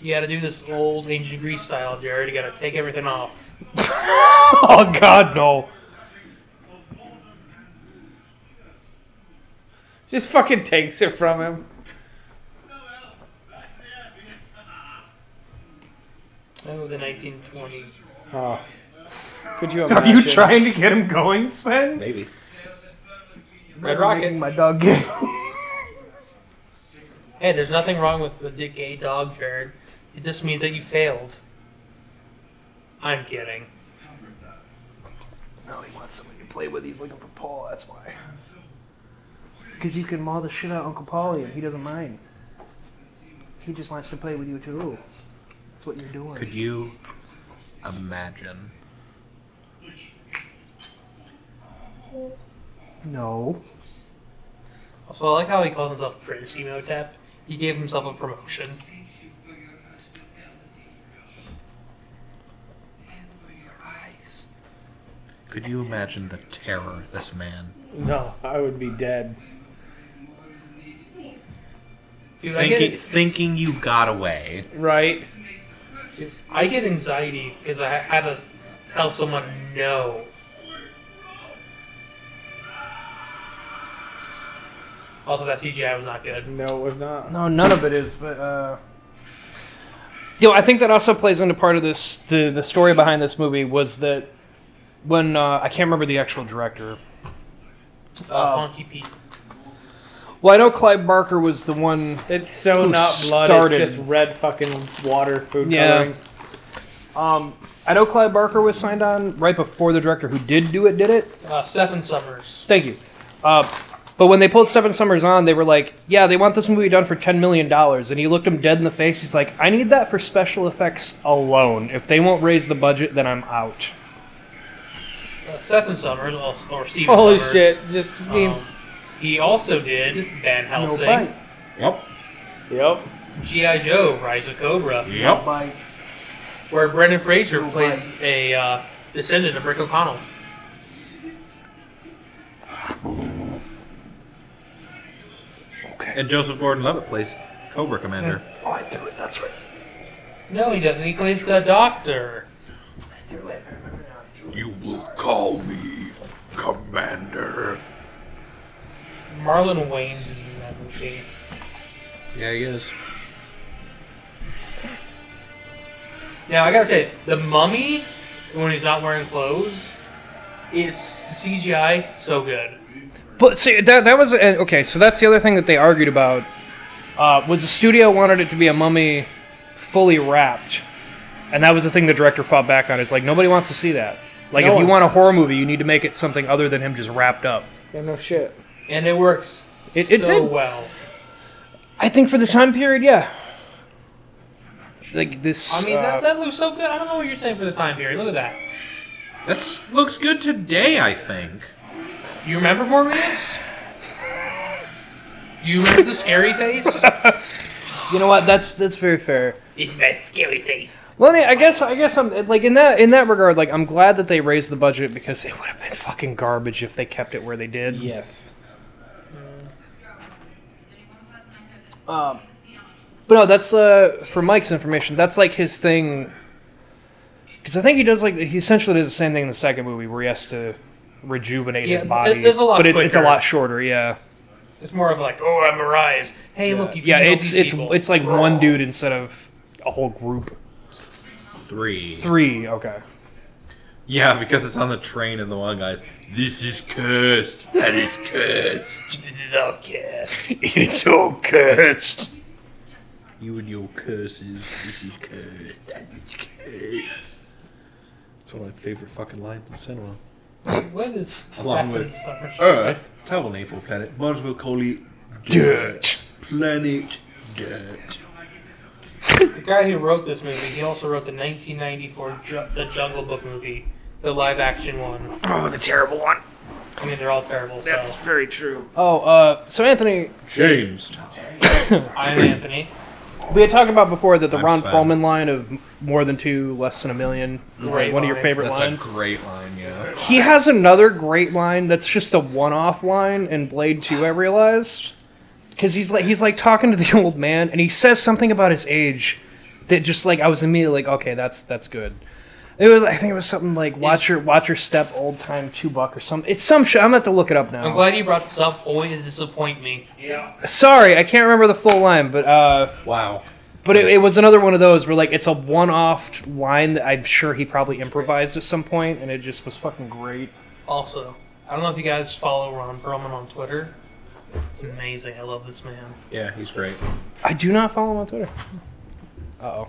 S4: You gotta do this old ancient Greece style, Jared. You gotta take everything off.
S2: Oh God, no.
S3: Just fucking takes it from him.
S4: That was in 1920.
S3: Oh. Could you
S2: Are
S3: imagine?
S2: you trying to get him going, Sven?
S5: Maybe.
S4: Red Rocket.
S2: My dog.
S4: Hey, there's nothing wrong with the dick gay dog, Jared. It just means that you failed. I'm kidding.
S2: No, he wants somebody to play with. He's looking for Paul. That's why. Because you can maul the shit out of Uncle Polly, and he doesn't mind. He just wants to play with you too. That's what you're doing.
S5: Could you imagine?
S2: No.
S4: Also, I like how he calls himself Prince Emotep. He gave himself a promotion.
S5: Could you imagine the terror this man?
S3: No, I would be dead.
S4: Dude, I
S5: Thinking,
S4: get,
S5: thinking you got away.
S3: Right?
S4: I get anxiety because I have to tell someone no. Also, that CGI was not good.
S3: No, it was not.
S2: No, none of it is. But uh, yo, I think that also plays into part of this. The the story behind this movie was that when uh, I can't remember the actual director,
S4: Uh,
S3: Oh.
S4: Funky Pete.
S2: Well, I know Clive Barker was the one.
S3: It's so
S2: Who
S3: not blood.
S2: started-
S3: It's just red fucking water food
S2: Yeah.
S3: coloring.
S2: Um, I know Clive Barker was signed on right before the director who did do it did it.
S4: Uh, Stephen Summers.
S2: Thank you. Uh, but when they pulled Seven Summers on, they were like, "Yeah, they want this movie done for ten million dollars." And he looked him dead in the face. He's like, "I need that for special effects alone. If they won't raise the budget, then I'm out."
S4: Uh, Stephen Summers, also, or Steven
S3: Holy
S4: Summers.
S3: shit! Just I mean,
S4: Um, he also did Van Helsing,
S2: bite.
S5: Yep.
S3: yep.
S4: G.I. Joe, Rise of Cobra,
S5: Yep.
S4: where Brendan Fraser plays a uh, descendant of Rick O'Connell.
S9: Okay,
S8: And Joseph Gordon-Levitt plays Cobra Commander.
S7: Oh, I threw it. That's right.
S4: No, he doesn't. He plays the doctor.
S7: I threw it. I remember now. I threw it.
S9: You will call me Commander.
S4: Marlon Wayne's is in that movie.
S8: Yeah, he is.
S4: Now I gotta say, the mummy when he's not wearing clothes is CGI so good.
S2: But see, that, that was and- okay. So that's the other thing that they argued about uh, was the studio wanted it to be a mummy fully wrapped, and that was the thing the director fought back on. It's like nobody wants to see that. Like
S3: No
S2: if you
S3: one-
S2: want a horror movie, you need to make it something other than him just wrapped up.
S3: Yeah, no shit.
S4: And it works
S2: It- it
S4: so
S2: did.
S4: well.
S2: I think for the time period, yeah. Like this.
S4: I mean
S2: uh,
S4: that, that looks so good. I don't know what you're saying for the time period. Look at that.
S8: That looks good today, I think.
S4: You remember Morbius? You remember the scary
S2: (laughs)
S4: face?
S2: you know what? That's that's very fair.
S4: it's my scary face.
S2: Well, I, mean, I guess I guess I'm like in that in that regard. Like I'm glad that they raised the budget because it would have been fucking garbage if they kept it where they did.
S3: Yes.
S2: But no, that's uh, for Mike's information. That's like his thing. Because I think he does like he essentially does the same thing in the second movie where he has to rejuvenate
S4: Yeah,
S2: his body.
S4: it- it's a lot
S2: but it's, it's a
S4: quicker.
S2: lot shorter. Yeah,
S4: It's more of like, oh, I'm arrived. Hey, look, you
S2: yeah.
S4: beat all
S2: It's
S4: these
S2: it's
S4: people.
S2: it's like one dude instead of a whole group.
S8: Three.
S2: Three. Okay.
S8: Yeah, because it's on the train and the one guy's, this is cursed. That is cursed.
S9: It's all cursed.
S8: You and your curses. This is cursed. That is cursed. It's one of my favorite fucking lines in cinema.
S4: What is
S8: Along with-
S4: Stephen's-
S8: Earth, tabernacle planet, might as well call it dirt. Planet dirt.
S4: The guy who wrote this movie, he also wrote the 1994 Ju- The Jungle Book movie, the live action one.
S7: Oh, the terrible one.
S4: I mean, they're all terrible. So
S7: That's very true.
S2: Oh, uh, so Anthony,
S8: James.
S7: (clears throat)
S4: I'm Anthony.
S2: we had talked about before that the
S8: I'm
S2: Ron
S8: Sven.
S2: Perlman line of more than two, less than a million is like
S4: Great
S2: one of your
S4: line.
S2: favorite
S5: That's
S2: lines.
S5: a great line, yeah.
S2: He has another great line that's just a one-off line in Blade 2, I realized. Cause he's like he's like talking to the (laughs) old man and he says something about his age that just like I was immediately like, okay, that's that's good. It was I think it was something like watch your watch your step old time two buck or something. It's some shit I'm gonna have to look it up now.
S4: I'm glad you brought this up. Only to disappoint me.
S2: Sorry, I can't remember the full line, but uh
S8: Wow.
S2: but it, it was another one of those where like it's a one-off line that I'm sure he probably improvised at some point and it just was fucking great.
S4: Also, I don't know if you guys follow Ron Perlman on Twitter. It's amazing. I love this man.
S8: Yeah, he's great.
S2: I do not follow him on Twitter. Uh oh.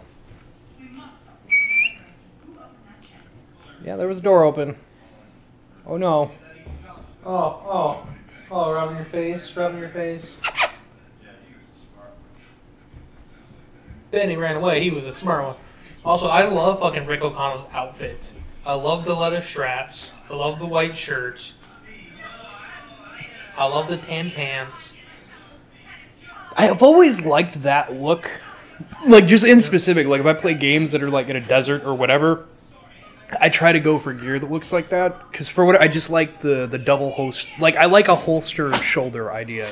S2: Yeah, there was a door open. Oh no.
S4: Oh, oh, oh! Rubbing your face, rubbing your face. Then he ran away. He was a smart one. Also, I love fucking Rick O'Connell's outfits. I love the leather straps. I love the white shirts. I love the tan pants.
S2: I've always liked that look. Like, just in specific, like if I play games that are like in a desert or whatever, I try to go for gear that looks like that. Because for what I just like the the double host, like I like a holster shoulder idea.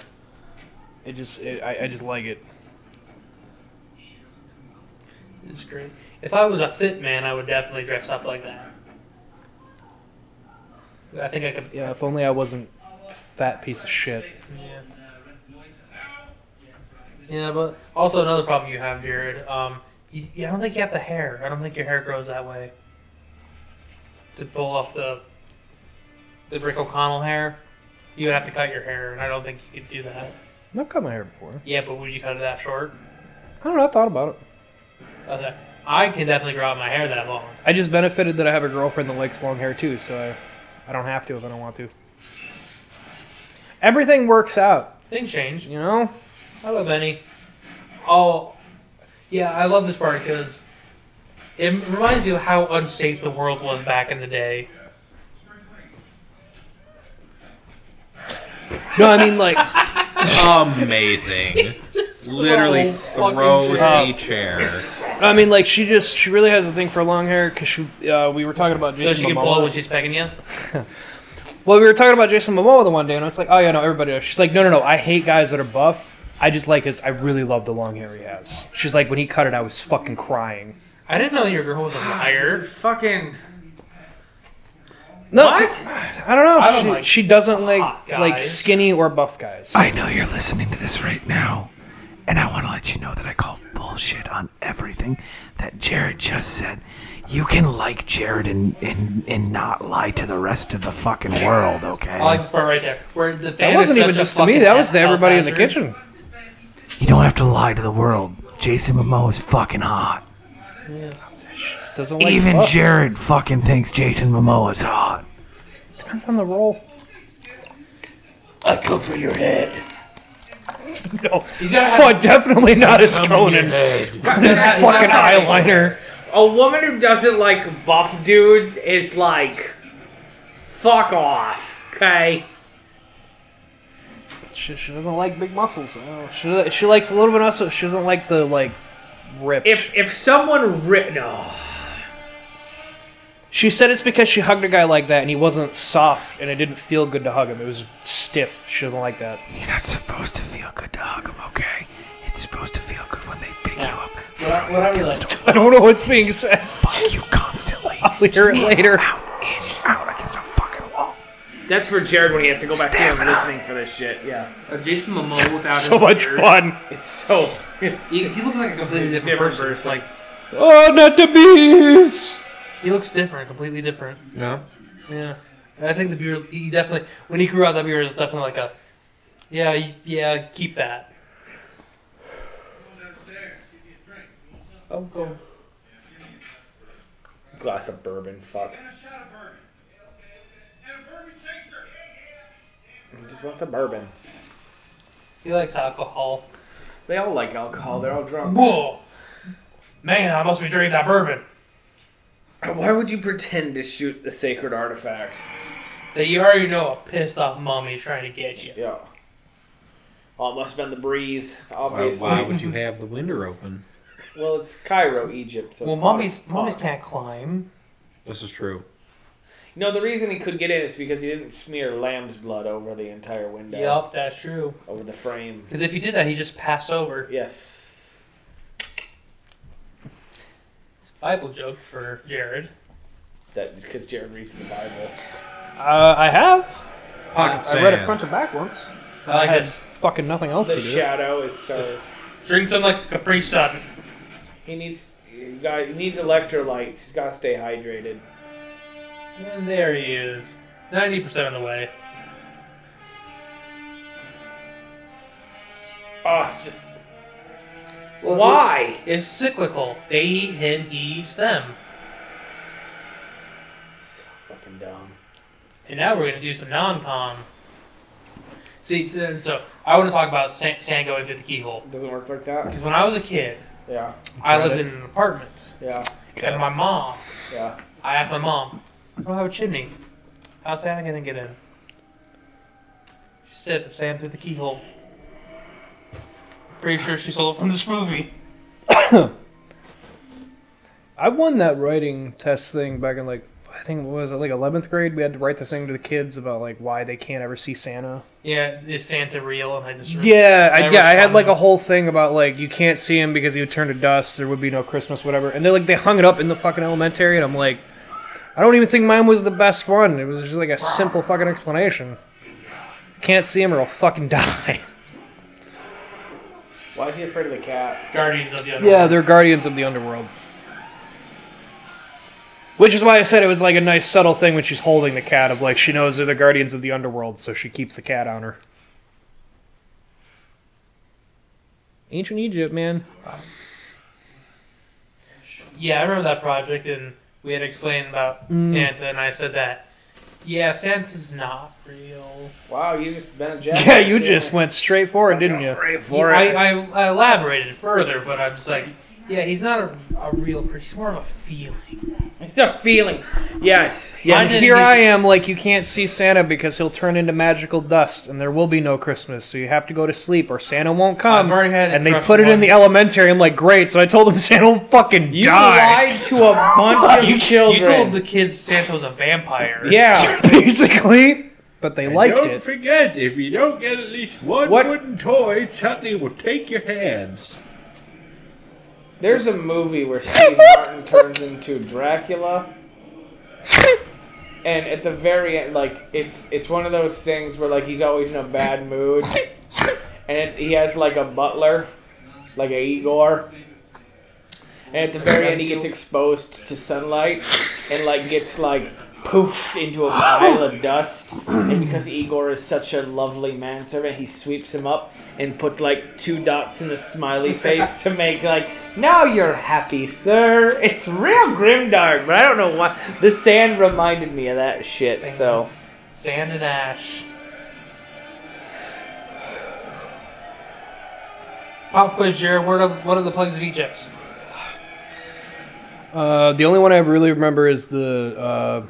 S2: It just, it, I, I just like it.
S4: It's great. If I was a fit man, I would definitely dress up like that. I think I could.
S2: Yeah, if only I wasn't fat piece of shit.
S4: Yeah. Yeah, but also another problem you have, Jared. Um, you, you- I don't think you have the hair. I don't think your hair grows that way. To pull off the the Rick O'Connell hair, you would have to cut your hair, and I don't think you could do that.
S2: I've cut my hair before.
S4: Yeah, but would you cut it that short?
S2: I don't know. I thought about it.
S4: Okay. I can definitely grow out my hair that long.
S2: I just benefited that I have a girlfriend that likes long hair too, so I, I don't have to if I don't want to. Everything works out,
S4: Things change.
S2: you know.
S4: I love Benny. Oh, yeah, I love this part because it reminds you of how unsafe the world was back in the day.
S2: No, I mean like
S8: Amazing. (laughs) Literally
S4: fucking
S8: throws a
S2: shit.
S8: chair.
S2: I mean like she just she really has a thing for long hair because she uh, we were talking about
S4: So
S2: Jason
S4: she can
S2: Momoa.
S4: blow when she's pegging you.
S2: well, we were talking about Jason Momoa the one day, and I was like, oh yeah, no, everybody. Does. She's like, no, no, no, I hate guys that are buff. I just like his. I really love the long hair he has. She's like, when he cut it, I was fucking crying.
S4: I didn't know your girl was a liar.
S3: Fucking.
S2: No,
S3: What?
S2: I don't know.
S4: I don't
S2: she,
S4: like
S2: she doesn't like
S4: hot guys.
S2: like skinny or buff guys.
S9: I know you're listening to this right now, and I want to let you know that I call bullshit on everything that Jared just said. You can like Jared and, and, and not lie to the rest of the fucking world, okay?
S4: I like this part right there. Where the
S2: that wasn't even just to me. That was to everybody in the kitchen.
S9: You don't have to lie to the world. Jason Momoa is fucking hot.
S2: Just doesn't like
S9: Even
S2: buff.
S9: Jared fucking thinks Jason Momoa is hot.
S2: Depends on the role.
S7: I come for your head.
S2: (laughs) No,
S4: gotta
S2: Oh, definitely not as Conan. His
S3: Yeah,
S2: fucking
S3: that's not-
S2: eyeliner.
S3: A woman who doesn't like buff dudes is like, fuck off, okay?
S2: She, she doesn't like big muscles. Oh, she, she likes a little bit of muscle. She doesn't like the like rip.
S3: If if someone ri- no,
S2: She said it's because she hugged a guy like that and he wasn't soft and it didn't feel good to hug him. It was stiff. She doesn't like that. (laughs)
S9: You're not supposed to feel good to hug him, okay? It's supposed to feel good when they pick you up.
S4: What I, what I realized.
S2: I don't know what's being said.
S9: Fuck you constantly.
S2: (laughs) I'll hear it later.
S9: Out, in, out against a fucking wall.
S3: that's for Jared when he has to go back here and listening for this shit. Yeah,
S4: Uh, Jason
S2: (laughs)
S4: Momoa without
S2: So
S4: his
S2: much
S4: beard.
S2: fun.
S3: it's so it's
S4: He, he looks like a completely different,
S3: Different
S4: person. It's
S3: person.
S4: like
S2: Oh, not the bees.
S4: he looks different, completely different.
S5: Yeah.
S4: Yeah, and I think the beard. He definitely when he grew out that beard was definitely like a, yeah, y- yeah, keep that.
S3: oh go. Glass of bourbon, fuck. He just wants a bourbon.
S4: He likes alcohol.
S3: They all like alcohol. They're all drunk.
S4: Whoa, man, I must be drinking that bourbon.
S3: Why would you pretend to shoot the sacred artifact?
S4: That you already know a pissed off mommy's trying to get you.
S3: Yeah. Well, it must have been the breeze,
S8: Why,
S3: obviously.
S8: why would you have the window open?
S3: Well, it's Cairo, Egypt. So
S4: Well,
S3: it's
S4: mommy's
S3: modern-
S4: mommy's
S3: modern.
S4: can't climb.
S8: This is true.
S3: No, the reason he could get in is because he didn't smear lamb's blood over the entire window.
S4: Yup, that's true.
S3: Over the frame.
S4: Because if he did that, he just pass over.
S3: Yes.
S4: It's a Bible joke for Jared.
S3: That because Jared reads the Bible.
S2: Uh, I have.
S5: Pocket
S2: I
S5: sand.
S2: read it front to back once.
S4: I like
S2: I had
S4: this.
S2: fucking nothing else
S3: The
S2: to do.
S3: shadow is so.
S4: Drink something like Capri Sun.
S3: He needs. He got- he needs electrolytes. He's got to stay hydrated.
S4: And there he is. 90% of the way.
S3: Ah, just why?
S4: It's cyclical. They eat him, he eats them.
S3: So fucking dumb.
S4: And now we're going to do some non con. See, t- and so I want to talk about sand, sand going through the keyhole.
S3: Doesn't work like that.
S4: Because when I was a kid,
S3: Yeah.
S4: I lived in an apartment.
S3: Yeah.
S4: And my mom,
S3: Yeah.
S4: I asked my mom, I don't have a chimney. How's sand going to get in? She said, sand through the keyhole. Pretty sure she stole it from this movie.
S2: I won that writing test thing back in like I think what was it like 11th grade. We had to write the thing to the kids about like why they can't ever see Santa.
S4: Yeah, is Santa real? And I just
S2: Yeah, I,
S4: I
S2: yeah, I had like
S4: responded.
S2: a whole thing about like you can't see him because he would turn to dust. There would be no Christmas, whatever. And they like they hung it up in the fucking elementary, and I'm like, I don't even think mine was the best one. It was just like a simple fucking explanation. Can't see him or I'll fucking (laughs) die.
S3: Why is he afraid of the cat?
S4: Guardians of the Underworld.
S2: Yeah, they're guardians of the underworld. Which is why I said it was like a nice subtle thing when she's holding the cat of like she knows they're the guardians of the underworld, so she keeps the cat on her. Ancient Egypt, man.
S4: Yeah, I remember that project, and we had explained about Santa, and I said that. Yeah, Santa's not real.
S3: Wow, you just been a jack.
S2: (laughs) Yeah, you just went straight for it, didn't you?
S3: for
S4: I,
S3: it.
S4: I, I elaborated further, but I'm just like, yeah, he's not a, a real person. He's more of a feeling.
S3: It's a feeling. Yes.
S4: I
S2: Yes,
S4: just
S2: here
S4: need-
S2: I am, like you can't see Santa because he'll turn into magical dust, and there will be no Christmas, so you have to go to sleep or Santa won't come.
S4: I've already had it
S2: and they
S4: crushed
S2: put it in
S4: once.
S2: the elementary. I'm like, great. So I told them (laughs) Santa will fucking
S3: You
S2: die.
S3: lied to a bunch of
S2: (laughs)
S4: You
S3: children.
S4: told the kids Santa was a vampire.
S3: yeah.
S2: (laughs) Basically, but they liked
S10: don't
S2: it.
S10: forget, if you don't get at least one
S3: What-
S10: wooden toy, Chutney will take your hands.
S3: There's a movie where Steve Martin turns into Dracula. And at the very end, like it's it's one of those things where like he's always in a bad mood, and it, he has like a butler, like a Igor. And at the very end, he gets exposed to sunlight, and like gets like poofed into a pile of dust. And because Igor is such a lovely manservant, he sweeps him up and puts like two dots in a smiley face to make like, now you're happy, sir. It's real grimdark, but I don't know why. The sand reminded me of that shit, so.
S4: Sand and ash. Pop quiz, Jared. What are, what are the plagues of Egypt?
S2: Uh, the only one I really remember is the. Uh,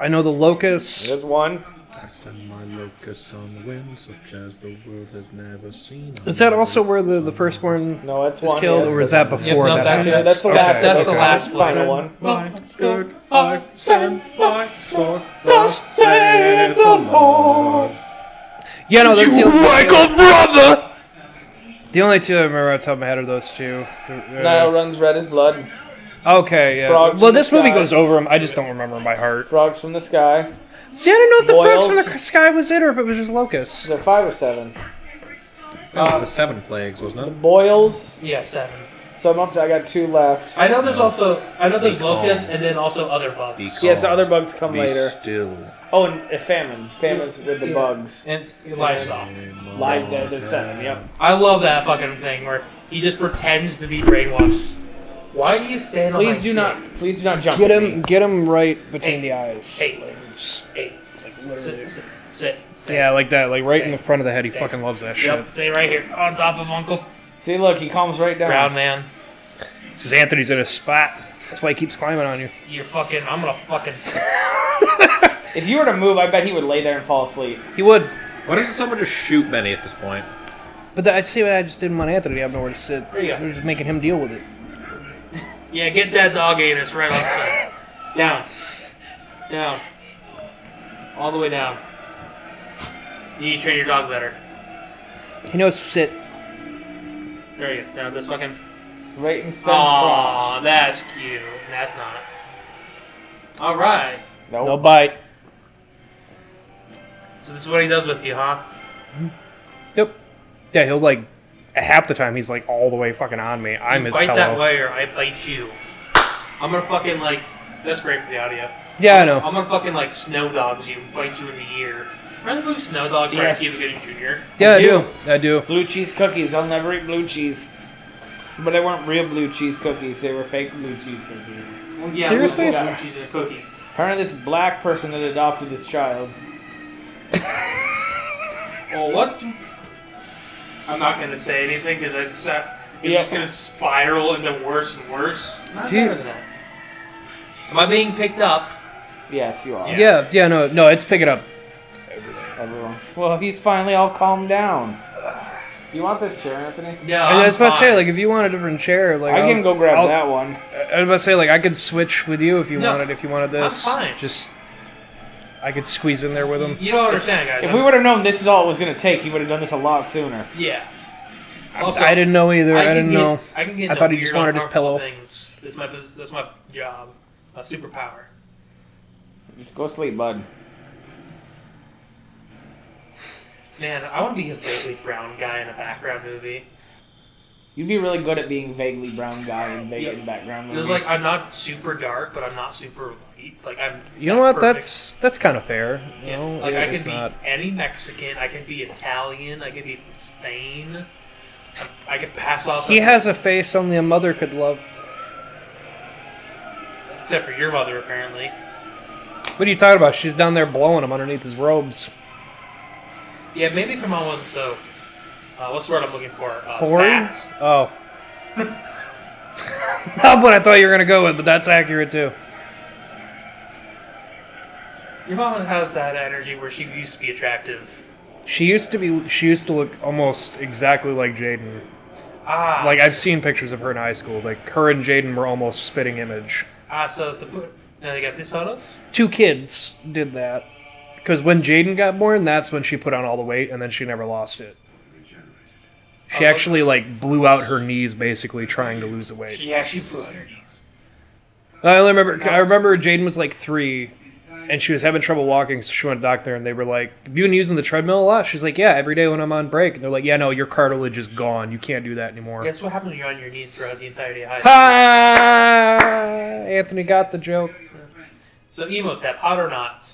S2: I know the locusts.
S3: There's one.
S10: I send my locusts on the wind, such as the world has never seen.
S2: Is that also where the, the firstborn
S3: No, that's
S2: was
S3: one.
S2: killed,
S3: yes.
S2: or was that before
S4: no,
S2: that?
S4: that's-
S2: happened?
S3: Yeah, that's the last.
S2: Okay,
S4: that's the
S2: okay.
S4: last
S3: that's the final one.
S10: My good
S4: I
S10: send my
S4: Thus saith the Lord.
S2: Yeah, no, that's the only Michael brother. The only two I remember off the top of my head are those two. The- uh,
S3: Nile runs red as blood.
S2: Okay, yeah.
S3: Frogs
S2: well,
S3: in the
S2: this movie
S3: Sky.
S2: goes over 'em. I just don't remember 'em by heart.
S3: Frogs from the sky.
S2: See, I don't know if the frogs
S3: Boils.
S2: from the sky was it or if it was just locusts.
S3: Is there five or seven?
S5: That was the seven plagues, wasn't it?
S3: Boils.
S4: Yeah, seven.
S3: So I'm up to. I got two left.
S4: I know there's also I know there's
S5: Be calm.
S4: locusts and then also other bugs.
S5: Be
S3: Yes, the
S5: calm.
S3: other bugs come
S5: Be
S3: later.
S5: still.
S3: Oh, and a famine. Famine's with the
S4: Yeah.
S3: bugs.
S4: And livestock.
S3: Live dead. There's seven. Yep.
S4: I love that fucking thing where he just pretends to be brainwashed. Why do you stand on
S3: Please
S4: my
S3: do not. Please do not jump.
S2: Get
S3: at
S2: him,
S3: me.
S2: get him right between the eyes.
S4: Hey, hey, sit, sit, sit. sit.
S2: Yeah, like that, like right in the front of the head. He fucking loves that shit.
S4: Yep, stay right here on top of Uncle
S3: See, look, he calms right down.
S4: Brown Man.
S2: Because Anthony's in a spot. That's why he keeps climbing on you.
S4: You're fucking. I'm gonna fucking.
S3: If you were to move, I bet he would lay there and fall asleep.
S2: He would.
S5: Why doesn't someone just shoot Benny at this point?
S2: But that, I see what I just didn't want Anthony to have nowhere to sit.
S4: There you go.
S2: They're just making him deal with it.
S4: Yeah, get that dog anus right on side. down, down, all the way down. You need to train your dog better.
S2: He knows sit.
S4: There you go. Now this fucking.
S3: Right in Sven's crotch.
S4: Aw, that's cute. That's not. All right.
S3: Nope.
S2: No bite.
S4: So this is what he does with you, huh?
S2: Yep. Yeah, he'll like half the time he's like all the way fucking on me. I'm
S4: you
S2: his
S4: bite that
S2: pillow.
S4: way or I bite you. I'm gonna fucking like. That's great for the audio.
S2: Yeah, I know.
S4: I'm gonna fucking like snow dogs you, and bite you in the ear. Remember the movie Snow Dogs?
S3: Yes.
S4: Yes. Cuba Gooding Jr.
S2: Yeah, I
S3: do.
S2: do. I do.
S3: Blue cheese cookies. I'll never eat blue cheese. But they weren't real blue cheese cookies. They were fake blue cheese cookies.
S4: Yeah,
S2: Seriously?
S4: we- we got cheese and a cookie.
S3: Apparently, this black person that adopted this child.
S4: Well, what? I'm not gonna say anything because it's uh, it's
S3: Yeah.
S4: just gonna spiral into worse and worse. Not
S2: Dude.
S4: better than that. Am I being picked up?
S3: Yes, you are.
S4: Yeah.
S2: Yeah, yeah, no, no, it's picking up.
S3: Everyone. Well, he's finally all calmed down. You want this chair, Anthony?
S4: No,
S2: I was
S4: I'm
S2: about to say,
S4: fine.
S2: like, if you want a different chair, like,
S3: I can
S2: I'll-
S3: go grab
S2: I'll-
S3: that one.
S2: I was about to say, like, I could switch with you if you
S4: No,
S2: wanted. If you wanted this,
S4: fine.
S2: Just, I could squeeze in there with him.
S4: you don't understand, guys.
S3: If we would have known this is all it was going to take, he would have done this a lot sooner.
S4: yeah. Also,
S2: I didn't know either. I,
S4: can
S2: didn't
S4: get-
S2: know.
S4: I can get.
S2: I
S4: into
S2: thought he just
S4: weird,
S2: wanted his
S4: uncomfortable
S2: pillow.
S4: Things. That's my bus- that's my job, my superpower.
S3: Just go sleep, bud.
S4: Man, I want to be a vaguely brown guy in a background movie.
S3: You'd be really good at being vaguely brown guy and vague
S4: Yeah.
S3: in background
S4: It was
S3: movie.
S4: like I'm not super dark, but I'm not super light. Like I'm.
S2: You know what?
S4: perfect.
S2: That's that's kind of fair. You
S4: Yeah,
S2: know,
S4: like
S2: yeah,
S4: I could
S2: it's
S4: be
S2: not-
S4: any Mexican. I could be Italian. I could be from Spain. I, I could pass off.
S2: He
S4: as-
S2: has a face only a mother could love.
S4: except for your mother, apparently.
S2: What are you talking about? She's down there blowing him underneath his robes.
S4: Yeah, maybe from all wasn't so. Uh, what's the word I'm looking for? Uh,
S2: Corey?
S4: fat.
S2: Oh. (laughs) Not what I thought you were gonna go with, but that's accurate too.
S4: Your mom has that energy where she used to be attractive.
S2: She used to be. She used to look almost exactly like Jaden.
S4: Ah,
S2: Like I've seen pictures of her in high school. Like her and Jaden were almost spitting image.
S4: ah, so the Now they got these photos.
S2: Two kids did that. Because when Jaden got born, that's when she put on all the weight, and then she never lost it. She actually like blew out her knees, basically trying to lose the weight.
S7: Yeah, she flew on her knees.
S2: I only remember. I remember Jaden was like three, and she was having trouble walking, so she went to the doctor, and they were like, "Have you been using the treadmill a lot?" She's like, "Yeah, every day when I'm on break." And they're like, "Yeah, no, your cartilage is gone. You can't do that anymore."
S4: Guess what happens when you're on your knees throughout the entirety of high school?
S2: Ha! Anthony got the joke.
S4: So emo tap, hot or not?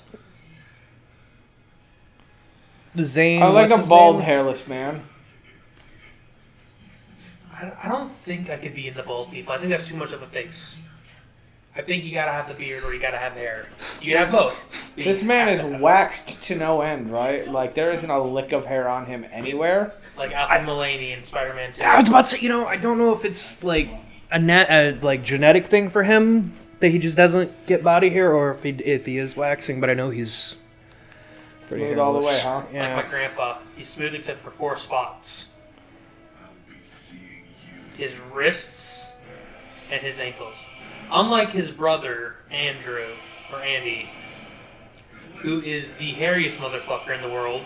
S2: Zane.
S3: I like
S2: what's
S3: a
S2: his
S3: bald,
S2: name?
S3: hairless man.
S4: I, I don't think I could be in the bald people. I think that's too much of a face. I think you gotta have the beard or you gotta have hair. You can have both.
S3: This man is waxed to no end, right? Like there isn't a lick of hair on him anywhere.
S4: Like Alfred Mulaney and Spider-Man 2.
S2: I was about to say, you know, I don't know if it's like a, net, a like genetic thing for him that he just doesn't get body hair, or if he if he is waxing. But I know he's pretty
S3: Smooth all the way,
S2: hairless.
S3: huh?
S2: Yeah.
S4: Like my grandpa, he's smooth except for four spots. His wrists and his ankles. Unlike his brother Andrew or Andy, who is the hairiest motherfucker in the world.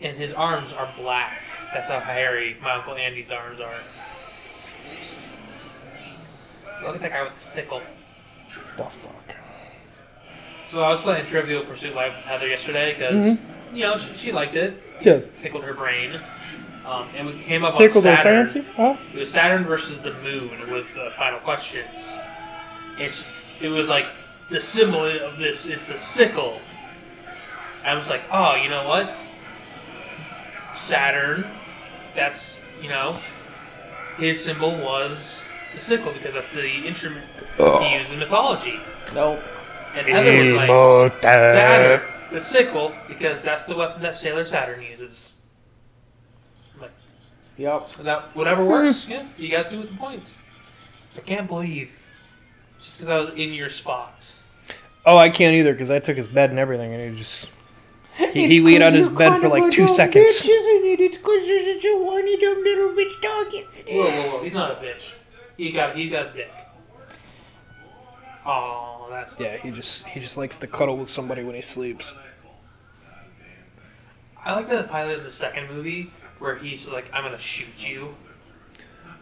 S4: And his arms are black. That's how hairy my uncle Andy's arms are. Look at that guy with the fickle. So I was playing Trivial Pursuit Live with Heather yesterday because
S2: Mm-hmm.
S4: you know she, she liked it.
S2: Yeah.
S4: tickled her brain. Um, and we came up
S2: Tickled
S4: on
S2: her
S4: Saturn.
S2: fancy? Huh?
S4: It was Saturn versus the Moon was the final questions. It's it was like the symbol of this is the sickle. I was like, oh, you know what? Saturn. That's you know, his symbol was the sickle because that's the instrument he used in mythology.
S3: Nope.
S4: And Heather was like, Saturn, the sickle, because that's the weapon that Sailor Saturn uses.
S3: Yep.
S4: That whatever works, yeah, you got to do with the point. I can't believe just because I was in your spots.
S2: Oh, I can't either because I took his bed and everything, and he just he, he laid on his bed for like two seconds.
S4: Whoa, whoa, whoa! He's not a bitch. He got he got a dick. Oh, that's
S2: Yeah, he just he just likes to cuddle with somebody when he sleeps.
S4: I like the pilot of the second movie where he's like, "I'm gonna shoot you."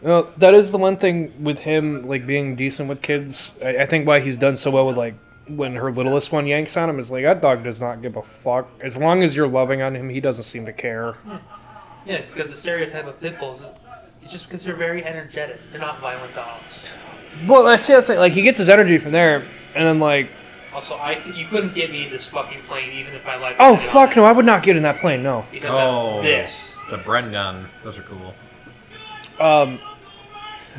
S2: Well, that is the one thing with him, like being decent with kids. I, I think why he's done so well with like when her littlest one yanks on him is like that dog does not give a fuck. As long as you're loving on him, he doesn't seem to care.
S4: Yeah, it's because the stereotype of pit bulls is just because they're very energetic. They're not violent dogs.
S2: Well, that's the other thing. Like he gets his energy from there, and then like,
S4: Also, I you couldn't get me in this fucking plane even if I like.
S2: oh fuck no, I would not get in that plane. No.
S4: Because
S5: Oh,
S4: of this.
S5: It's a Bren gun. Those are
S8: (laughs)
S5: cool.
S2: Um,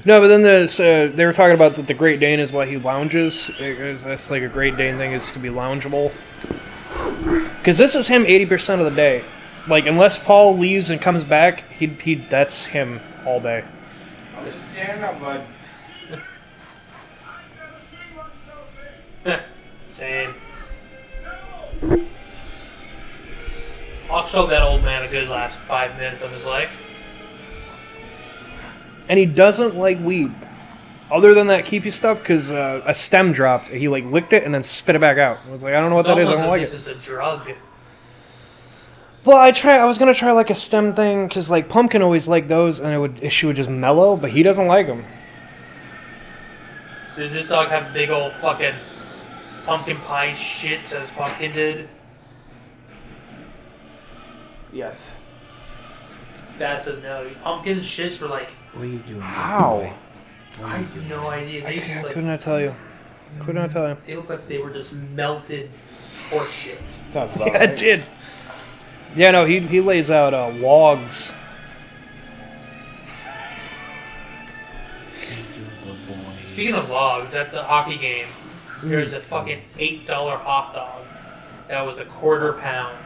S2: no, but then the so they were talking about that the Great Dane is why he lounges. It is- that's like a Great Dane thing is to be loungeable. Because this is him eighty percent of the day. Like unless Paul leaves and comes back, he he that's him all day.
S3: Stand up, bud.
S4: Same. I'll show that old man a good last five minutes of his life.
S2: And he doesn't like weed. Other than that keepy stuff, because uh, a stem dropped, he like licked it and then spit it back out. I was like, I don't know what
S4: it's
S2: that is. I
S4: almost
S2: don't
S4: as
S2: like
S4: if
S2: it.
S4: It's a drug.
S2: Well, I try. I was gonna try like a stem thing, cause like pumpkin always liked those, and it would she would just mellow, but he doesn't like them.
S4: Does this dog have big old fucking pumpkin pie shits as pumpkin did?
S3: Yes.
S4: That's a no. Pumpkin shits were like
S10: What are you doing?
S3: How?
S4: I have no idea. They just
S2: could
S4: like
S2: not tell you. Could not
S4: (laughs)
S2: tell you.
S4: they looked like they were just melted horse shit.
S3: Sounds about
S2: Yeah, it
S3: right.
S2: did. Yeah, no, he he lays out uh, logs.
S4: Speaking of logs, at the hockey game, there
S10: Hmm.
S4: was a fucking eight dollar hot dog that was a quarter pound.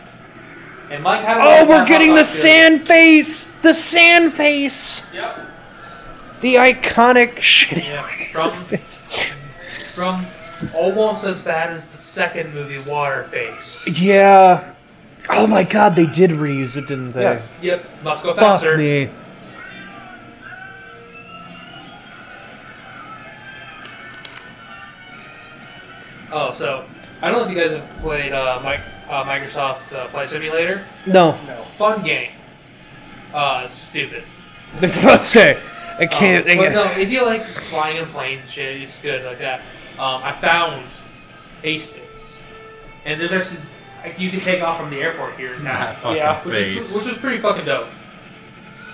S4: And Mike had. a
S2: Oh,
S4: hot
S2: we're
S4: dog
S2: getting the
S4: too.
S2: sand face. The sand face.
S4: Yep.
S2: The iconic shit.
S4: Yeah, from from almost as bad as the second movie, Waterface.
S2: Yeah. Oh my God, they did reuse it, didn't they?
S3: Yes.
S4: Yep, must go
S2: Fuck
S4: faster.
S2: me.
S4: Oh, so I don't know if you guys have played uh, Mi- uh, Microsoft uh, Flight Simulator.
S2: No.
S4: No. Fun game. Uh, stupid.
S2: That's what I say. I can't.
S4: Um,
S2: I
S4: but no,
S2: guess.
S4: if you like flying in planes and shit, it's good like that. Um, I found Hastings, and there's actually like, you can take off from the airport here in town.
S8: fucking
S4: yeah, which is,
S8: face.
S4: which is pretty fucking dope.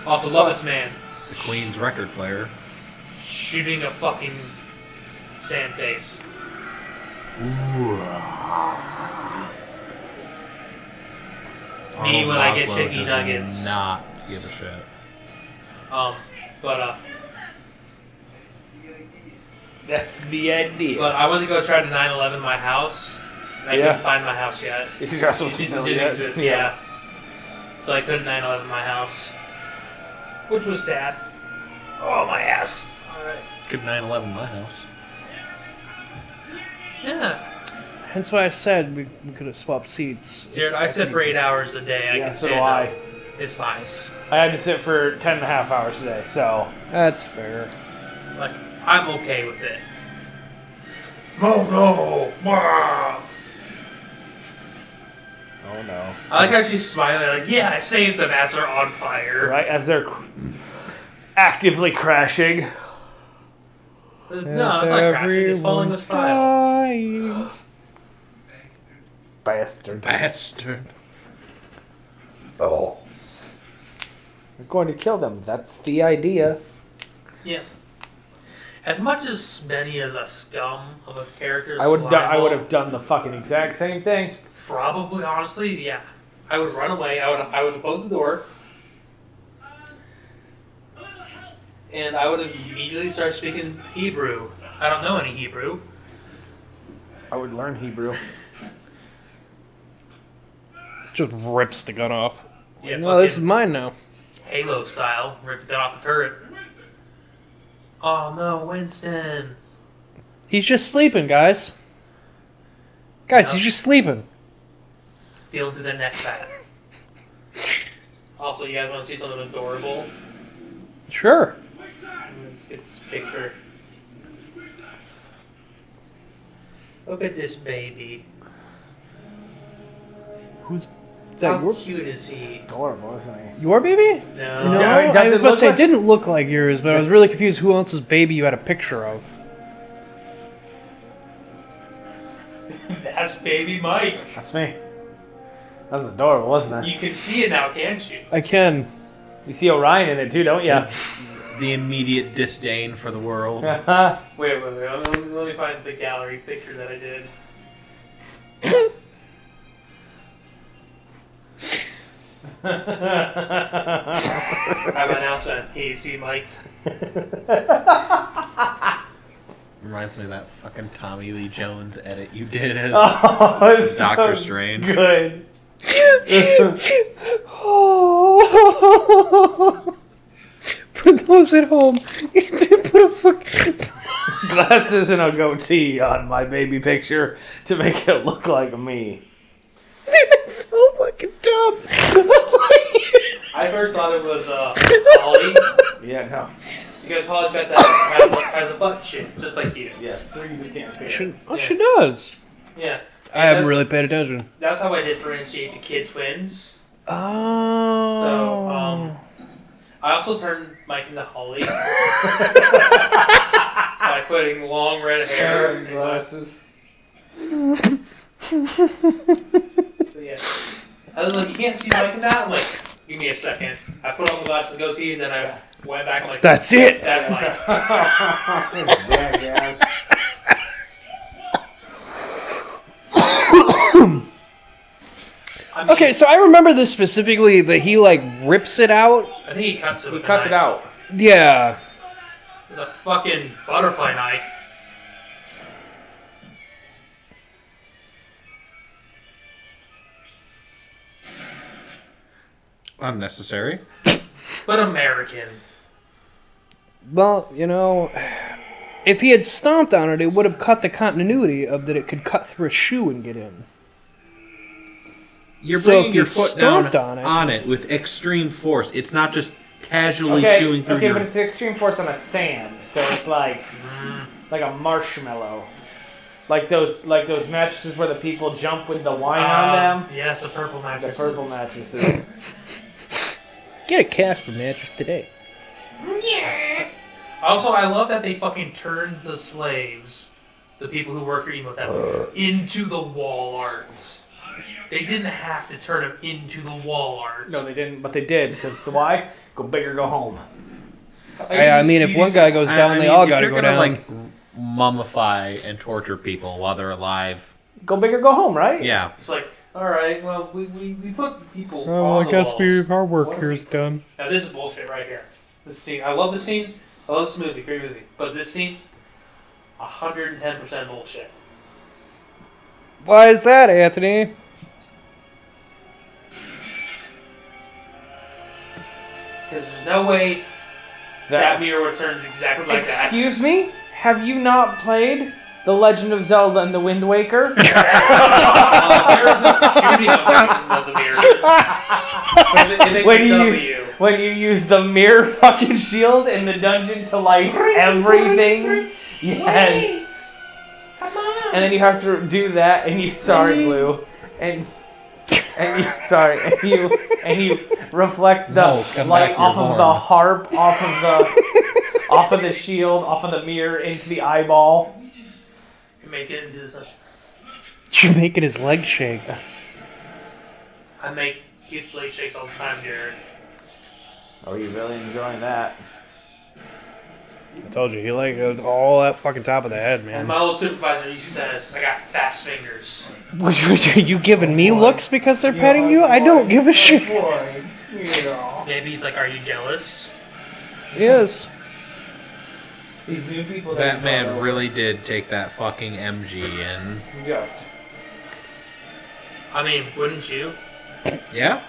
S4: Also, love this man
S8: The Queen's record player.
S4: shooting a fucking sand face. Me when I get
S8: Arnold Vosloo
S4: chicken
S8: does
S4: nuggets.
S8: Not give a shit.
S4: Um, but uh,
S3: That's the idea.
S4: but I want to go try to 9/11 my house. and I
S3: Yeah.
S4: couldn't find my house yet.
S3: (laughs) You guys wasn't
S4: It didn't,
S3: built
S4: didn't
S3: yet.
S4: exist.
S3: Yeah.
S4: Yeah. So I couldn't 9/11 my house, which was sad. Oh my ass.
S8: Good 9/11 my house.
S4: Yeah.
S2: That's why I said we, we could have swapped seats.
S4: Jared, I sit for eight hours a day. I
S2: Yeah,
S4: can
S2: so do
S4: stand
S2: I.
S4: up. It's fine.
S3: I had to sit for 10 and a half hours today, so.
S2: That's fair.
S4: Like I'm okay with it. No, no, wow.
S3: Oh no.
S4: I like how she's smiling. Like, yeah, I saved them as they're on fire.
S3: Right? As they're cr- actively crashing.
S4: No, it's not crashing. It's following the style.
S3: Bastard.
S8: Bastard.
S3: Oh. We're going to kill them. That's the idea.
S4: Yeah. As much as many as a scum of a character,
S3: I would do- I
S4: Slimal,
S3: would have done the fucking exact same thing.
S4: probably honestly, yeah. I would run away. I would I would have closed the door, and I would have immediately started speaking Hebrew. I don't know any Hebrew.
S3: I would learn Hebrew.
S2: Just rips the gun off.
S4: Yeah,
S2: no, this is
S4: fucking
S2: mine now.
S4: Halo style. Ripped the gun off the turret. Oh no, Winston.
S2: He's just sleeping, guys. Guys, he's just sleeping.
S4: Feel to the next bat. also, you guys want to see something adorable?
S2: Sure.
S4: It's picture. Look at this baby.
S2: Who's is
S4: How
S2: that? Your,
S4: cute is he?
S3: Adorable, isn't he?
S2: your baby?
S4: No.
S2: No,
S3: I mean, does
S2: I
S3: it
S2: was about to
S3: look
S2: say
S3: like-
S2: it didn't look like yours, but I was really confused who else's baby you had a picture of.
S4: That's baby Mike.
S3: That's me. That was adorable, wasn't it?
S4: You can see it now, can't you?
S2: I can.
S3: You see Orion in it too, don't you?
S8: The immediate disdain for the world.
S4: Wait, wait, wait. Let me, let me find the gallery picture that I did. I've announced that. Can you see Mike?
S8: Reminds me of that fucking Tommy Lee Jones edit you did as
S3: oh, it's
S8: Doctor
S3: so
S8: Strange.
S3: good.
S2: For those at home, you did put a fuck.
S3: Glasses and a goatee on my baby picture to make it look like me.
S2: It's so fucking dumb.
S4: I first thought it was uh,
S2: (laughs)
S4: Holly.
S3: Yeah, no.
S4: Because Holly's got that has, has a butt shit, just like you.
S3: Yes. Things you can't see.
S2: (laughs) She- oh, she does.
S4: Yeah.
S2: I haven't
S4: That's-
S2: really paid attention.
S4: That's how I differentiate the kid twins.
S2: Oh.
S4: So, um,
S3: Oh.
S4: I also turned Mike into
S3: (laughs)
S4: Holly by putting long red hair.
S3: Glasses.
S4: But yeah. I was like, you can't see Mike in that. I'm like, give me a second. I put on the glasses, goatee, and then I went back. I'm like,
S2: That's
S3: (laughs)
S2: it.
S4: that's Mike. I mean,
S2: Okay, so I remember this specifically that he like rips it out.
S4: I think he cuts it.
S3: He
S4: with a
S3: cuts it
S4: knife.
S3: out.
S2: Yeah.
S4: With a fucking butterfly knife.
S5: Unnecessary.
S4: But American.
S2: Well, you know, if he had stomped on it, it would have cut the continuity of that it could cut through a shoe and get in.
S8: You're
S2: So
S8: bringing
S2: if
S8: your
S2: you
S8: foot down
S2: stomped on it-
S8: with extreme force. It's not just casually chewing through your.
S3: extreme force on a sand, so it's like like a marshmallow. Like those, like those mattresses where the people jump with the wine on them.
S4: Yes, the purple mattress.
S3: The purple (coughs) mattresses.
S11: Get a Casper mattress today.
S4: Also, I love that they fucking turned the slaves, the people who work for
S3: Uh.
S4: Emotep, into the wall art. They didn't have to turn them into the wall art.
S3: no, they didn't, but they did because the why? Go big or go home.
S11: I, I mean, if one guy goes
S8: I-
S11: down,
S8: I
S11: they
S8: mean,
S11: all
S8: if
S11: got to
S8: you're
S11: go
S8: gonna,
S11: down.
S8: Like mummify and torture people while they're alive.
S3: Go big or go home, right?
S8: Yeah.
S4: It's like, all right, well, we, we, we put people.
S2: Oh,
S4: on
S2: I
S4: the
S2: guess
S4: walls.
S2: we our
S4: What
S2: work
S4: if
S2: here
S4: we-
S2: is done.
S4: Now this is bullshit right here. This scene, I love this scene. I love this movie, great movie. But this scene, hundred and ten percent bullshit.
S2: Why is that, Anthony?
S4: Because there's no way that, mirror would turn exactly like that.
S3: Excuse me? Have you not played The Legend of Zelda and the Wind Waker? when you use when you use the mirror (laughs) fucking shield in the dungeon to light everything. Yes. And then you have to do that and you sorry blue. And and you sorry, and you and you reflect the
S8: No, come
S3: light
S8: back,
S3: off
S8: you're
S3: of the
S8: warm.
S3: harp, off of the off of the shield, off of the mirror into the eyeball.
S4: Make it into this.
S2: (laughs) You're making his leg shake.
S4: I make huge leg shakes all the time, Jared.
S3: Oh, you're really enjoying that.
S2: I told you, he like goes all that fucking top of the head, (laughs)
S4: And
S2: man.
S4: my old supervisor, he says, I got fast fingers.
S2: Are you giving me looks because they're petting you? (laughs) Oh, I don't give a shit.
S4: Maybe he's like, Are you jealous?
S2: Yes.
S3: These new people
S8: That man really did take that fucking MG in.
S3: Yes.
S4: I mean, wouldn't you?
S8: Yeah.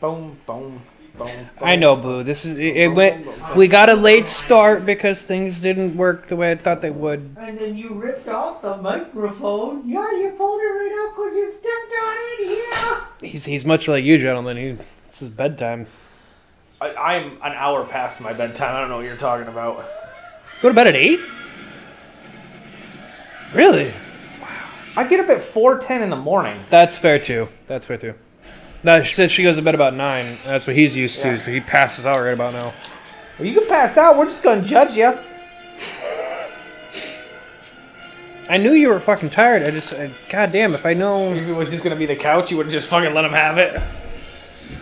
S3: Boom, boom, boom.
S2: I know, Blue. This is it, it went. We got a late start because things didn't work the way I thought they would.
S3: And then you ripped off the microphone. Yeah, you pulled it right up because you stepped on it. Yeah.
S2: He's he's much like you, gentlemen. He, it's his bedtime.
S3: I, I'm an hour past my bedtime. I don't know what you're talking about.
S2: Go to bed at eight. Really?
S3: I get up at four ten in the morning.
S2: That's fair too. That's fair too. No, she said she goes to bed about nine. That's what he's used to.
S3: Yeah.
S2: So he passes out right about now.
S3: Well, you can pass out. We're just gonna judge you.
S2: I knew you were fucking tired. I just, I, goddamn, if I know,
S3: If it was just gonna be the couch, you would have just fucking let him have it.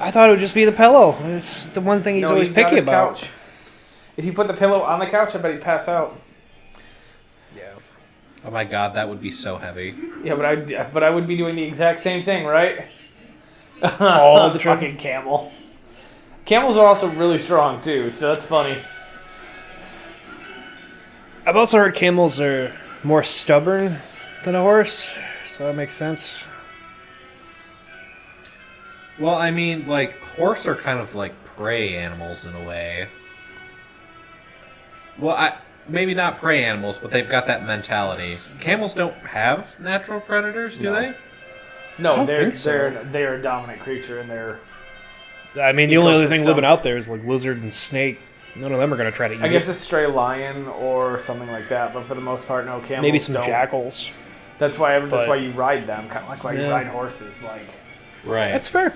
S2: I thought it would just be the pillow. It's the one thing he's always
S3: got
S2: picky
S3: his
S2: about.
S3: Couch. If you put the pillow on the couch, I bet he'd pass out.
S8: Oh my god, that would be so heavy.
S3: Yeah, but I but I would be doing the exact same thing, right?
S2: (laughs)
S3: (laughs)
S2: All the time.
S3: Oh, fucking camel. Camels are also really strong too, so that's funny.
S2: I've also heard camels are more stubborn than a horse, so that makes sense.
S8: Well, I mean, like horse are kind of like prey animals in a way. Well, I maybe not prey animals, but they've got that mentality. Camels don't have natural predators, do they?
S2: I
S3: No,
S2: don't
S3: they're
S2: think so.
S3: they're they're a dominant creature, and they're
S2: I mean, the only other thing
S3: Ecosystem.
S2: living out there is like lizard and snake. None of them are gonna try to eat.
S3: I guess
S2: it.
S3: a stray lion or something like that. But for the most part, no camels.
S2: maybe some
S3: don't.
S2: jackals.
S3: That's why every, that's
S2: but-
S3: why you ride them, kind of like why
S2: Yeah.
S3: you ride horses. Like
S8: Right.
S2: That's fair.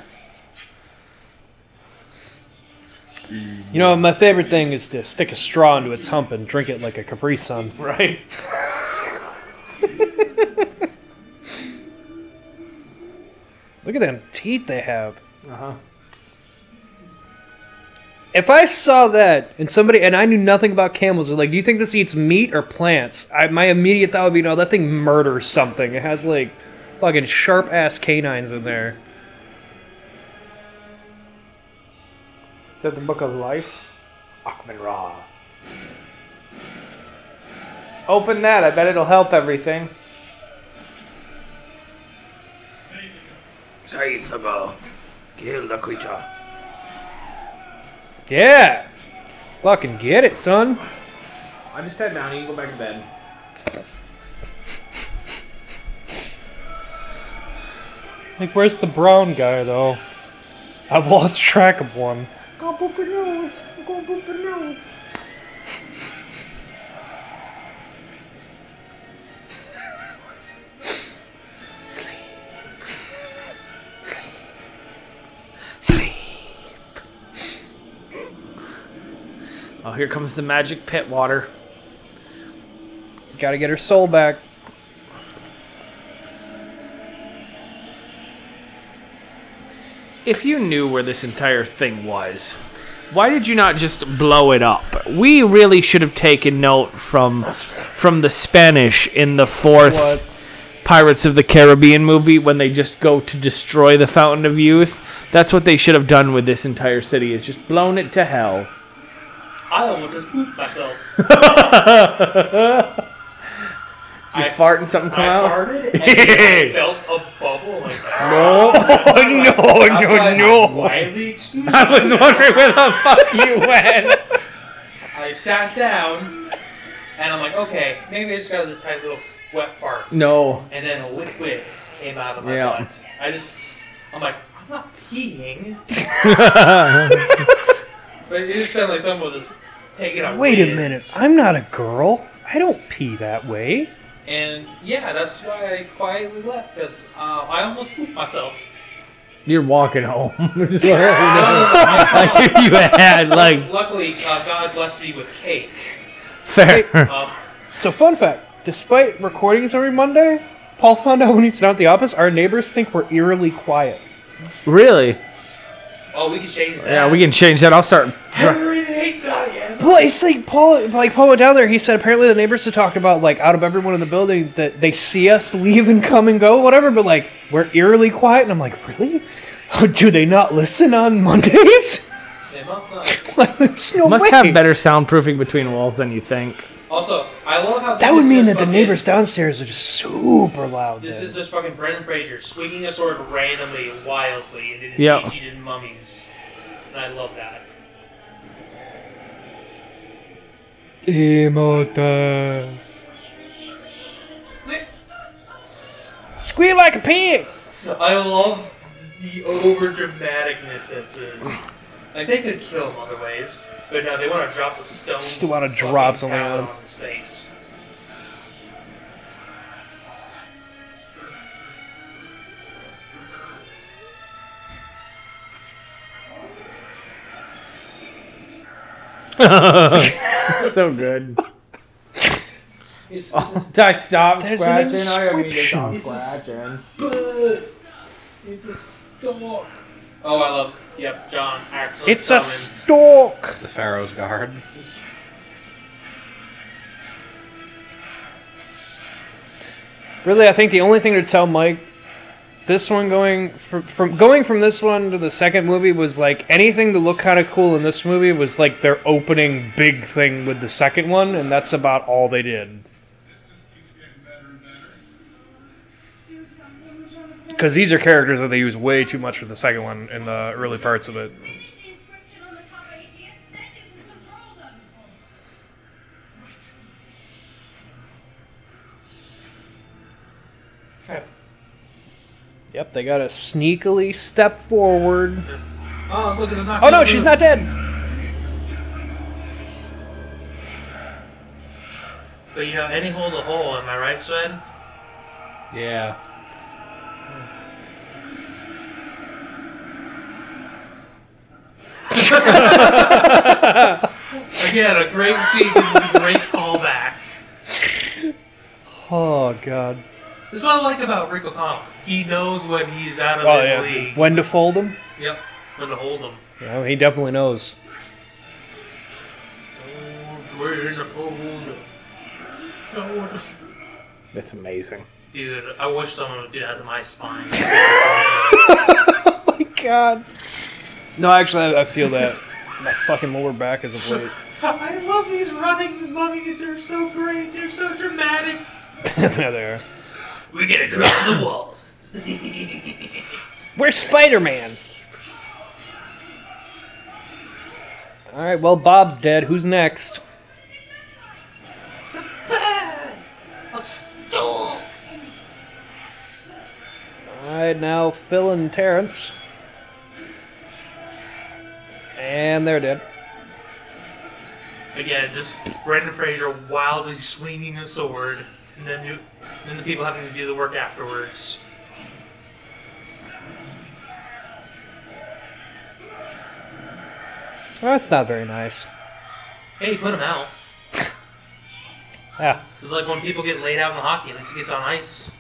S2: You know, my favorite thing is to stick a straw into its hump and drink it like a Capri Sun.
S3: right.
S2: Look at them teeth they have.
S3: Uh huh.
S2: If I saw that and somebody and I knew nothing about camels, they're like, "Do you think this eats meat or plants?" I, my immediate thought would be, "No, that thing murders something. It has like fucking sharp ass canines in there."
S3: Is that the Book of Life? Akmen Ra. Open that. I bet it'll help everything.
S7: Save the ball. Kill the creature.
S2: Yeah, fucking get it, son.
S3: I just sat down. You can go back to bed.
S2: Like, where's the brown guy though? I've lost track of one. (laughs)
S3: Go boop your nose. Go boop your nose. Oh, here comes the magic pit water.
S2: Gotta get her soul back.
S3: If you knew where this entire thing was, why did you not just blow it up? We really should have taken note from from the Spanish in the fourth
S2: What?
S3: Pirates of the Caribbean movie when they just go to destroy the Fountain of Youth. That's what they should have done with this entire city. Is just blown it to hell.
S4: I almost just pooped myself.
S3: Did you fart and something come
S4: I
S3: out?
S4: farted and
S3: (laughs)
S4: it felt a bubble. Like,
S3: No. no, no, no.
S4: Widely excused.
S3: I was wondering where the fuck you went.
S4: I sat down, and I'm like, okay, maybe I just got this tiny little wet fart.
S3: No.
S4: And then a liquid came out of my
S3: Yeah.
S4: butt. I just, I'm like, I'm not peeing. but it just sounded like someone was just taking a
S2: Wait a
S4: whiz.
S2: minute. I'm not a girl. I don't pee that way.
S4: And yeah, that's why I quietly left because uh, I almost pooped myself.
S3: You're walking home. (laughs)
S4: (laughs)
S3: Just
S4: No, no, no, no.
S3: like if you had like
S4: Luckily, uh, God blessed me with cake.
S3: fair.
S4: Um,
S2: So, fun fact despite recordings every Monday, Paul found out when he's not at the office, our neighbors think we're eerily quiet.
S3: Really?
S4: oh, we can change that.
S3: Yeah, we can change that. I'll start.
S4: Henry the Eighth God, yeah.
S2: Well, it's like Paul, like Paul went down there. He said apparently the neighbors had talked about like out of everyone in the building that they see us leave and come and go, whatever. But like we're eerily quiet, and I'm like, really? Oh, do they not listen on Mondays? (laughs)
S4: They must not.
S2: like, there's no
S3: Must
S2: way.
S3: have better soundproofing between walls than you think.
S4: Also, I love how
S2: that
S4: this
S2: would
S4: is
S2: mean
S4: just
S2: that the
S4: fucking-
S2: neighbors downstairs are just super loud.
S4: This
S2: Then.
S4: is just fucking Brendan Fraser swinging a sword randomly, wildly, and it is
S2: Yeah.
S4: CG'd in mummies, and I love that.
S2: Immortal. Squeal like a pig.
S4: I love the over dramaticness that is. Like they could kill him other ways, but no, they want to drop the stone.
S2: Still wanna drop
S4: fucking
S2: something
S4: down
S2: on him.
S4: his face.
S3: (laughs) so good. Oh, I stopped
S4: There's an
S3: scratching. Oh, I immediately stopped
S4: inscription.
S3: scratching.
S4: It's a stork. Oh, I love. Yep, John actually.
S2: It's a
S4: summons-
S2: stork.
S5: The Pharaoh's guard.
S2: Really, I think the only thing to tell Mike, this one going from, from going from this one to the second movie was like anything to look kind of cool in this movie was like their opening big thing with the second one, and that's about all they did. Because these are characters that they use way too much for the second one in the early parts of it. Yep, they gotta sneakily step forward.
S4: Oh, look at the
S2: Oh no, she's not dead.
S4: But you know, any hole's a hole. Am I right, Sven?
S5: Yeah.
S4: Again, a great scene. This is a great callback.
S2: Oh god.
S4: This is what I like about Rick O'Connell. He knows when he's out of
S2: Oh
S4: his
S2: yeah.
S4: league.
S2: When to fold them?
S4: Yep. When to hold him.
S2: Yeah, he definitely knows.
S4: We're in the fold. Oh,
S3: That's amazing.
S4: Dude, I wish someone would do that to my spine.
S2: my god. No, actually, I, I feel that. My fucking lower back is a blade.
S4: I love these running mummies. They're so great. They're so dramatic.
S2: (laughs) there they are.
S4: We're gonna cross the walls.
S2: We're Spider Man! Alright, well, Bob's dead. Who's next?
S4: A stork.
S2: Alright, now Phil and Terrence. And they're dead.
S4: Again, just Brendan Fraser wildly swinging a sword, and then you, then the people having to do the work afterwards.
S2: Oh, Well, that's not very nice.
S4: Yeah, you put him out.
S11: (laughs) Yeah.
S4: It's like when people get laid out in hockey, at least he gets on ice.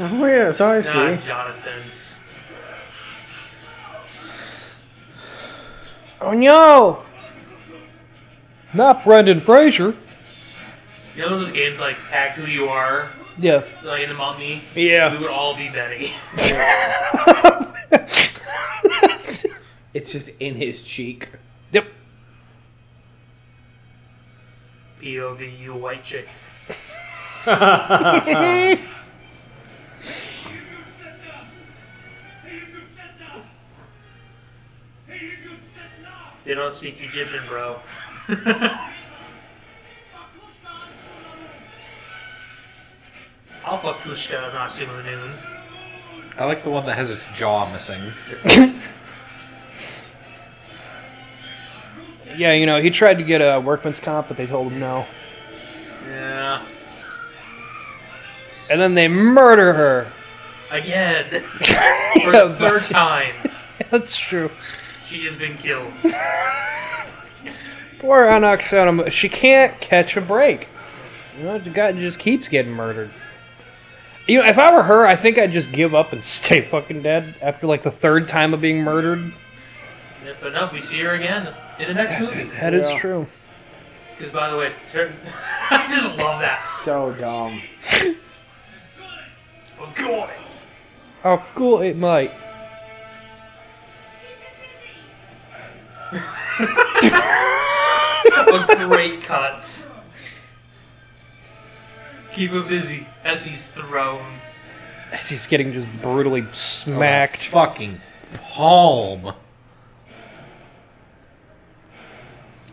S11: Oh, yeah, so I
S4: Nah,
S11: see.
S4: Jonathan.
S11: Oh, no!
S2: Not Brendan Fraser.
S4: You know those games like Tag Who You Are?
S2: Yeah.
S4: Like in the Mummy?
S2: Yeah.
S4: We would all be Benny. (laughs)
S3: it's just in his cheek.
S11: Yep.
S4: POV, you white chick. They don't speak Egyptian, bro. I'll fuck Kushka, not Sailor Moon.
S5: I like the one that has its jaw missing.
S2: Yeah, you know, he tried to get a workman's comp, but they told him no.
S4: Yeah.
S2: And then they murder her.
S11: (laughs)
S4: Again. For the third
S2: that's-
S4: time.
S2: (laughs) That's true.
S4: She has been killed.
S2: Poor Anoxanam. She can't catch a break. You know, the guy just keeps getting murdered. You know, if I were her, I think I'd just give up and (laughs) stay fucking dead after like the third time of being murdered.
S4: Yeah, but no, we see her again in the next movie.
S2: That is true.
S4: Because, by the way, certain... (laughs) I just love that.
S11: So dumb.
S4: Of course.
S2: How cool it might.
S4: a great cuts. Keep him busy as he's thrown.
S2: As he's getting just brutally smacked.
S5: fucking palm.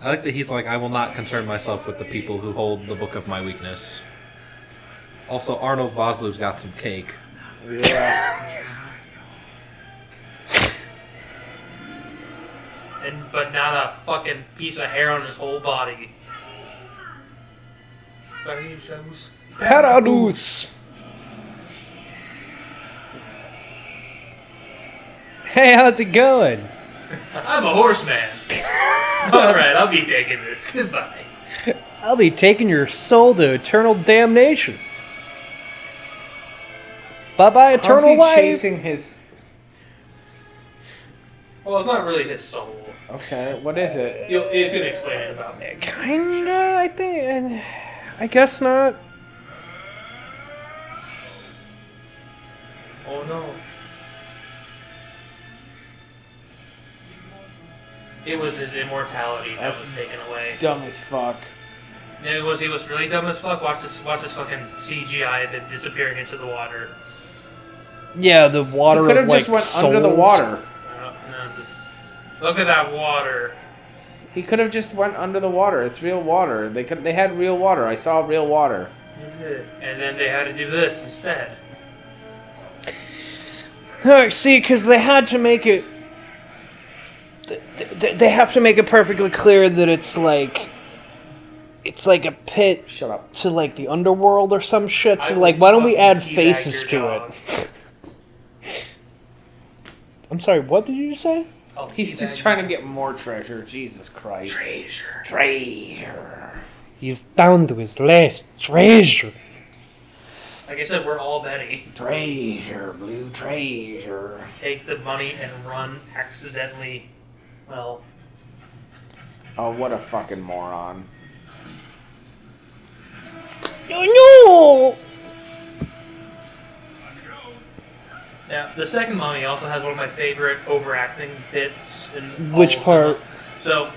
S5: I like that he's like, I will not concern myself with the people who hold the book of my weakness. Also, Arnold Vosloo's got some cake.
S4: And but not a fucking piece of hair on his whole body. But he shows-
S2: Oh, Paradus. Hey, how's it going?
S4: I'm
S11: (laughs)
S4: a horseman. Alright, I'll be taking this. Goodbye.
S2: I'll be taking your soul to eternal damnation. Bye bye,
S3: How's
S2: eternal
S3: he
S2: life.
S3: chasing his?
S4: Well, it's not really his soul.
S3: Okay, what is it?
S4: You'll, he's gonna explain it about me.
S2: Kinda, I think. I guess not.
S4: Oh no. It was his immortality that was taken away.
S3: Dumb as fuck.
S4: Yeah, it was. He was really dumb as fuck. Watch this. Watch this fucking CGI of it disappearing into the water.
S2: Yeah, the water
S3: He could
S2: of
S3: have
S2: like
S3: just went under
S2: souls.
S3: the water.
S4: Uh, no, this- look at that water.
S3: He could have just went under the water. It's real water. They could. They had real water. I saw real water.
S4: And then they had to do this instead.
S2: Look, see, because they had to make it. th- th- They have to make it perfectly clear that it's like. It's like a pit.
S3: Shut up.
S2: To like the underworld or some shit.
S4: I
S2: So
S4: will
S2: like, why don't we
S4: fucking
S2: add
S4: teabag
S2: faces
S4: your
S2: to it?
S4: dog.
S2: I'm sorry. What did you say?
S4: I'll
S3: He's just
S4: teabag
S3: trying to get more treasure. Jesus Christ. Treasure. Treasure.
S2: He's down to his last treasure.
S4: you. Like I said, we're all Benny.
S3: Treasure. Blue treasure.
S4: Take the money and run accidentally. Well,
S3: Oh, what a fucking moron.
S2: No.
S4: now the second mummy also has one of my favorite overacting bits. In all
S2: Which
S4: of
S2: part?
S4: cinema. Oh, So,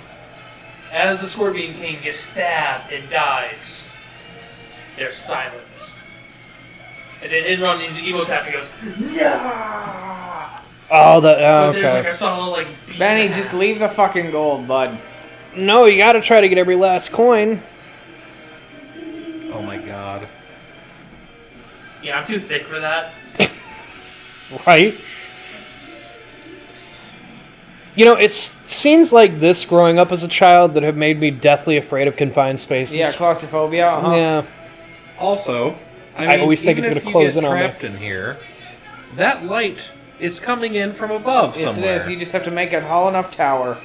S4: as the Scorpion King gets stabbed and dies, there's silence. And then Enron needs an emo tap. He goes,
S2: Oh, the oh,
S4: but there's like
S2: okay.
S4: a solid like. beat
S3: Benny,
S4: and a
S3: just
S4: half.
S3: leave the fucking gold, bud.
S2: No, you gotta try to get every last coin.
S5: Oh my god.
S4: Yeah, I'm too thick for that.
S2: Right? You know, it's scenes like this growing up as a child that have made me deathly afraid of confined spaces.
S3: Yeah, claustrophobia. Uh-huh.
S2: Yeah.
S5: Also, I,
S2: I
S5: mean,
S2: always think
S5: even
S2: it's
S5: if
S2: gonna
S5: you
S2: close in
S5: get
S2: on me.
S5: trapped in here. That light is coming in from above
S3: Yes,
S5: somewhere.
S3: it is. You just have to make a tall enough tower.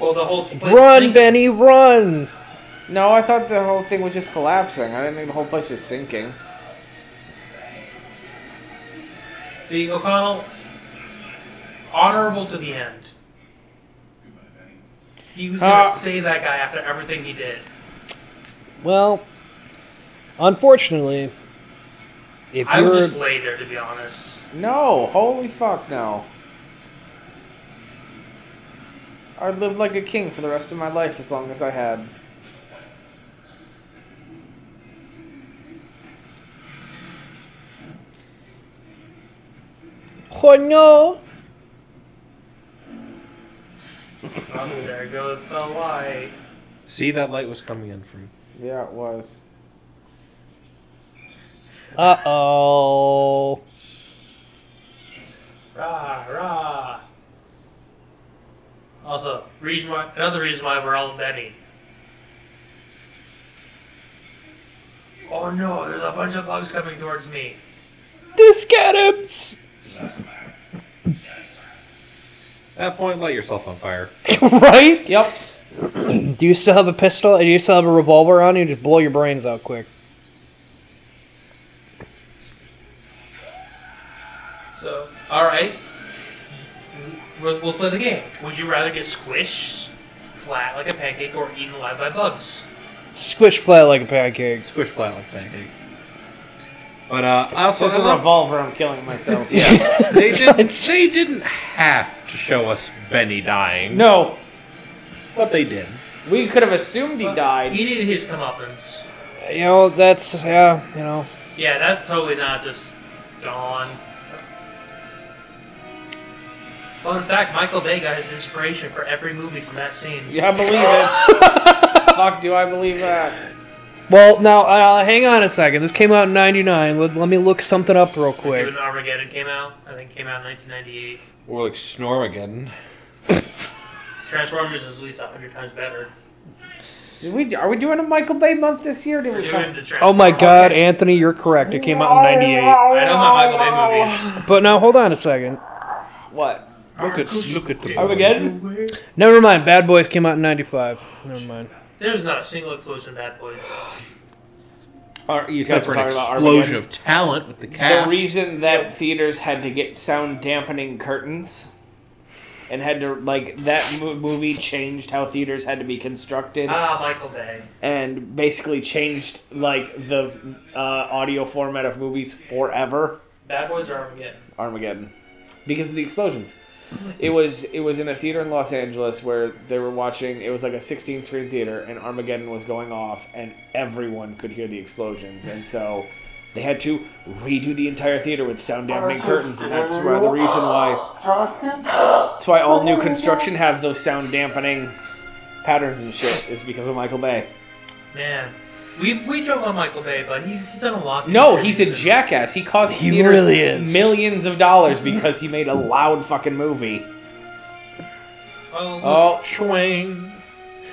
S4: Well, the whole place
S2: Run, Benny, run!
S3: No, I thought the whole thing was just collapsing. I didn't think the whole place was sinking.
S4: See, O'Connell, honorable to the end. He was gonna
S2: Uh,
S4: say that guy after everything he did.
S2: Well, unfortunately, if
S4: I
S2: you're
S4: would just lay there, to be honest.
S3: No, holy fuck, no. I'd live like a king for the rest of my life as long as I had.
S2: oh no,
S4: Um, there goes the light.
S8: See, that light was coming in from.
S3: Yeah, it was.
S2: uh oh,
S4: Rah, rah. Also, reason why, another reason why we're all Benny. Oh no, there's a bunch of bugs coming towards me.
S2: this Adams.
S8: At that point, light yourself on fire.
S2: (laughs) right? Yep. (clears throat) do you still have a pistol? Do you still have a revolver on you? Just blow your brains out quick.
S4: So, alright. We'll, we'll play the game. Would you rather get squished flat like a pancake or eaten alive by bugs?
S2: Squish flat like a pancake.
S8: Squish flat like a pancake. But uh, I also
S3: There's a revolver, I'm killing
S2: (laughs)
S3: myself.
S8: Yeah, they didn't. They didn't have to show us Benny dying.
S3: No,
S8: but they did.
S3: we could have assumed he died.
S4: He needed his comeuppance.
S2: You know that's yeah. You know
S4: Yeah, that's totally not just gone. Well, in fact, Michael Bay got his inspiration for every movie from that scene.
S3: Yeah, I believe it. fuck, do I believe that?
S2: Well, now uh, hang on a second. This came out in '99. Let, let me look something up real
S4: When
S2: quick.
S4: Armageddon came out, I think it came out in 1998.
S8: Or like Snormageddon.
S4: Transformers is at least 100 times better.
S3: Did we? Are we doing a Michael Bay month this year? Did we?
S4: Doing the Transformers.
S2: Oh my God, Anthony, you're correct. It came out in '98.
S4: I know my Michael Bay movies.
S2: But now hold on a second.
S3: What?
S8: Look at look at the.
S3: Armageddon?
S2: Never mind. Bad Boys came out in '95. Never mind.
S4: There's not a single explosion in Bad Boys.
S8: Ar-
S3: guys
S8: except for
S3: were
S8: an
S3: talking about Armageddon?
S8: explosion of talent with the cast.
S3: The reason that theaters had to get sound dampening curtains and had to like that mo- movie changed how theaters had to be constructed
S4: Ah, Michael Bay.
S3: and basically changed like the uh, audio format of movies forever.
S4: Bad Boys or Armageddon?
S3: Armageddon because of the explosions. It was it was in a theater in Los Angeles where they were watching. It was like a 16 screen theater, and Armageddon was going off, and everyone could hear the explosions, and so they had to redo the entire theater with sound dampening curtains, and that's why the reason why. That's why all new construction has those sound dampening patterns and shit is because of Michael Bay.
S4: Man. We, we don't love Michael Bay, but he's, he's done a lot. to
S3: No,
S4: contribute
S3: he's a
S4: to-
S3: jackass. He cost
S2: He
S3: theaters
S2: really is.
S3: millions of dollars because he made a loud fucking movie.
S4: Oh,
S3: Oh,
S8: Swing.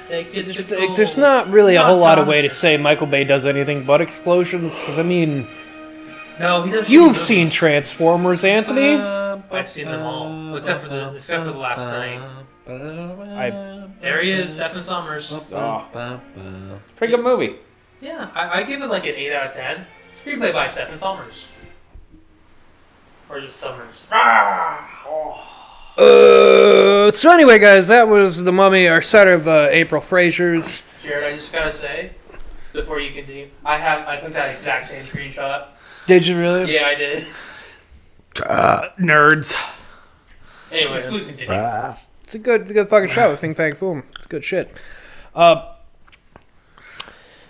S4: they get
S2: Just,
S4: to
S2: like,
S4: go.
S2: there's not really a
S4: Not
S2: whole lot of
S4: Tom.
S2: way to say Michael Bay does anything but explosions. Because I mean,
S4: No, he doesn't
S2: you've
S4: do
S2: seen
S4: movies.
S2: Transformers, Anthony.
S4: I've seen them all, except for the except for the last night.
S2: I-
S4: There he is, Stephen Sommers.
S3: oh. pretty good movie.
S4: Yeah, I, I give it like an eight out of ten. Screenplay by Stephen Sommers, or just Summers.
S2: Uh, so anyway, guys, that was the Mummy, our set of uh, April Frasers.
S4: Jared, I just gotta say, before you continue, I have I took that exact same screenshot.
S2: Did you really?
S4: Yeah, I did.
S9: Nerds.
S4: Anyway, please continue.
S2: It's a good, it's a good fucking show. Think Fang Boom. It's good shit. Uh,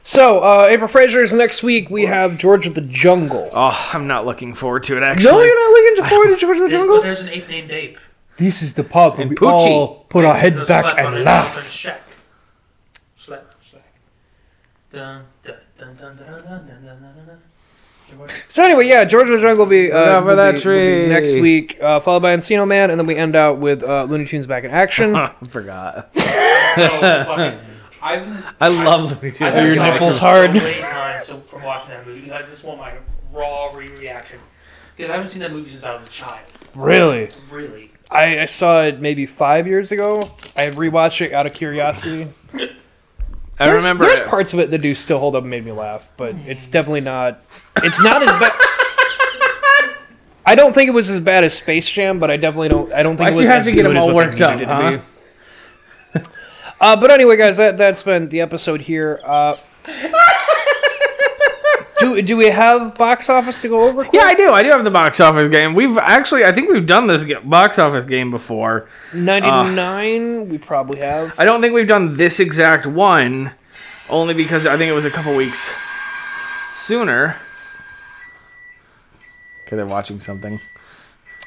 S2: so uh, April Frasers next week. We have George of the Jungle.
S9: Oh, I'm not looking forward to it, actually.
S2: no, you're not looking forward to George
S9: (laughs)
S2: of the
S4: There's, but
S2: Jungle.
S4: there's an ape named Ape.
S2: This is the pub, and we all put our heads back and laugh.
S4: Shack. Slack, slack. Dun, dun, dun, dun, dun, dun, dun, dun,
S2: (laughs)
S4: dun, dun.
S2: So anyway, yeah, George of the Jungle will be, uh,
S9: Over
S2: will
S9: that
S2: be- will be
S9: tree.
S2: next week, uh, followed by Encino Man, and then we end out with uh, Looney Tunes back
S12: (laughs)
S3: (laughs)
S2: in action.
S9: I forgot.
S4: So fucking, I've been
S9: I love Looney
S4: I've
S9: Tunes.
S4: been
S2: your
S4: shocked
S2: nipples
S4: so
S2: hard?
S4: many times so- from watching that movie. I just want my raw re-reaction because I haven't seen that movie since I was a child.
S2: really?
S4: Really,
S2: I, I saw it maybe five years ago. I rewatched it out of curiosity.
S12: I
S2: There's-
S12: remember
S2: There's
S12: it.
S2: parts of it that do still hold up and made me laugh, but it's definitely not. It's not as
S12: (laughs)
S2: bad. I don't think it was as bad as Space Jam, but I definitely don't. I don't think
S3: Why'd
S2: it was
S3: you have
S2: as
S3: to get
S2: good
S3: them
S2: as
S3: all
S2: what they
S3: worked up,
S2: needed to
S3: huh?
S2: be. Uh, but anyway, guys, that that's been the episode here. Uh, do do we have box office to go over?
S3: Yeah, I do. I do have the box office game. We've actually, I think we've done this ga- box office game before.
S2: Ninety
S3: Uh,
S2: nine, we probably have.
S3: I don't think we've done this exact one, only because I think it was a couple weeks sooner. Okay, they're watching something.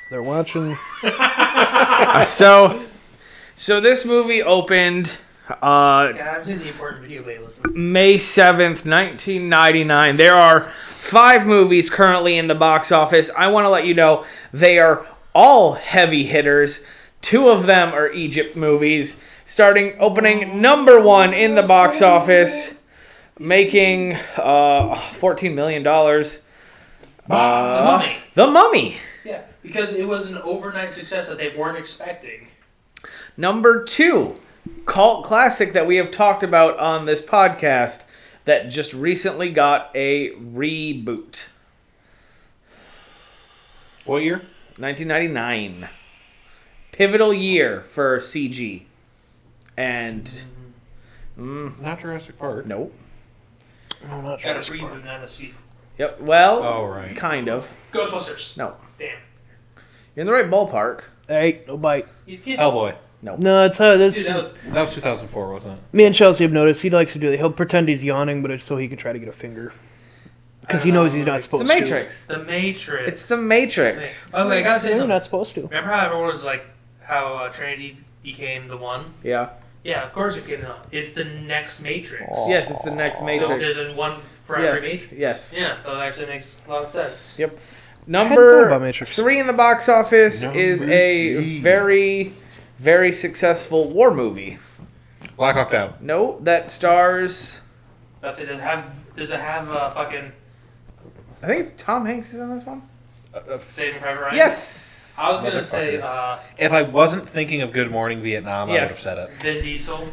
S2: They're watching.
S3: Uh, (laughs) so, so this movie opened uh,
S4: I've seen the important video playlist.
S3: May seventh, nineteen ninety nine. There are five movies currently in the box office. I want to let you know they are all heavy hitters. Two of them are Egypt movies, starting opening number one in the box office, making uh, fourteen million dollars. Uh,
S4: Mummy.
S3: the Mummy.
S4: Yeah, because it was an overnight success that they weren't expecting.
S3: Number two, cult classic that we have talked about on this podcast that just recently got a reboot. What year? 1999. Pivotal year for CG. And. Not Jurassic Park. Nope.
S4: Got a reboot, not a sequel.
S3: Yep. Well,
S4: Oh, right.
S3: kind of.
S4: Ghostbusters.
S3: No.
S4: Damn.
S3: You're in the right ballpark.
S2: Hey, no bite.
S4: You can't-
S3: Oh.
S8: Hellboy.
S3: No.
S2: No, it's uh, this.
S8: Dude, that was- that was 2004, wasn't it?
S2: Me and Chelsea have noticed he likes to do that. He'll pretend he's yawning, but it's so he can try to get a finger. Because he knows he's not supposed to.
S4: The Matrix. It's
S3: the Matrix.
S4: Oh, wait, I gotta say
S2: You're
S4: something.
S2: not supposed to.
S4: Remember how everyone was like, how uh, Trinity became the one?
S3: Yeah.
S4: Yeah, of course it came out. It's the next Matrix.
S3: Yes, it's the next Matrix.
S4: So there's a one for every
S3: Yes,
S4: Matrix.
S3: yes.
S4: Yeah, so it actually makes a lot of sense.
S3: Yep.
S2: thought about
S3: Number
S2: Matrix.
S3: three in the box office
S4: Number
S3: is a very, very successful war movie.
S8: Black Hawk Down.
S3: No, that stars.
S4: That's it. Does it have, does it have uh, fucking
S3: I think Tom Hanks is on this one.
S4: Saving Private Ryan?
S3: Yes.
S4: I was gonna say, uh,
S8: If I wasn't thinking of Good Morning Vietnam, I would have
S4: Yes.
S8: said it.
S4: Vin Diesel.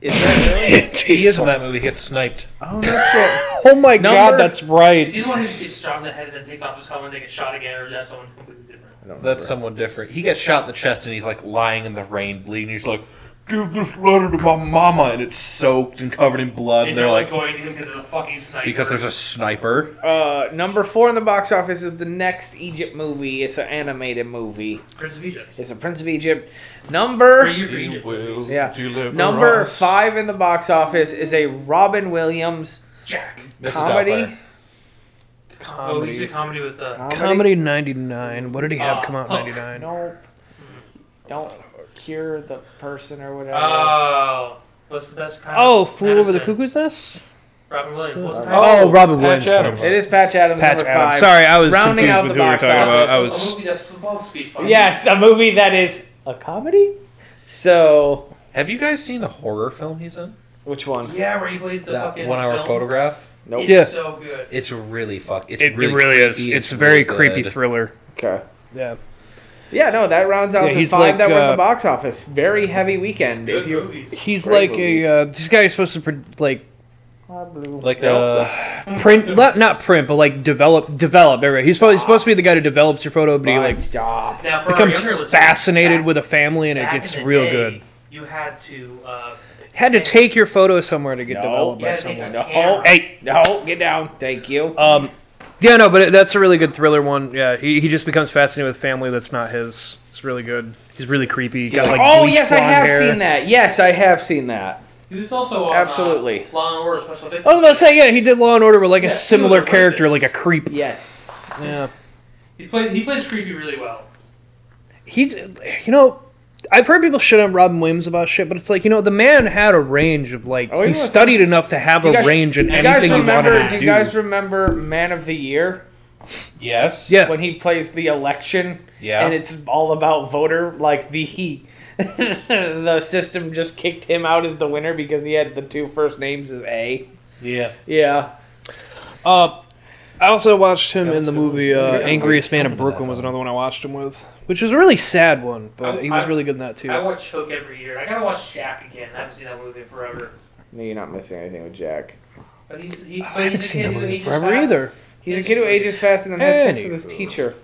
S3: Is that
S8: he is in that movie. Gets sniped.
S3: Oh no
S4: uh,
S3: shit!
S2: Oh my
S8: Number-
S2: god, that's right.
S4: Is he the one who gets shot in the head and then takes off his helmet and they get shot again, or is that someone completely different?
S8: That's someone different. He gets shot in the chest and he's like lying in the rain, bleeding. He's like, "Give this letter to my mama," and it's soaked and covered in blood. And
S4: no
S8: they're
S4: one's
S8: like,
S4: going to him because of a fucking sniper.
S8: "Because there's a sniper."
S3: Uh, number four in the box office is the next Egypt movie. It's an animated movie.
S4: Prince of Egypt.
S3: It's a Prince of Egypt. Number yeah. Number
S8: us.
S3: five in the box office is a Robin Williams
S4: Jack
S2: Mrs.
S3: comedy.
S2: Doubtfire.
S4: Oh, he's a comedy with uh, the
S2: Comedy 99. What did he have
S4: Uh,
S2: come out in
S3: Oh.
S4: Hook.
S2: 99?
S3: Nope. Don't cure the person or whatever.
S4: Oh, what's the best kind?
S2: Oh,
S4: of
S2: Flew Over the
S4: medicine?
S2: Cuckoo's Nest?
S4: Robin Williams. What's the kind
S2: Oh,
S4: of-
S2: Robin Williams.
S3: It is Patch Adams.
S2: Patch
S3: number
S2: Adams.
S3: five.
S2: Sorry, I was
S3: rounding
S2: confused
S3: out
S2: with
S3: the
S2: who you were
S3: box
S2: talking about. I
S3: office.
S4: A movie that's supposed to be funny.
S3: Yes, a movie that is a comedy. So,
S8: have you guys seen the horror film he's in?
S3: Which one?
S4: Yeah, where he plays the
S8: that
S4: fucking
S8: one hour
S4: film.
S8: photograph.
S4: Nope. It's Yeah. so good.
S8: It's really fuck. It's
S2: It- it
S8: really
S2: really is.
S8: creepy,
S2: It's a very
S8: really
S2: creepy
S8: good.
S2: thriller.
S3: Okay.
S2: Yeah.
S3: Yeah, no, that rounds out
S2: Yeah,
S3: the
S2: he's
S3: five
S2: like,
S3: that were in
S2: uh,
S3: the box office. Very heavy weekend. if you,
S2: He's like a. Uh, this guy is supposed to, pr- like,
S8: Like uh,
S2: print. not- not print, but, like, develop. Develop. There we go. He's supposed, he's supposed to be the guy who develops your photo, but he, like,
S3: stop.
S4: Now, for our
S2: becomes
S4: younger listeners,
S2: fascinated with a family and it
S4: back
S2: gets
S4: in the
S2: real
S4: day,
S2: good.
S4: You had to. Uh,
S2: Had to take your photo somewhere to get
S3: No.
S2: developed by
S3: Yeah, take
S2: someone. Oh,
S3: a camera.
S2: Hey,
S3: no, get down. Thank you.
S2: Um, yeah, no, but it, that's a really good thriller one. Yeah, he, he just becomes fascinated with family that's not his. It's really good. He's really creepy. Got, like,
S3: oh
S2: bleached
S3: yes, I
S2: blonde
S3: have
S2: hair.
S3: seen that. Yes, I have seen that.
S4: he was also on,
S3: Absolutely.
S4: Uh, Law and Order Special Victims.
S2: I was about to say, yeah, he did Law and Order with like
S4: Yeah,
S2: a
S4: he was
S2: similar
S4: a
S2: character, like a creep.
S3: Yes.
S2: Yeah.
S4: He's played, he plays creepy really well.
S2: He's, you know, I've heard people shit on Robin Williams about shit, but it's like, you know, the man had a range of like,
S3: he
S2: he
S3: was-
S2: studied enough to have
S3: Do
S2: a
S3: you guys-
S2: range in
S3: do you guys
S2: anything he
S3: remember-
S2: wanted to
S3: Do
S2: do.
S3: you guys remember Man of the Year?
S8: Yes.
S2: Yeah.
S3: When he plays the election.
S8: Yeah.
S3: And it's all about voter, like the he. (laughs) the system just kicked him out as the winner because he had the two first names as A.
S8: yeah.
S3: Yeah.
S2: Uh, I also watched him in the movie uh, Angriest Man in Brooklyn was another one I watched him with, which was a really sad one, but he was really good in that too.
S4: I watch Hook every year. I gotta watch Shaq again. I haven't seen that movie in forever.
S3: No, you're not missing anything with Jack.
S4: But he's he, but he's a kid who ages
S2: forever (laughs)
S4: fast.
S2: either.
S3: He's a kid who ages fast and then has sex with his teacher.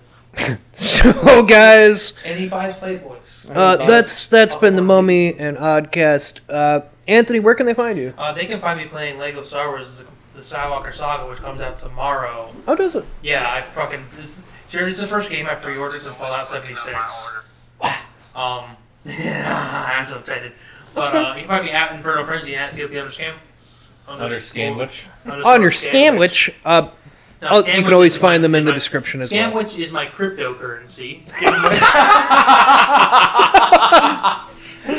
S2: So guys,
S4: And he buys Playboys.
S2: uh, that's that's been the Mummy and Oddcast. Uh, Anthony, where can they find you?
S4: Uh, they can find me playing Lego Star Wars: the, the Skywalker Saga, which comes out tomorrow.
S2: Oh, does it?
S4: Yeah, I fucking this. Journey's the first game I pre-ordered since Fallout 76.
S2: (laughs)
S4: Um, (laughs) I'm so excited.
S2: That's
S4: But uh, you can find me at Inferno Frenzy and at Seal the Underscam.
S8: Undersandwich.
S2: On your sandwich, uh,
S4: No,
S2: oh, you
S4: sandwich
S2: can always
S4: is
S2: find
S4: my-
S2: them in the
S4: my-
S2: description as well.
S4: Sandwich is my cryptocurrency.
S3: (laughs)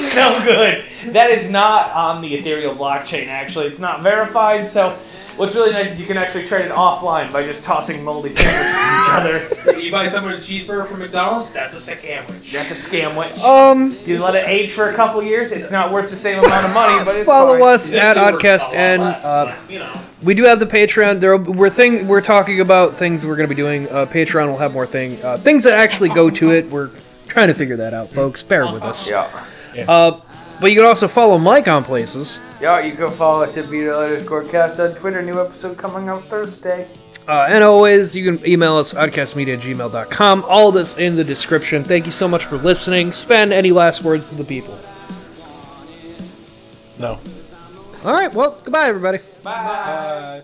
S3: so good. That is not on the Ethereal blockchain, actually. It's not verified, so what's really nice is you can actually trade it offline by just tossing moldy sandwiches at each other.
S4: (laughs) you buy someone a cheeseburger from McDonald's, that's a sandwich.
S3: That's a scam witch.
S2: Um,
S3: you let it age for a couple years, it's not worth the same amount of money, but it's
S2: Follow
S3: fine.
S2: us at Oddcast and uh, we do have the Patreon. There we're thing we're talking about things we're going to be doing. Uh, Patreon will have more thing uh, things that actually go to it. We're trying to figure that out, folks. Bear with us.
S3: Yeah.
S2: Uh, but you can also follow Mike on places.
S3: Yeah, you can follow us at Beetle underscore cast on Twitter. New episode coming out Thursday.
S2: Uh, and always, you can email us oddcastmedia gmail.com. All this in the description. Thank you so much for listening. Sven, any last words to the people?
S8: No.
S2: All right. Well, goodbye, everybody.
S3: Bye.